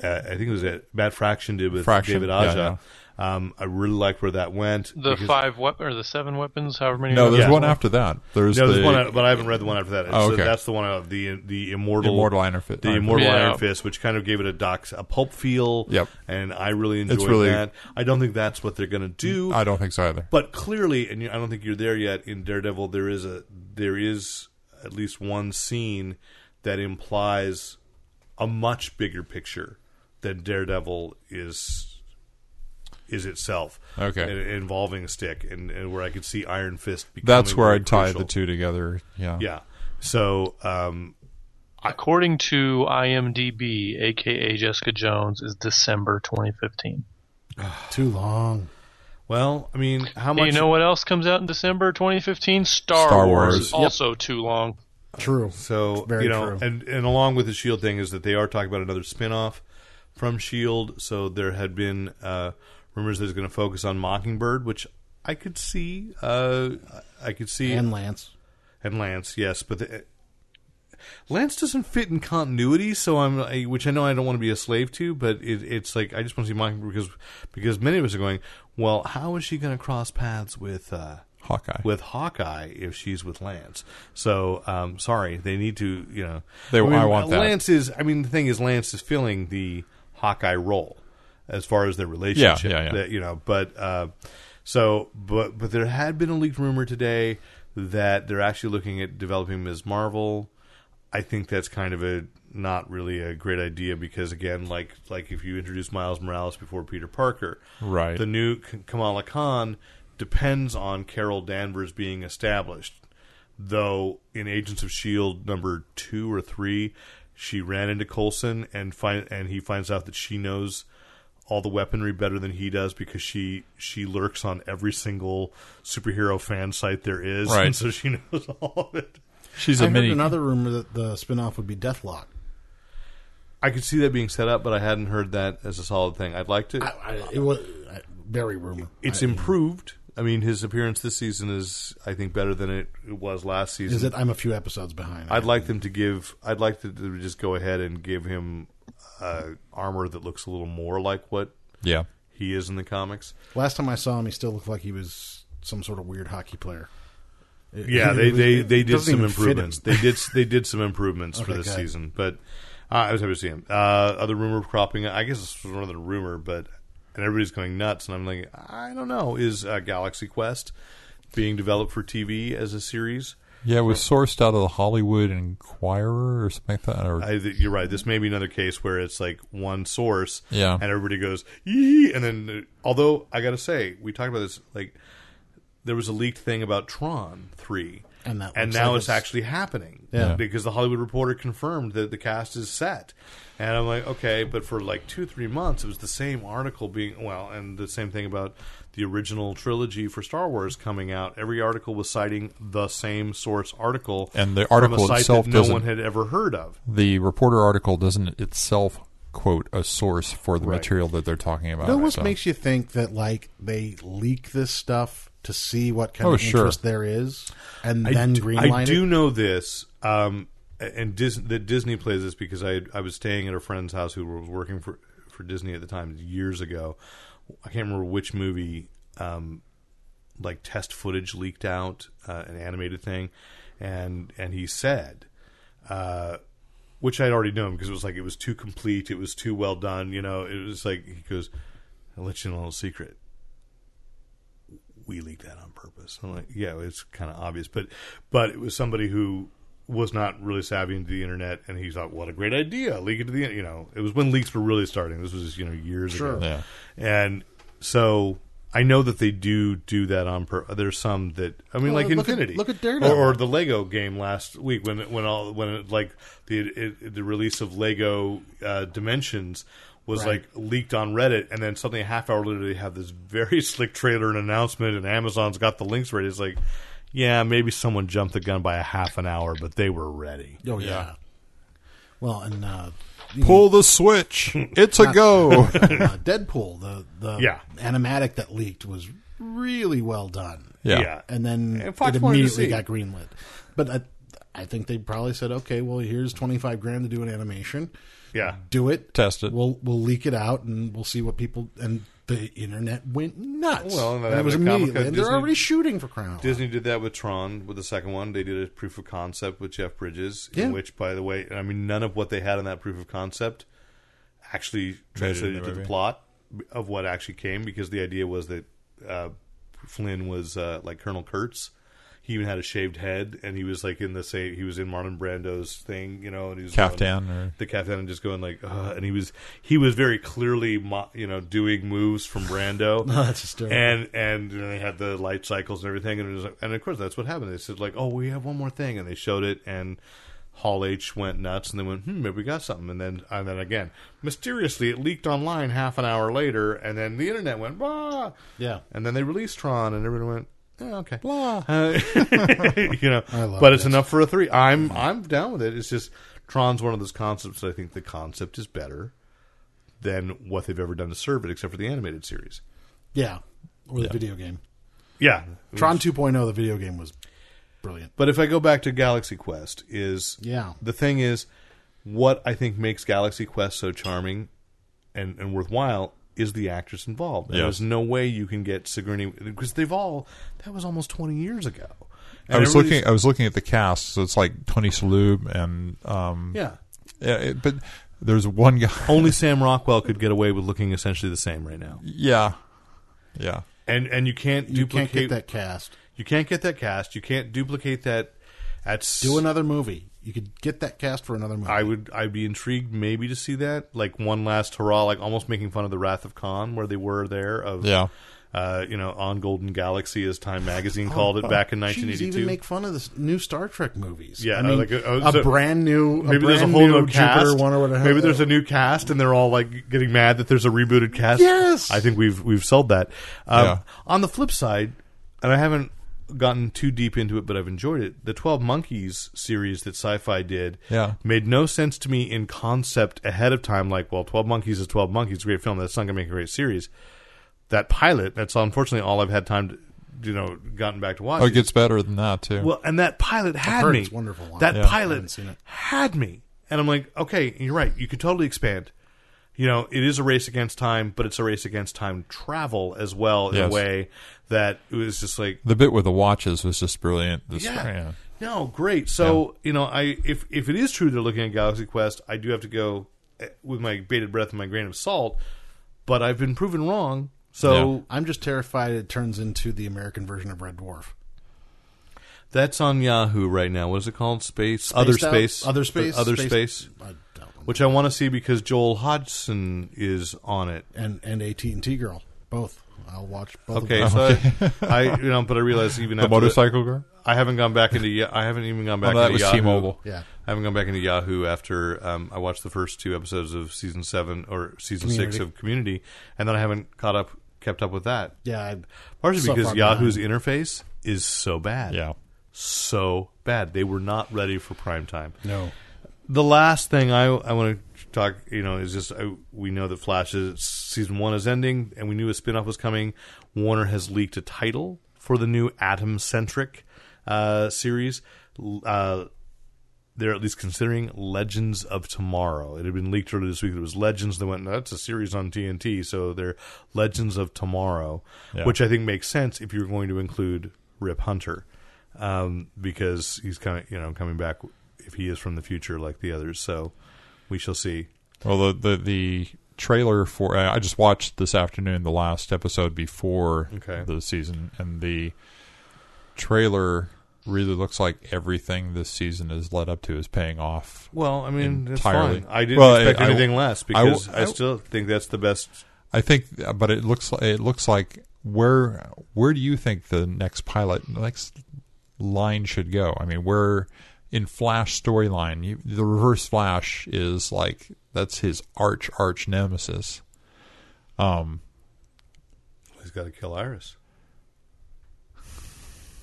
Speaker 5: uh, I think it was that Matt Fraction did with
Speaker 6: Fraction,
Speaker 5: David
Speaker 6: yeah,
Speaker 5: Aja. Um, I really liked where that went.
Speaker 8: The
Speaker 5: because-
Speaker 8: five weapon or the seven weapons, however many.
Speaker 6: no.
Speaker 8: are
Speaker 6: There's
Speaker 5: yeah.
Speaker 6: one after that. There's
Speaker 5: No,
Speaker 6: the
Speaker 5: there's one, out- but I haven't read the one after that.
Speaker 6: Oh,
Speaker 5: So
Speaker 6: okay.
Speaker 5: that's the one of the the immortal
Speaker 6: Immortal Iron Fist.
Speaker 5: the immortal
Speaker 8: Fist.
Speaker 5: Iron
Speaker 8: Yeah.
Speaker 5: Fist, which kind of gave it a doc a pulp feel.
Speaker 6: Yep.
Speaker 5: and I really
Speaker 6: It's
Speaker 5: enjoyed
Speaker 6: really- Mm,
Speaker 5: that. I don't think that's what they're going to do.
Speaker 6: I don't think so either.
Speaker 5: But clearly, and you, I don't think you're there yet in Daredevil. There is a there is at least one scene that implies a much bigger picture than Daredevil is is itself.
Speaker 6: Okay.
Speaker 5: and, involving a stick, and, and where I could see Iron Fist. Becoming
Speaker 6: That's where
Speaker 5: very
Speaker 6: I'd tie
Speaker 5: crucial.
Speaker 6: the two together. Yeah.
Speaker 5: Yeah. So um,
Speaker 8: According to IMDb, aka Jessica Jones, is December 2015.
Speaker 7: Too long.
Speaker 5: Well, I mean, how
Speaker 8: Hey,
Speaker 5: much?
Speaker 8: you know what else comes out in December 2015? Star,
Speaker 6: Star
Speaker 8: Wars.
Speaker 6: Wars.
Speaker 8: Also too long.
Speaker 7: True.
Speaker 5: so
Speaker 7: Very
Speaker 5: you know,
Speaker 7: true.
Speaker 5: and and along with the Shield E thing is that they are talking about another spin-off from Shield. E So there had been uh, rumors that it's going to focus on Mockingbird, which I could see. Uh, I could see
Speaker 7: And Lance.
Speaker 5: and Lance, yes, but the, Lance doesn't fit in continuity. So I'm, I, which I know I don't want to be a slave to, but it, it's like I just want to see Mockingbird because because many of us are going. Well, how is she going to cross paths with? Uh,
Speaker 6: Hawkeye.
Speaker 5: with Hawkeye if she's with Lance. So um, sorry, they need to you know.
Speaker 6: They-
Speaker 5: I, mean,
Speaker 6: I want that.
Speaker 5: Lance is. I mean, the thing is, Lance is filling the Hawkeye role as far as their relationship.
Speaker 6: yeah, yeah.
Speaker 5: that- you know, but uh, so but but there had been a leaked rumor today that they're actually looking at developing Ms. Marvel. I think that's kind of a not really a great idea because again, like like if you introduce Miles Morales before Peter Parker,
Speaker 6: Right.
Speaker 5: The new K- Kamala Khan depends on Carol Danvers being established. Though in Agents of Shield E number two or three, she ran into Coulson and find and he finds out that she knows all the weaponry better than he does because she she lurks on every single superhero fan site there is,
Speaker 6: Right.
Speaker 5: and so she knows all of it.
Speaker 6: She's
Speaker 7: I
Speaker 6: a
Speaker 7: heard
Speaker 6: mini.
Speaker 7: another rumor that the spinoff would be Deathlock.
Speaker 5: I could see that being set up, but I hadn't heard that as a solid thing. I'd like to.
Speaker 7: I, I, it was, I, Barry rumor.
Speaker 5: It's
Speaker 7: I-
Speaker 5: improved. I mean, his appearance this season is, I think, better than it, it was last season.
Speaker 7: Is that I'm a few episodes behind.
Speaker 5: I'd like them to give. I'd like to- to just go ahead and give him uh, armor that looks a little more like what
Speaker 6: Yeah.
Speaker 5: he is in the comics.
Speaker 7: Last time I saw him, he still looked like he was some sort of weird hockey player.
Speaker 5: Yeah, they they, they
Speaker 7: It
Speaker 5: did
Speaker 7: doesn't
Speaker 5: some
Speaker 7: even fit
Speaker 5: improvements.
Speaker 7: him.
Speaker 5: They did they did some improvements for
Speaker 7: Okay,
Speaker 5: this
Speaker 7: got it.
Speaker 5: season. But uh, I was happy to see him. Uh, other rumor cropping. I guess this was another rumor, but and everybody's going nuts. And I'm like, I don't know. Is uh, Galaxy Quest being developed for TV as a series?
Speaker 6: Yeah, it was sourced out of the Hollywood Inquirer or something like that. Or,
Speaker 5: I, th- you're right. This may be another case where it's like one source,
Speaker 6: Yeah.
Speaker 5: and everybody goes, "Yee!" and then. uh, Although I gotta say, we talked about this. Like, there was a leaked thing about Tron Three,
Speaker 7: And that
Speaker 5: and
Speaker 7: looks
Speaker 5: now
Speaker 7: like
Speaker 5: it's,
Speaker 7: it's-
Speaker 5: actually happening.
Speaker 7: Yeah.
Speaker 5: because the Hollywood Reporter confirmed that the cast is set, and I'm like, okay, but for like two three months, it was the same article being well, and the same thing about the original trilogy for Star Wars coming out. Every article was citing the same source article,
Speaker 6: And the
Speaker 5: from a
Speaker 6: article
Speaker 5: site
Speaker 6: itself
Speaker 5: that no
Speaker 6: doesn't-
Speaker 5: one had ever heard of.
Speaker 6: the reporter article doesn't itself quote a source for the
Speaker 5: Right.
Speaker 6: material that they're talking about.
Speaker 7: That almost
Speaker 6: so-
Speaker 7: makes you think that like they leak this stuff to see what kind
Speaker 6: Oh,
Speaker 7: of
Speaker 6: sure.
Speaker 7: interest there is, and then
Speaker 5: d-
Speaker 7: greenlight
Speaker 5: I do
Speaker 7: it.
Speaker 5: know this, um, and Dis- that Disney plays this because I I was staying at a friend's house who was working for for Disney at the time years ago. I can't remember which movie, um, like test footage leaked out, uh, an animated thing, and and he said. Uh, which I'd already known because it was like it was too complete, it was too well done. You know, it was like he goes, "I'll let you in on a little secret we leaked that on purpose. I'm like, yeah, it's kind of obvious, but but it was somebody who was not really savvy into the internet, and he thought, what a great idea, leak it to the in-" you know. It was when leaks were really starting. This was you know years ago, and so. I know that they do do that on per. There's some that I mean,
Speaker 7: Well,
Speaker 5: like
Speaker 7: look at-
Speaker 5: Infinity,
Speaker 7: look at
Speaker 5: or,
Speaker 7: Daredevil.
Speaker 5: or the Lego game last week when it- when all when it, like the it, the release of Lego uh, Dimensions was
Speaker 7: Right.
Speaker 5: like leaked on Reddit, and then suddenly a half hour later they have this very slick trailer and announcement, and Amazon's got the links ready. It's like, yeah, maybe someone jumped the gun by a half an hour, but they were ready.
Speaker 7: Oh yeah. Well, and uh,
Speaker 6: pull the switch. It's a go.
Speaker 7: uh, Deadpool, the the
Speaker 5: Yeah.
Speaker 7: animatic that leaked was really well done.
Speaker 6: Yeah.
Speaker 7: and then
Speaker 5: And Fox
Speaker 7: it
Speaker 5: wanted to
Speaker 7: immediately
Speaker 5: see.
Speaker 7: got greenlit. But I, I think they probably said, okay, well, here's twenty five grand to do an animation.
Speaker 5: Yeah.
Speaker 7: do it,
Speaker 6: Test it.
Speaker 7: We'll we'll leak it out, and we'll see what people and the internet went nuts.
Speaker 5: Well, and that
Speaker 7: it was
Speaker 5: happened at
Speaker 7: immediately,
Speaker 5: Comic-Con.
Speaker 7: and they're
Speaker 5: Disney-
Speaker 7: already shooting for Crown.
Speaker 5: Disney did that with Tron with the second one. They did a proof of concept with Jeff Bridges,
Speaker 7: Yeah.
Speaker 5: in which, by the way, I mean none of what they had in that proof of concept actually translated
Speaker 6: into
Speaker 5: into the
Speaker 6: movie.
Speaker 5: plot of what actually came because the idea was that uh, Flynn was uh, like Colonel Kurtz. He even had a shaved head, and he was like in the same. He was in Marlon Brando's thing, you know, and he was going-
Speaker 6: Caftan or-
Speaker 5: the caftan, and just going like, uh, and he was he was very clearly, mo- you know, doing moves from Brando.
Speaker 7: That's hysterical.
Speaker 5: And and you know, they had the light cycles and everything, and it was, and of course that's what happened. They said like, oh, we have one more thing, and they showed it, and Hall H went nuts, and they went, hmm, maybe we got something, and then and then again, mysteriously, it leaked online half an hour later, and then the internet went bah,
Speaker 7: Yeah.
Speaker 5: and then they released Tron, and everyone went. "Yeah, okay. Blah. you know, but it's enough for a three. I'm I'm down with it. It's just Tron's one of those concepts that I think the concept is better than what they've ever done to serve it, except for the animated series.
Speaker 7: yeah, or the video game.
Speaker 5: Yeah.
Speaker 7: Tron 2.0, the video game was brilliant.
Speaker 5: But if I go back to Galaxy Quest, is
Speaker 7: Yeah.
Speaker 5: the thing is what I think makes Galaxy Quest so charming and, and worthwhile is the actress involved. And
Speaker 6: Yes.
Speaker 5: There's no way you can get Sigourney because they've all that was almost twenty years ago. And
Speaker 6: I was
Speaker 5: everybody's-
Speaker 6: looking. I was looking at the cast. So it's like Tony Shalhoub and um,
Speaker 5: Yeah.
Speaker 6: yeah, it- but there's one guy.
Speaker 5: Only Sam Rockwell could get away with looking essentially the same right now.
Speaker 6: Yeah, yeah.
Speaker 5: And and you can't
Speaker 7: You can't
Speaker 5: duplicate
Speaker 7: get that cast.
Speaker 5: you can't get that cast. You can't duplicate that at s-
Speaker 7: Do another movie. You could get that cast for another movie.
Speaker 5: I would I'd be intrigued maybe to see that like one last hurrah, like almost making fun of the Wrath of Khan where they were there of
Speaker 6: Yeah.
Speaker 5: uh, you know on Golden Galaxy as Time Magazine called it back in
Speaker 7: Jeez, even
Speaker 5: 1982.
Speaker 7: make fun of this new Star Trek movies.
Speaker 5: Yeah,
Speaker 7: I mean,
Speaker 5: like, uh,
Speaker 7: a
Speaker 5: so-
Speaker 7: brand new, a
Speaker 5: Maybe there's a
Speaker 7: brand
Speaker 5: whole
Speaker 7: new
Speaker 5: new
Speaker 7: Jupiter
Speaker 5: cast.
Speaker 7: one or whatever.
Speaker 5: Maybe there's a new cast, and they're all like getting mad that there's a rebooted cast.
Speaker 7: Yes.
Speaker 5: I think we've we've sold that. Um,
Speaker 6: Yeah.
Speaker 5: On the flip side, and I haven't gotten too deep into it, but I've enjoyed it. The Twelve Monkeys series that Sci-Fi did
Speaker 6: Yeah.
Speaker 5: made no sense to me in concept ahead of time. Like, well, Twelve Monkeys is Twelve Monkeys, a great film. That's not going to make a great series. that pilot. That's unfortunately all I've had time to, you know, gotten back to watch.
Speaker 6: Oh, it gets better than that too.
Speaker 5: Well, and that pilot had
Speaker 7: heard
Speaker 5: me.
Speaker 7: it's wonderful.
Speaker 5: That
Speaker 7: Yeah, I haven't
Speaker 5: pilot
Speaker 7: seen it.
Speaker 5: had me, and I'm like, okay, you're right. You could totally expand. You know, it is a race against time, but it's a race against time travel as well in
Speaker 6: Yes.
Speaker 5: a way that it was just like,
Speaker 6: the bit with the watches was just brilliant. This-
Speaker 5: yeah, no, great. So you know, I if if it is true they're looking at Galaxy Quest, I do have to go eh, with my bated breath and my grain of salt. But I've been proven wrong. So
Speaker 6: Yeah.
Speaker 7: Oh, I'm just terrified it turns into the American version of Red Dwarf.
Speaker 5: that's on Yahoo right now. What is it called? Space, other
Speaker 7: Spaced out?
Speaker 5: space,
Speaker 7: Other space,
Speaker 5: other space.
Speaker 7: I doubt them.
Speaker 5: which I want to see because Joel Hodgson is on it.
Speaker 7: and and AT and T girl, both. I'll watch both.
Speaker 5: Okay,
Speaker 7: of them.
Speaker 5: so I, I, you know, but I realize even
Speaker 6: The
Speaker 5: after
Speaker 6: motorcycle girl. Oh,
Speaker 5: I haven't gone back into. Ya- I haven't even gone back.
Speaker 6: that
Speaker 5: into
Speaker 6: was
Speaker 5: Yahoo.
Speaker 6: T-Mobile.
Speaker 7: Yeah.
Speaker 5: I haven't gone back into Yahoo after um, I watched the first two episodes of season seven or season six
Speaker 7: Community.
Speaker 5: of Community, and then I haven't caught up, kept up with that.
Speaker 7: yeah, I,
Speaker 5: Partially
Speaker 7: So
Speaker 5: because
Speaker 7: far
Speaker 5: Yahoo's interface is so bad.
Speaker 6: Yeah.
Speaker 5: so bad. They were not ready for prime time.
Speaker 7: no.
Speaker 5: the last thing I I want to talk, you know, is just I, we know that Flash is season one is ending, and we knew a spinoff was coming. Warner has leaked a title for the new Atom centric uh, series. L- Uh, they're at least considering Legends of Tomorrow. It had been leaked earlier this week. It was Legends. They went, "No, that's a series on TNT, so they're Legends of Tomorrow,
Speaker 6: Yeah.
Speaker 5: which I think makes sense if you're going to include Rip Hunter, um, because he's kind of you know coming back if he is from the future like the others. So we shall see.
Speaker 6: Well, the the, the trailer for uh, I just watched this afternoon the last episode before
Speaker 5: Okay.
Speaker 6: the season, and the trailer really looks like everything this season has led up to is paying off.
Speaker 5: Well, I mean, that's
Speaker 6: Entirely.
Speaker 5: fine. I didn't
Speaker 6: Well,
Speaker 5: expect
Speaker 6: I- I-
Speaker 5: anything less
Speaker 6: I w-
Speaker 5: because I,
Speaker 6: I-
Speaker 5: still think that's the best.
Speaker 6: I think, uh, but it looks like it looks like where where do you think the next pilot next line should go? I mean, where in Flash storyline, you- the Reverse Flash is like that's his arch arch nemesis. Um,
Speaker 5: He's got to kill Iris.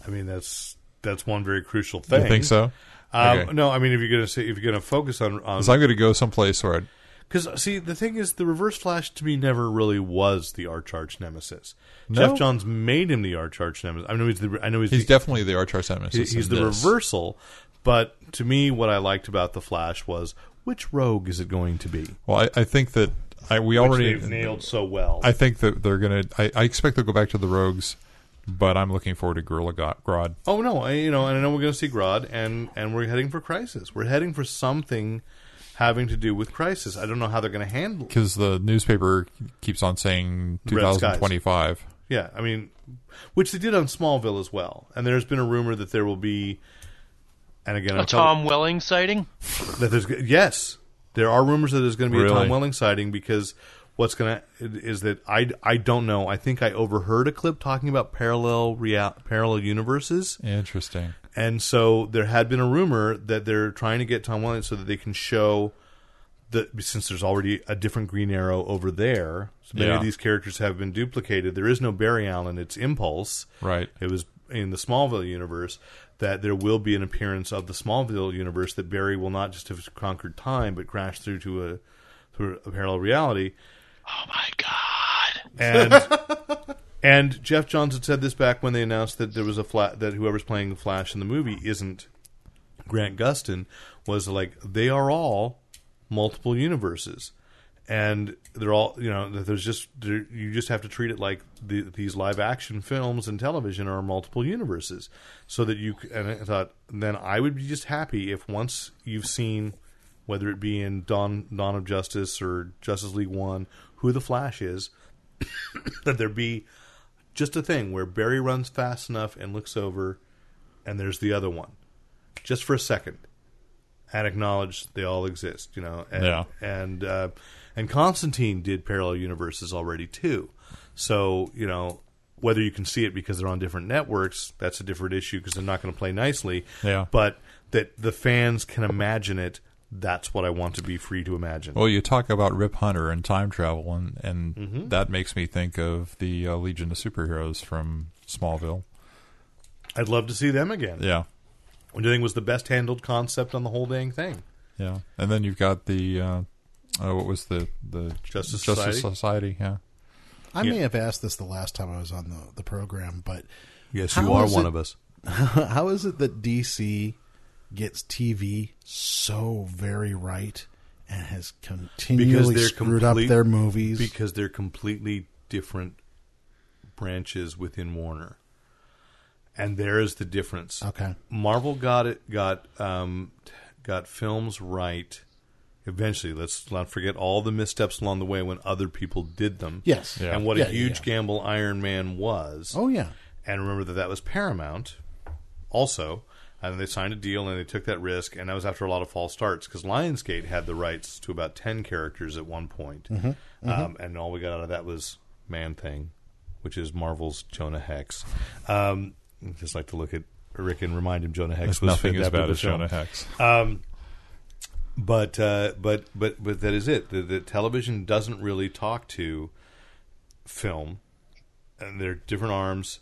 Speaker 5: I mean, that's that's one very crucial thing.
Speaker 6: You think so?
Speaker 5: Um,
Speaker 6: Okay.
Speaker 5: No, I mean if you're gonna say, if you're gonna focus on on
Speaker 6: Because I'm going to go someplace where I'd
Speaker 5: because see the thing is the Reverse Flash to me never really was the arch arch nemesis.
Speaker 6: No?
Speaker 5: Jeff Johns made him the arch arch nemesis. I know he's the I know he's,
Speaker 6: He's
Speaker 5: the,
Speaker 6: definitely the arch arch nemesis.
Speaker 5: he's
Speaker 6: in
Speaker 5: the
Speaker 6: this.
Speaker 5: reversal, but to me what I liked about the Flash was which rogue is it going to be?
Speaker 6: Well, I, I think that I, we
Speaker 5: Which
Speaker 6: already
Speaker 5: they've nailed so well.
Speaker 6: I think that they're gonna. I, I expect they'll go back to the rogues, but I'm looking forward to Gorilla Go- Grodd.
Speaker 5: oh no, I, you know, and I know we're going to see Grodd, and and we're heading for Crisis. We're heading for something having to do with Crisis. I don't know how they're going to handle. it.
Speaker 6: because the newspaper keeps on saying
Speaker 5: Red skies.
Speaker 6: 2025.
Speaker 5: Yeah, I mean, which they did on Smallville as well. And there's been a rumor that there will be, and again,
Speaker 8: A
Speaker 5: I'm telling-
Speaker 8: Tom Welling sighting?
Speaker 5: that there's yes, there are rumors that there's going to be a
Speaker 6: Really?
Speaker 5: Tom Welling sighting because what's going to is that I I don't know. I think I overheard a clip talking about parallel real, parallel universes,
Speaker 6: Interesting.
Speaker 5: and so there had been a rumor that they're trying to get Tom Welling so that they can show the since there's already a different Green Arrow over there. So many
Speaker 6: Yeah.
Speaker 5: of these characters have been duplicated. There is no Barry Allen. It's Impulse.
Speaker 6: Right.
Speaker 5: It was in the Smallville universe that there will be an appearance of the Smallville universe that Barry will not just have conquered time but crash through to a through a parallel reality.
Speaker 8: Oh my god.
Speaker 5: And and Jeff Johns had said this back when they announced that there was a flat that whoever's playing the Flash in the movie isn't Grant Gustin was like they are all multiple universes, and they're all you know that there's just there, you just have to treat it like the, these live action films and television are multiple universes, so that you c- and I thought then I would be just happy if once you've seen whether it be in Dawn Dawn of Justice or Justice League One who the Flash is, that there be just a thing where Barry runs fast enough and looks over, and there's the other one just for a second and acknowledge they all exist, you know. And,
Speaker 6: Yeah.
Speaker 5: And uh, and Constantine did parallel universes already too, so you know whether you can see it because they're on different networks, that's a different issue because they're not going to play nicely.
Speaker 6: Yeah.
Speaker 5: But that the fans can imagine it. That's what I want to be free to imagine.
Speaker 6: Well, you talk about Rip Hunter and time travel, and and
Speaker 5: Mm-hmm.
Speaker 6: that makes me think of the uh, Legion of Superheroes from Smallville.
Speaker 5: I'd love to see them again.
Speaker 6: Yeah,
Speaker 5: Which I think was the best handled concept on the whole dang thing.
Speaker 6: yeah. And then you've got the uh, uh, what was the the
Speaker 5: Justice
Speaker 6: Society? Yeah,
Speaker 7: I
Speaker 5: Yeah.
Speaker 7: may have asked this the last time I was on the, the program, but
Speaker 5: Yes,
Speaker 7: How
Speaker 5: you are
Speaker 7: is
Speaker 5: one
Speaker 7: it-
Speaker 5: of us.
Speaker 7: how is it that DC gets TV so very right and has continually
Speaker 5: they're
Speaker 7: screwed up
Speaker 5: complete-
Speaker 7: their movies?
Speaker 5: because they're completely different branches within Warner, and there is the difference.
Speaker 7: Okay.
Speaker 5: Marvel got it got um, got films right. Eventually, let's not forget all the missteps along the way when other people did them.
Speaker 7: Yes. Yeah.
Speaker 5: and what
Speaker 7: Yeah,
Speaker 5: a
Speaker 7: yeah,
Speaker 5: huge
Speaker 7: yeah.
Speaker 5: gamble Iron Man was.
Speaker 7: oh yeah,
Speaker 5: And remember that that was Paramount also. And they signed a deal and they took that risk. And that was after a lot of false starts because Lionsgate had the rights to about 10 characters at one point. Um, and all we got out of that was Man Thing, which is Marvel's Jonah Hex. Um, just like to look at Rick and remind him Jonah Hex
Speaker 6: That's
Speaker 5: was
Speaker 6: nothing as
Speaker 5: adapted
Speaker 6: bad
Speaker 5: to
Speaker 6: as
Speaker 5: film
Speaker 6: Jonah Hex.
Speaker 5: but uh, but but but that is it. The, the television doesn't really talk to film, and they're different arms.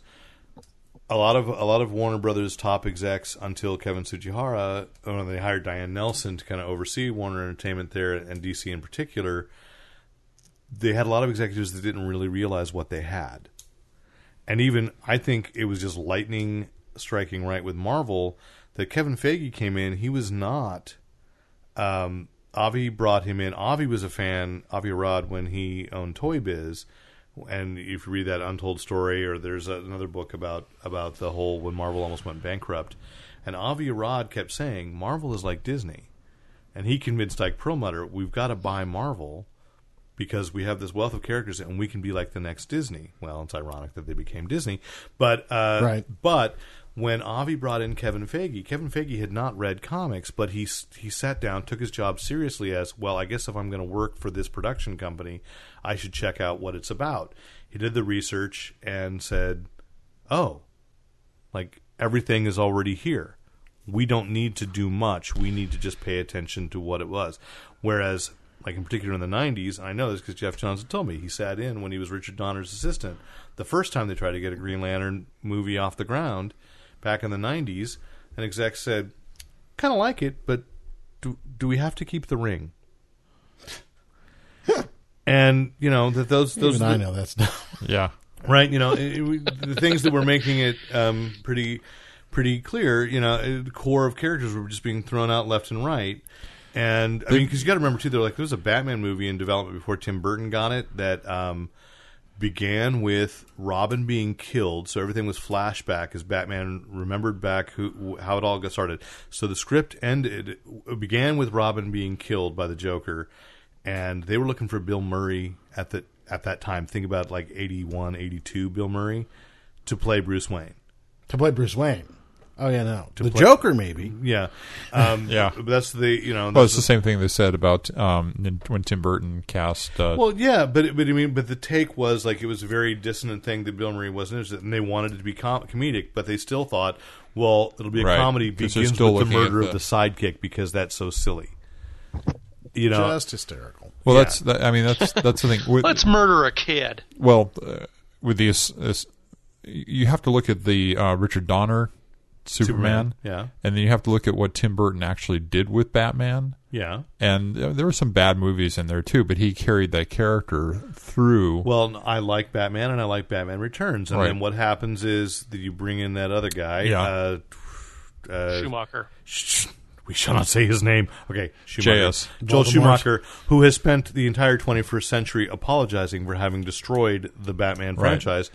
Speaker 5: A lot of a lot of Warner Brothers top execs until Kevin Sujihara, when they hired Diane Nelson to kind of oversee Warner Entertainment there and DC in particular, they had a lot of executives that didn't really realize what they had. And even I think it was just lightning striking right with Marvel that Kevin Feige came in. He was not um, Avi brought him in. Avi was a fan, Avi Arad, when he owned Toy Biz. And if you read that untold story, or there's a, another book about about the whole when Marvel almost went bankrupt, and Avi Arad kept saying Marvel is like Disney, and he convinced Ike Perlmutter we've got to buy Marvel because we have this wealth of characters and we can be like the next Disney. Well, it's ironic that they became Disney, but uh,
Speaker 7: Right.
Speaker 5: But when Avi brought in Kevin Feige, Kevin Feige had not read comics, but he s- he sat down, took his job seriously as well. I guess if I'm going to work for this production company, I should check out what it's about. He did the research and said, "Oh, like everything is already here. We don't need to do much. We need to just pay attention to what it was. Whereas, like in particular in the 90s, I know this because Jeff Johnson told me he sat in when he was Richard Donner's assistant. The first time they tried to get a Green Lantern movie off the ground back in the 90s, an exec said, kind of like it, but do, do we have to keep the ring? and, you know, that those, those,
Speaker 7: even I know that's not.
Speaker 6: Yeah.
Speaker 5: right? You know, it, it, the things that were making it um, pretty, pretty clear. You know, uh, the core of characters were just being thrown out left and right. And I mean, because you got to remember too, they're like there was a Batman movie in development before Tim Burton got it that um, began with Robin being killed, so everything was flashback as Batman remembered back who wh- how it all got started. So the script ended began with Robin being killed by the Joker, and they were looking for Bill Murray at the at that time. Think about like 81, 82 Bill Murray to play Bruce Wayne.
Speaker 7: to play Bruce Wayne. Oh yeah, no, the
Speaker 5: play-
Speaker 7: Joker maybe.
Speaker 5: Yeah, um,
Speaker 6: Yeah.
Speaker 5: But that's the you know.
Speaker 6: Well,
Speaker 5: that's
Speaker 6: it's the same thing they said about um, when Tim Burton cast. Uh,
Speaker 5: Well, yeah, but but I mean, but the take was like it was a very dissonant thing that Bill Murray wasn't interested, in. and they wanted it to be com- comedic, but they still thought, well, it'll be a
Speaker 6: Right,
Speaker 5: comedy
Speaker 6: 'cause they're
Speaker 5: begins
Speaker 6: still
Speaker 5: with the
Speaker 6: looking at
Speaker 5: murder of
Speaker 6: the-
Speaker 5: the sidekick because that's so silly. You know,
Speaker 7: Just hysterical.
Speaker 6: well,
Speaker 5: yeah.
Speaker 6: that's. That, I mean, that's that's the thing. With-
Speaker 8: Let's murder a kid.
Speaker 6: well, uh, with the ass- ass- you have to look at the uh, Richard Donner Superman,
Speaker 5: yeah,
Speaker 6: and then you have to look at what Tim Burton actually did with Batman.
Speaker 5: yeah.
Speaker 6: And uh, there were some bad movies in there too, but he carried that character through.
Speaker 5: Well, I like Batman, and I like Batman Returns, and
Speaker 6: Right.
Speaker 5: then what happens is that you bring in that other guy.
Speaker 6: Yeah.
Speaker 5: Uh, uh,
Speaker 8: Schumacher.
Speaker 5: Sh- we shall not say his name. Okay, Schumacher.
Speaker 6: J.S.
Speaker 5: Joel
Speaker 7: Voldemort.
Speaker 5: Schumacher, who has spent the entire 21st century apologizing for having destroyed the Batman
Speaker 6: Right.
Speaker 5: franchise.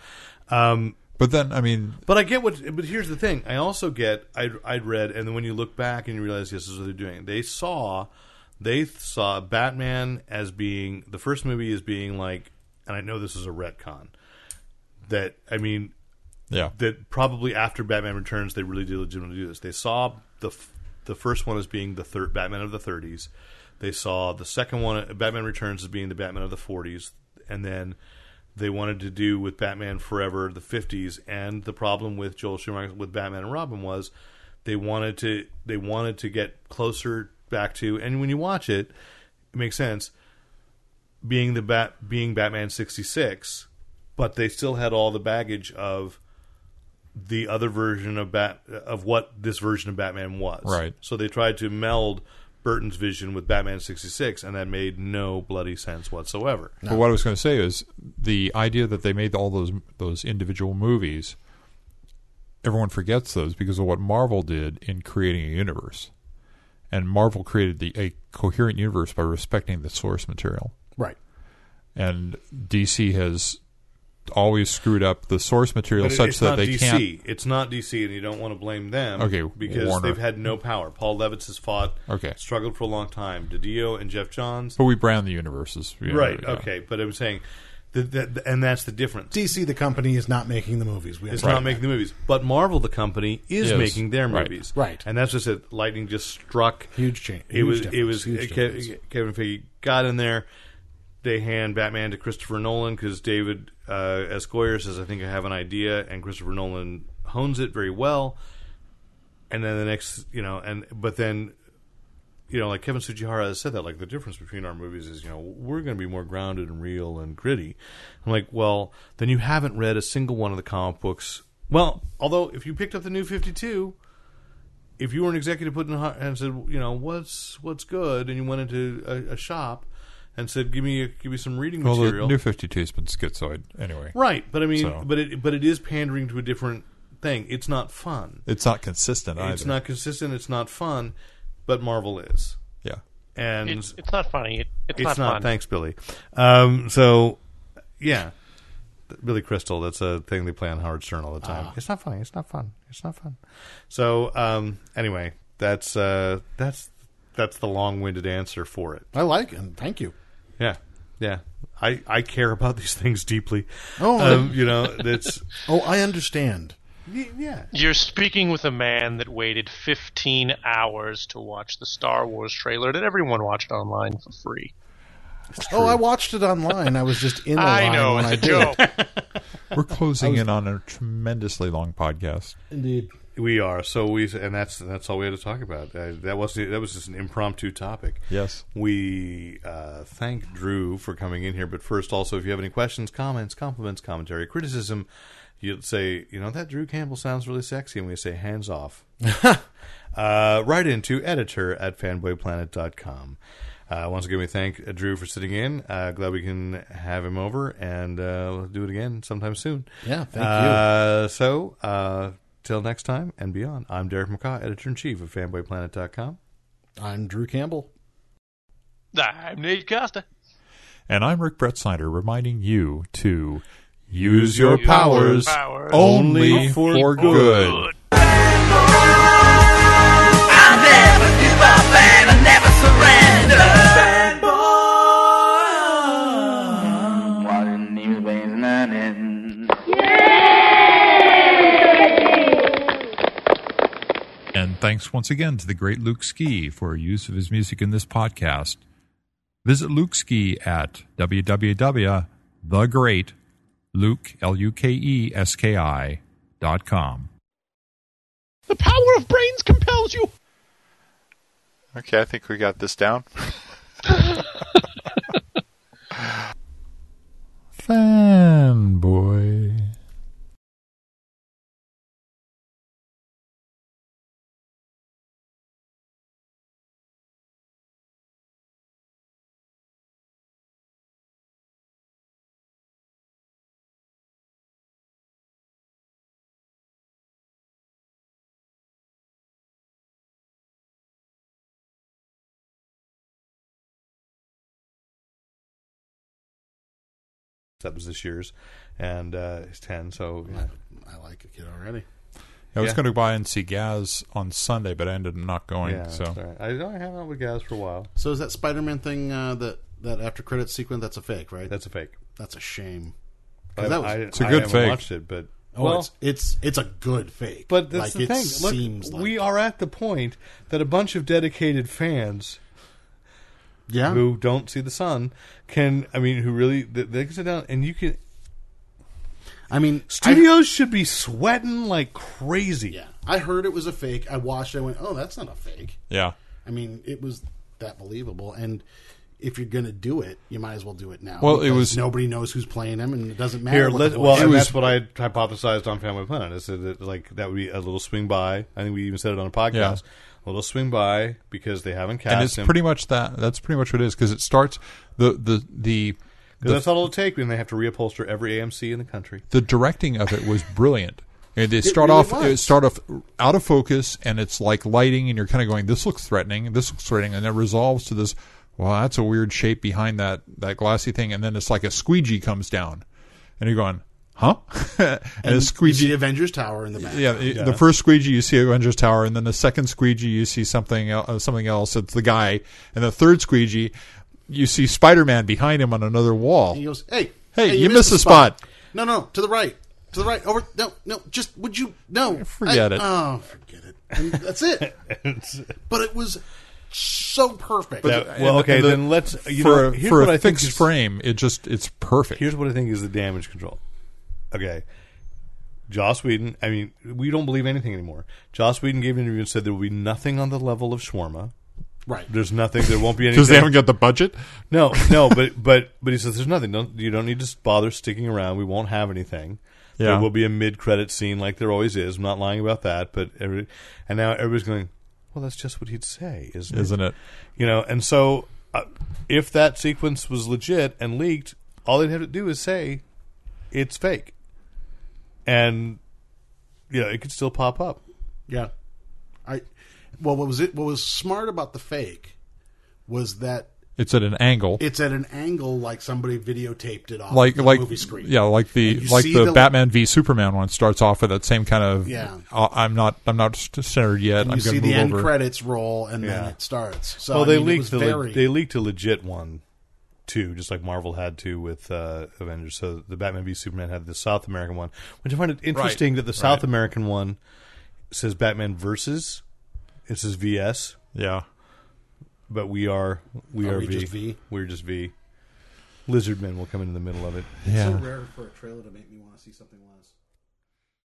Speaker 6: but then, I mean,
Speaker 5: But I get what. But here's the thing: I also get. I I read, and then when you look back and you realize this is what they're doing. They saw, they th- saw Batman as being the first movie as being like, and I know this is a retcon. That I mean,
Speaker 6: yeah,
Speaker 5: that probably after Batman Returns they really did legitimately do this. They saw the f- the first one as being the third Batman of the 30s. They saw the second one Batman Returns as being the Batman of the 40s, and then they wanted to do with Batman Forever the 50s. And the problem with Joel Schumacher with Batman and Robin was they wanted to they wanted to get closer back to. And when you watch it, it makes sense being the bat being Batman 66, but they still had all the baggage of the other version of bat of what this version of Batman was.
Speaker 6: Right.
Speaker 5: So they tried to meld Burton's vision with Batman 66 and that made no bloody sense whatsoever.
Speaker 6: But what I was going to say is the- the idea that they made all those those individual movies, everyone forgets those because of what Marvel did in creating a universe, and Marvel created the a coherent universe by respecting the source material,
Speaker 7: Right.
Speaker 6: and DC has always screwed up the source material
Speaker 5: But it-
Speaker 6: such
Speaker 5: it's
Speaker 6: that
Speaker 5: not
Speaker 6: they
Speaker 5: DC.
Speaker 6: can't.
Speaker 5: It's not DC, and you don't want to blame them.
Speaker 6: Okay,
Speaker 5: because
Speaker 6: Warner.
Speaker 5: they've had no power. Paul Levitz has fought.
Speaker 6: Okay.
Speaker 5: struggled for a long time. DiDio and Jeff Johns.
Speaker 6: But we brand the universes, you know,
Speaker 5: right.
Speaker 6: yeah.
Speaker 5: Okay, but I'm saying, that, that, and that's the difference.
Speaker 7: DC, the company, is not making the movies. We
Speaker 5: It's
Speaker 7: understand
Speaker 5: not making the movies, but Marvel, the company, is
Speaker 6: Yes.
Speaker 5: making their
Speaker 6: Right.
Speaker 5: movies.
Speaker 7: Right.
Speaker 5: and that's just it. Lightning just struck.
Speaker 7: Huge change.
Speaker 5: It
Speaker 7: Huge
Speaker 5: was. It
Speaker 7: difference.
Speaker 5: was.
Speaker 7: Huge
Speaker 5: Ke-
Speaker 7: difference.
Speaker 5: Kevin Feige got in there. They hand Batman to Christopher Nolan because David uh, S. Goyer says, "I think I have an idea," and Christopher Nolan hones it very well. And then the next, you know, and but then you know, like Kevin Sujihara has said that, like the difference between our movies is, you know, we're going to be more grounded and real and gritty. I'm like, well, then you haven't read a single one of the comic books. Well, although if you picked up the New Fifty Two, if you were an executive put in a, and said, you know, what's what's good, and you went into a, a shop and said, give me a, give me some reading
Speaker 6: Well, the
Speaker 5: material,
Speaker 6: new Fifty Two has been schizoid anyway.
Speaker 5: right? But I mean,
Speaker 6: So.
Speaker 5: but it but it is pandering to a different thing. It's not fun.
Speaker 6: It's not consistent either.
Speaker 5: It's not consistent. It's not fun. But Marvel is.
Speaker 6: Yeah.
Speaker 5: And
Speaker 8: It's, it's not funny. It, it's,
Speaker 5: It's not,
Speaker 8: not, fun.
Speaker 5: thanks, Billy. Um, so, yeah, Billy Crystal. That's a thing they play on Howard Stern all the time.
Speaker 8: Ah.
Speaker 5: It's not funny. It's not fun. It's not fun. So, um, anyway, that's uh, that's that's the long-winded answer for it.
Speaker 7: I like it. Thank you.
Speaker 5: Yeah, yeah. I, I care about these things deeply.
Speaker 7: Oh,
Speaker 5: um, you know that's
Speaker 7: Oh, I understand.
Speaker 5: yeah.
Speaker 8: You're speaking with a man that waited 15 hours to watch the Star Wars trailer that everyone watched online for free.
Speaker 7: Oh, I watched it online. I was just in the
Speaker 8: I
Speaker 7: line
Speaker 8: know,
Speaker 7: when
Speaker 8: it's
Speaker 7: I
Speaker 8: a joke.
Speaker 7: did.
Speaker 6: We're closing in on a tremendously long podcast.
Speaker 7: Indeed.
Speaker 5: We are so we and that's that's all we had to talk about. Uh, that was that was just an impromptu topic.
Speaker 6: Yes.
Speaker 5: We uh, thank Drew for coming in here, but first, also if you have any questions, comments, compliments, commentary, criticism, you'd say you know that Drew Campbell sounds really sexy, and we say hands off. uh, right into editor at fanboyplanet.com. Uh, once again, we thank uh, Drew for sitting in. Uh, glad we can have him over, and uh, we'll do it again sometime soon.
Speaker 7: Yeah, thank you.
Speaker 5: Uh, so, uh, till next time and beyond, I'm Derek McCaw, editor in chief of fanboyplanet.com.
Speaker 7: I'm Drew Campbell.
Speaker 8: I'm Nate Costa.
Speaker 6: And I'm Rick Brett Snyder reminding you to
Speaker 5: Use your powers
Speaker 8: powers
Speaker 6: only for, good.
Speaker 3: I never give up and I never surrender. Fanboy.
Speaker 6: And thanks once again to the great Luke Ski for use of his music in this podcast. Visit Luke Ski at E www.thegreatluke.com.
Speaker 10: The power of brains compels you. Okay, I think we got this down.
Speaker 6: Fanboy.
Speaker 5: That was this year's, and uh, it's 10, so yeah.
Speaker 7: I like it kid already.
Speaker 6: I was
Speaker 5: Yeah.
Speaker 6: going to go by and see Gaz on Sunday, but I ended up not going.
Speaker 5: Yeah,
Speaker 6: so
Speaker 5: that's all right. I know I hang out with guys for a while.
Speaker 7: So is that Spider-Man thing uh, that that after credit sequence? That's a fake, right?
Speaker 5: That's a fake.
Speaker 7: that's a shame. 'Cause
Speaker 5: I,
Speaker 7: that was-
Speaker 5: I,
Speaker 6: a
Speaker 5: I
Speaker 6: good
Speaker 5: haven't
Speaker 6: fake.
Speaker 5: watched it, but
Speaker 7: oh,
Speaker 5: well,
Speaker 7: it's, it's it's a good fake.
Speaker 5: but that's
Speaker 7: like,
Speaker 5: the
Speaker 7: it
Speaker 5: thing. Look,
Speaker 7: seems like
Speaker 5: we are at the point that a bunch of dedicated fans
Speaker 7: yeah.
Speaker 5: who don't see the sun can, I mean, who really they, they can sit down and you can.
Speaker 7: I mean, I,
Speaker 5: Studios should be sweating like crazy.
Speaker 7: yeah, I heard it was a fake. I watched. it. I went, oh, that's not a fake.
Speaker 6: yeah,
Speaker 7: I mean, it was that believable. And if you're going to do it, you might as well do it now.
Speaker 6: Well, it
Speaker 7: because
Speaker 6: was-
Speaker 7: nobody knows who's playing him, and it doesn't matter.
Speaker 5: Here,
Speaker 7: what
Speaker 5: let,
Speaker 7: the
Speaker 5: well,
Speaker 7: voice
Speaker 5: and
Speaker 7: is.
Speaker 5: that's what I hypothesized on Family Planet. I said that like that would be a little swing by. I think we even said it on a podcast.
Speaker 6: Yeah.
Speaker 5: A little swing by because they haven't cast
Speaker 6: and it's
Speaker 5: him.
Speaker 6: pretty much that. That's pretty much what it is because it starts the the the
Speaker 5: 'Cause that's all it'll take, and they have to reupholster every AMC in the country.
Speaker 6: the directing of it was brilliant. And they start
Speaker 5: really
Speaker 6: off
Speaker 5: was.
Speaker 6: it start off out of focus, and it's like lighting, and you're kind of going, "This looks threatening. This looks threatening," and it resolves to this. Well, that's a weird shape behind that that glassy thing, and then it's like a squeegee comes down, and you're going, "Huh?" and,
Speaker 7: And
Speaker 6: a squeegee.
Speaker 7: the Avengers Tower in the back.
Speaker 6: Yeah, the- the first squeegee you see Avengers Tower, and then the second squeegee you see something el- uh, something else. It's the guy, and the third squeegee you see Spider Man behind him on another wall.
Speaker 7: He goes, "Hey,
Speaker 6: Hey, you missed the spot.
Speaker 7: No, no, to the right, to the right, over. No, no, just would you? No,
Speaker 6: Forget
Speaker 7: I-
Speaker 6: it.
Speaker 7: Oh, forget it. And that's it. but it was so perfect.
Speaker 5: That- well, okay,
Speaker 6: and the-
Speaker 5: then let's. You
Speaker 6: for
Speaker 5: know,
Speaker 6: a,
Speaker 5: here's
Speaker 6: for
Speaker 5: what
Speaker 6: a
Speaker 5: I think
Speaker 6: fixed
Speaker 5: is-
Speaker 6: frame, it just it's perfect.
Speaker 5: Here's what I think is the damage control. Okay. Joss Whedon, I mean, we don't believe anything anymore. Joss Whedon gave an interview and said there will be nothing on the level of shawarma.
Speaker 7: right.
Speaker 5: There's nothing. There won't be anything.
Speaker 6: Because they haven't got the budget.
Speaker 5: No, no, but but but he says there's nothing. Don't, you don't need to bother sticking around. We won't have anything.
Speaker 6: Yeah.
Speaker 5: There will be a mid-credit scene like there always is. I'm not lying about that. But every, and now everybody's going. Well, that's just what he'd say, isn't it?
Speaker 6: Isn't it?
Speaker 5: You know, and so uh, if that sequence was legit and leaked, all they'd have to do is say it's fake, and you know it could still pop up.
Speaker 7: Yeah. I. Well, what was it? What was smart about the fake was that
Speaker 6: It's at an angle,
Speaker 7: it's at an angle like somebody videotaped it off
Speaker 6: like
Speaker 7: the
Speaker 6: like
Speaker 7: movie screen.
Speaker 6: yeah, like
Speaker 7: And
Speaker 6: the
Speaker 7: you
Speaker 6: like
Speaker 7: see
Speaker 6: the,
Speaker 7: the-
Speaker 6: Batman v Superman one starts off with that same kind of.
Speaker 7: Yeah.
Speaker 6: "Uh, I'm not I'm not st- centered yet.
Speaker 7: And
Speaker 6: I'm
Speaker 7: you
Speaker 6: going
Speaker 7: see
Speaker 6: to
Speaker 7: the
Speaker 6: move
Speaker 7: end
Speaker 6: over.
Speaker 7: credits roll, and then
Speaker 5: Yeah.
Speaker 7: it starts. So
Speaker 5: Well,
Speaker 7: I
Speaker 5: they
Speaker 7: mean, it was
Speaker 5: leaked the le-
Speaker 7: very,
Speaker 5: they leaked a legit one too, just like Marvel had to with uh, Avengers. So the Batman v Superman had the South American one, which I find it interesting that the South American one says Batman versus, it says VS,
Speaker 6: Yeah.
Speaker 5: but we are we
Speaker 7: Are
Speaker 5: are
Speaker 7: we
Speaker 5: v.
Speaker 7: just V?
Speaker 5: We're just V. Lizard men will come into the middle of it.
Speaker 6: Yeah.
Speaker 7: rare for a trailer to make me want to see something less.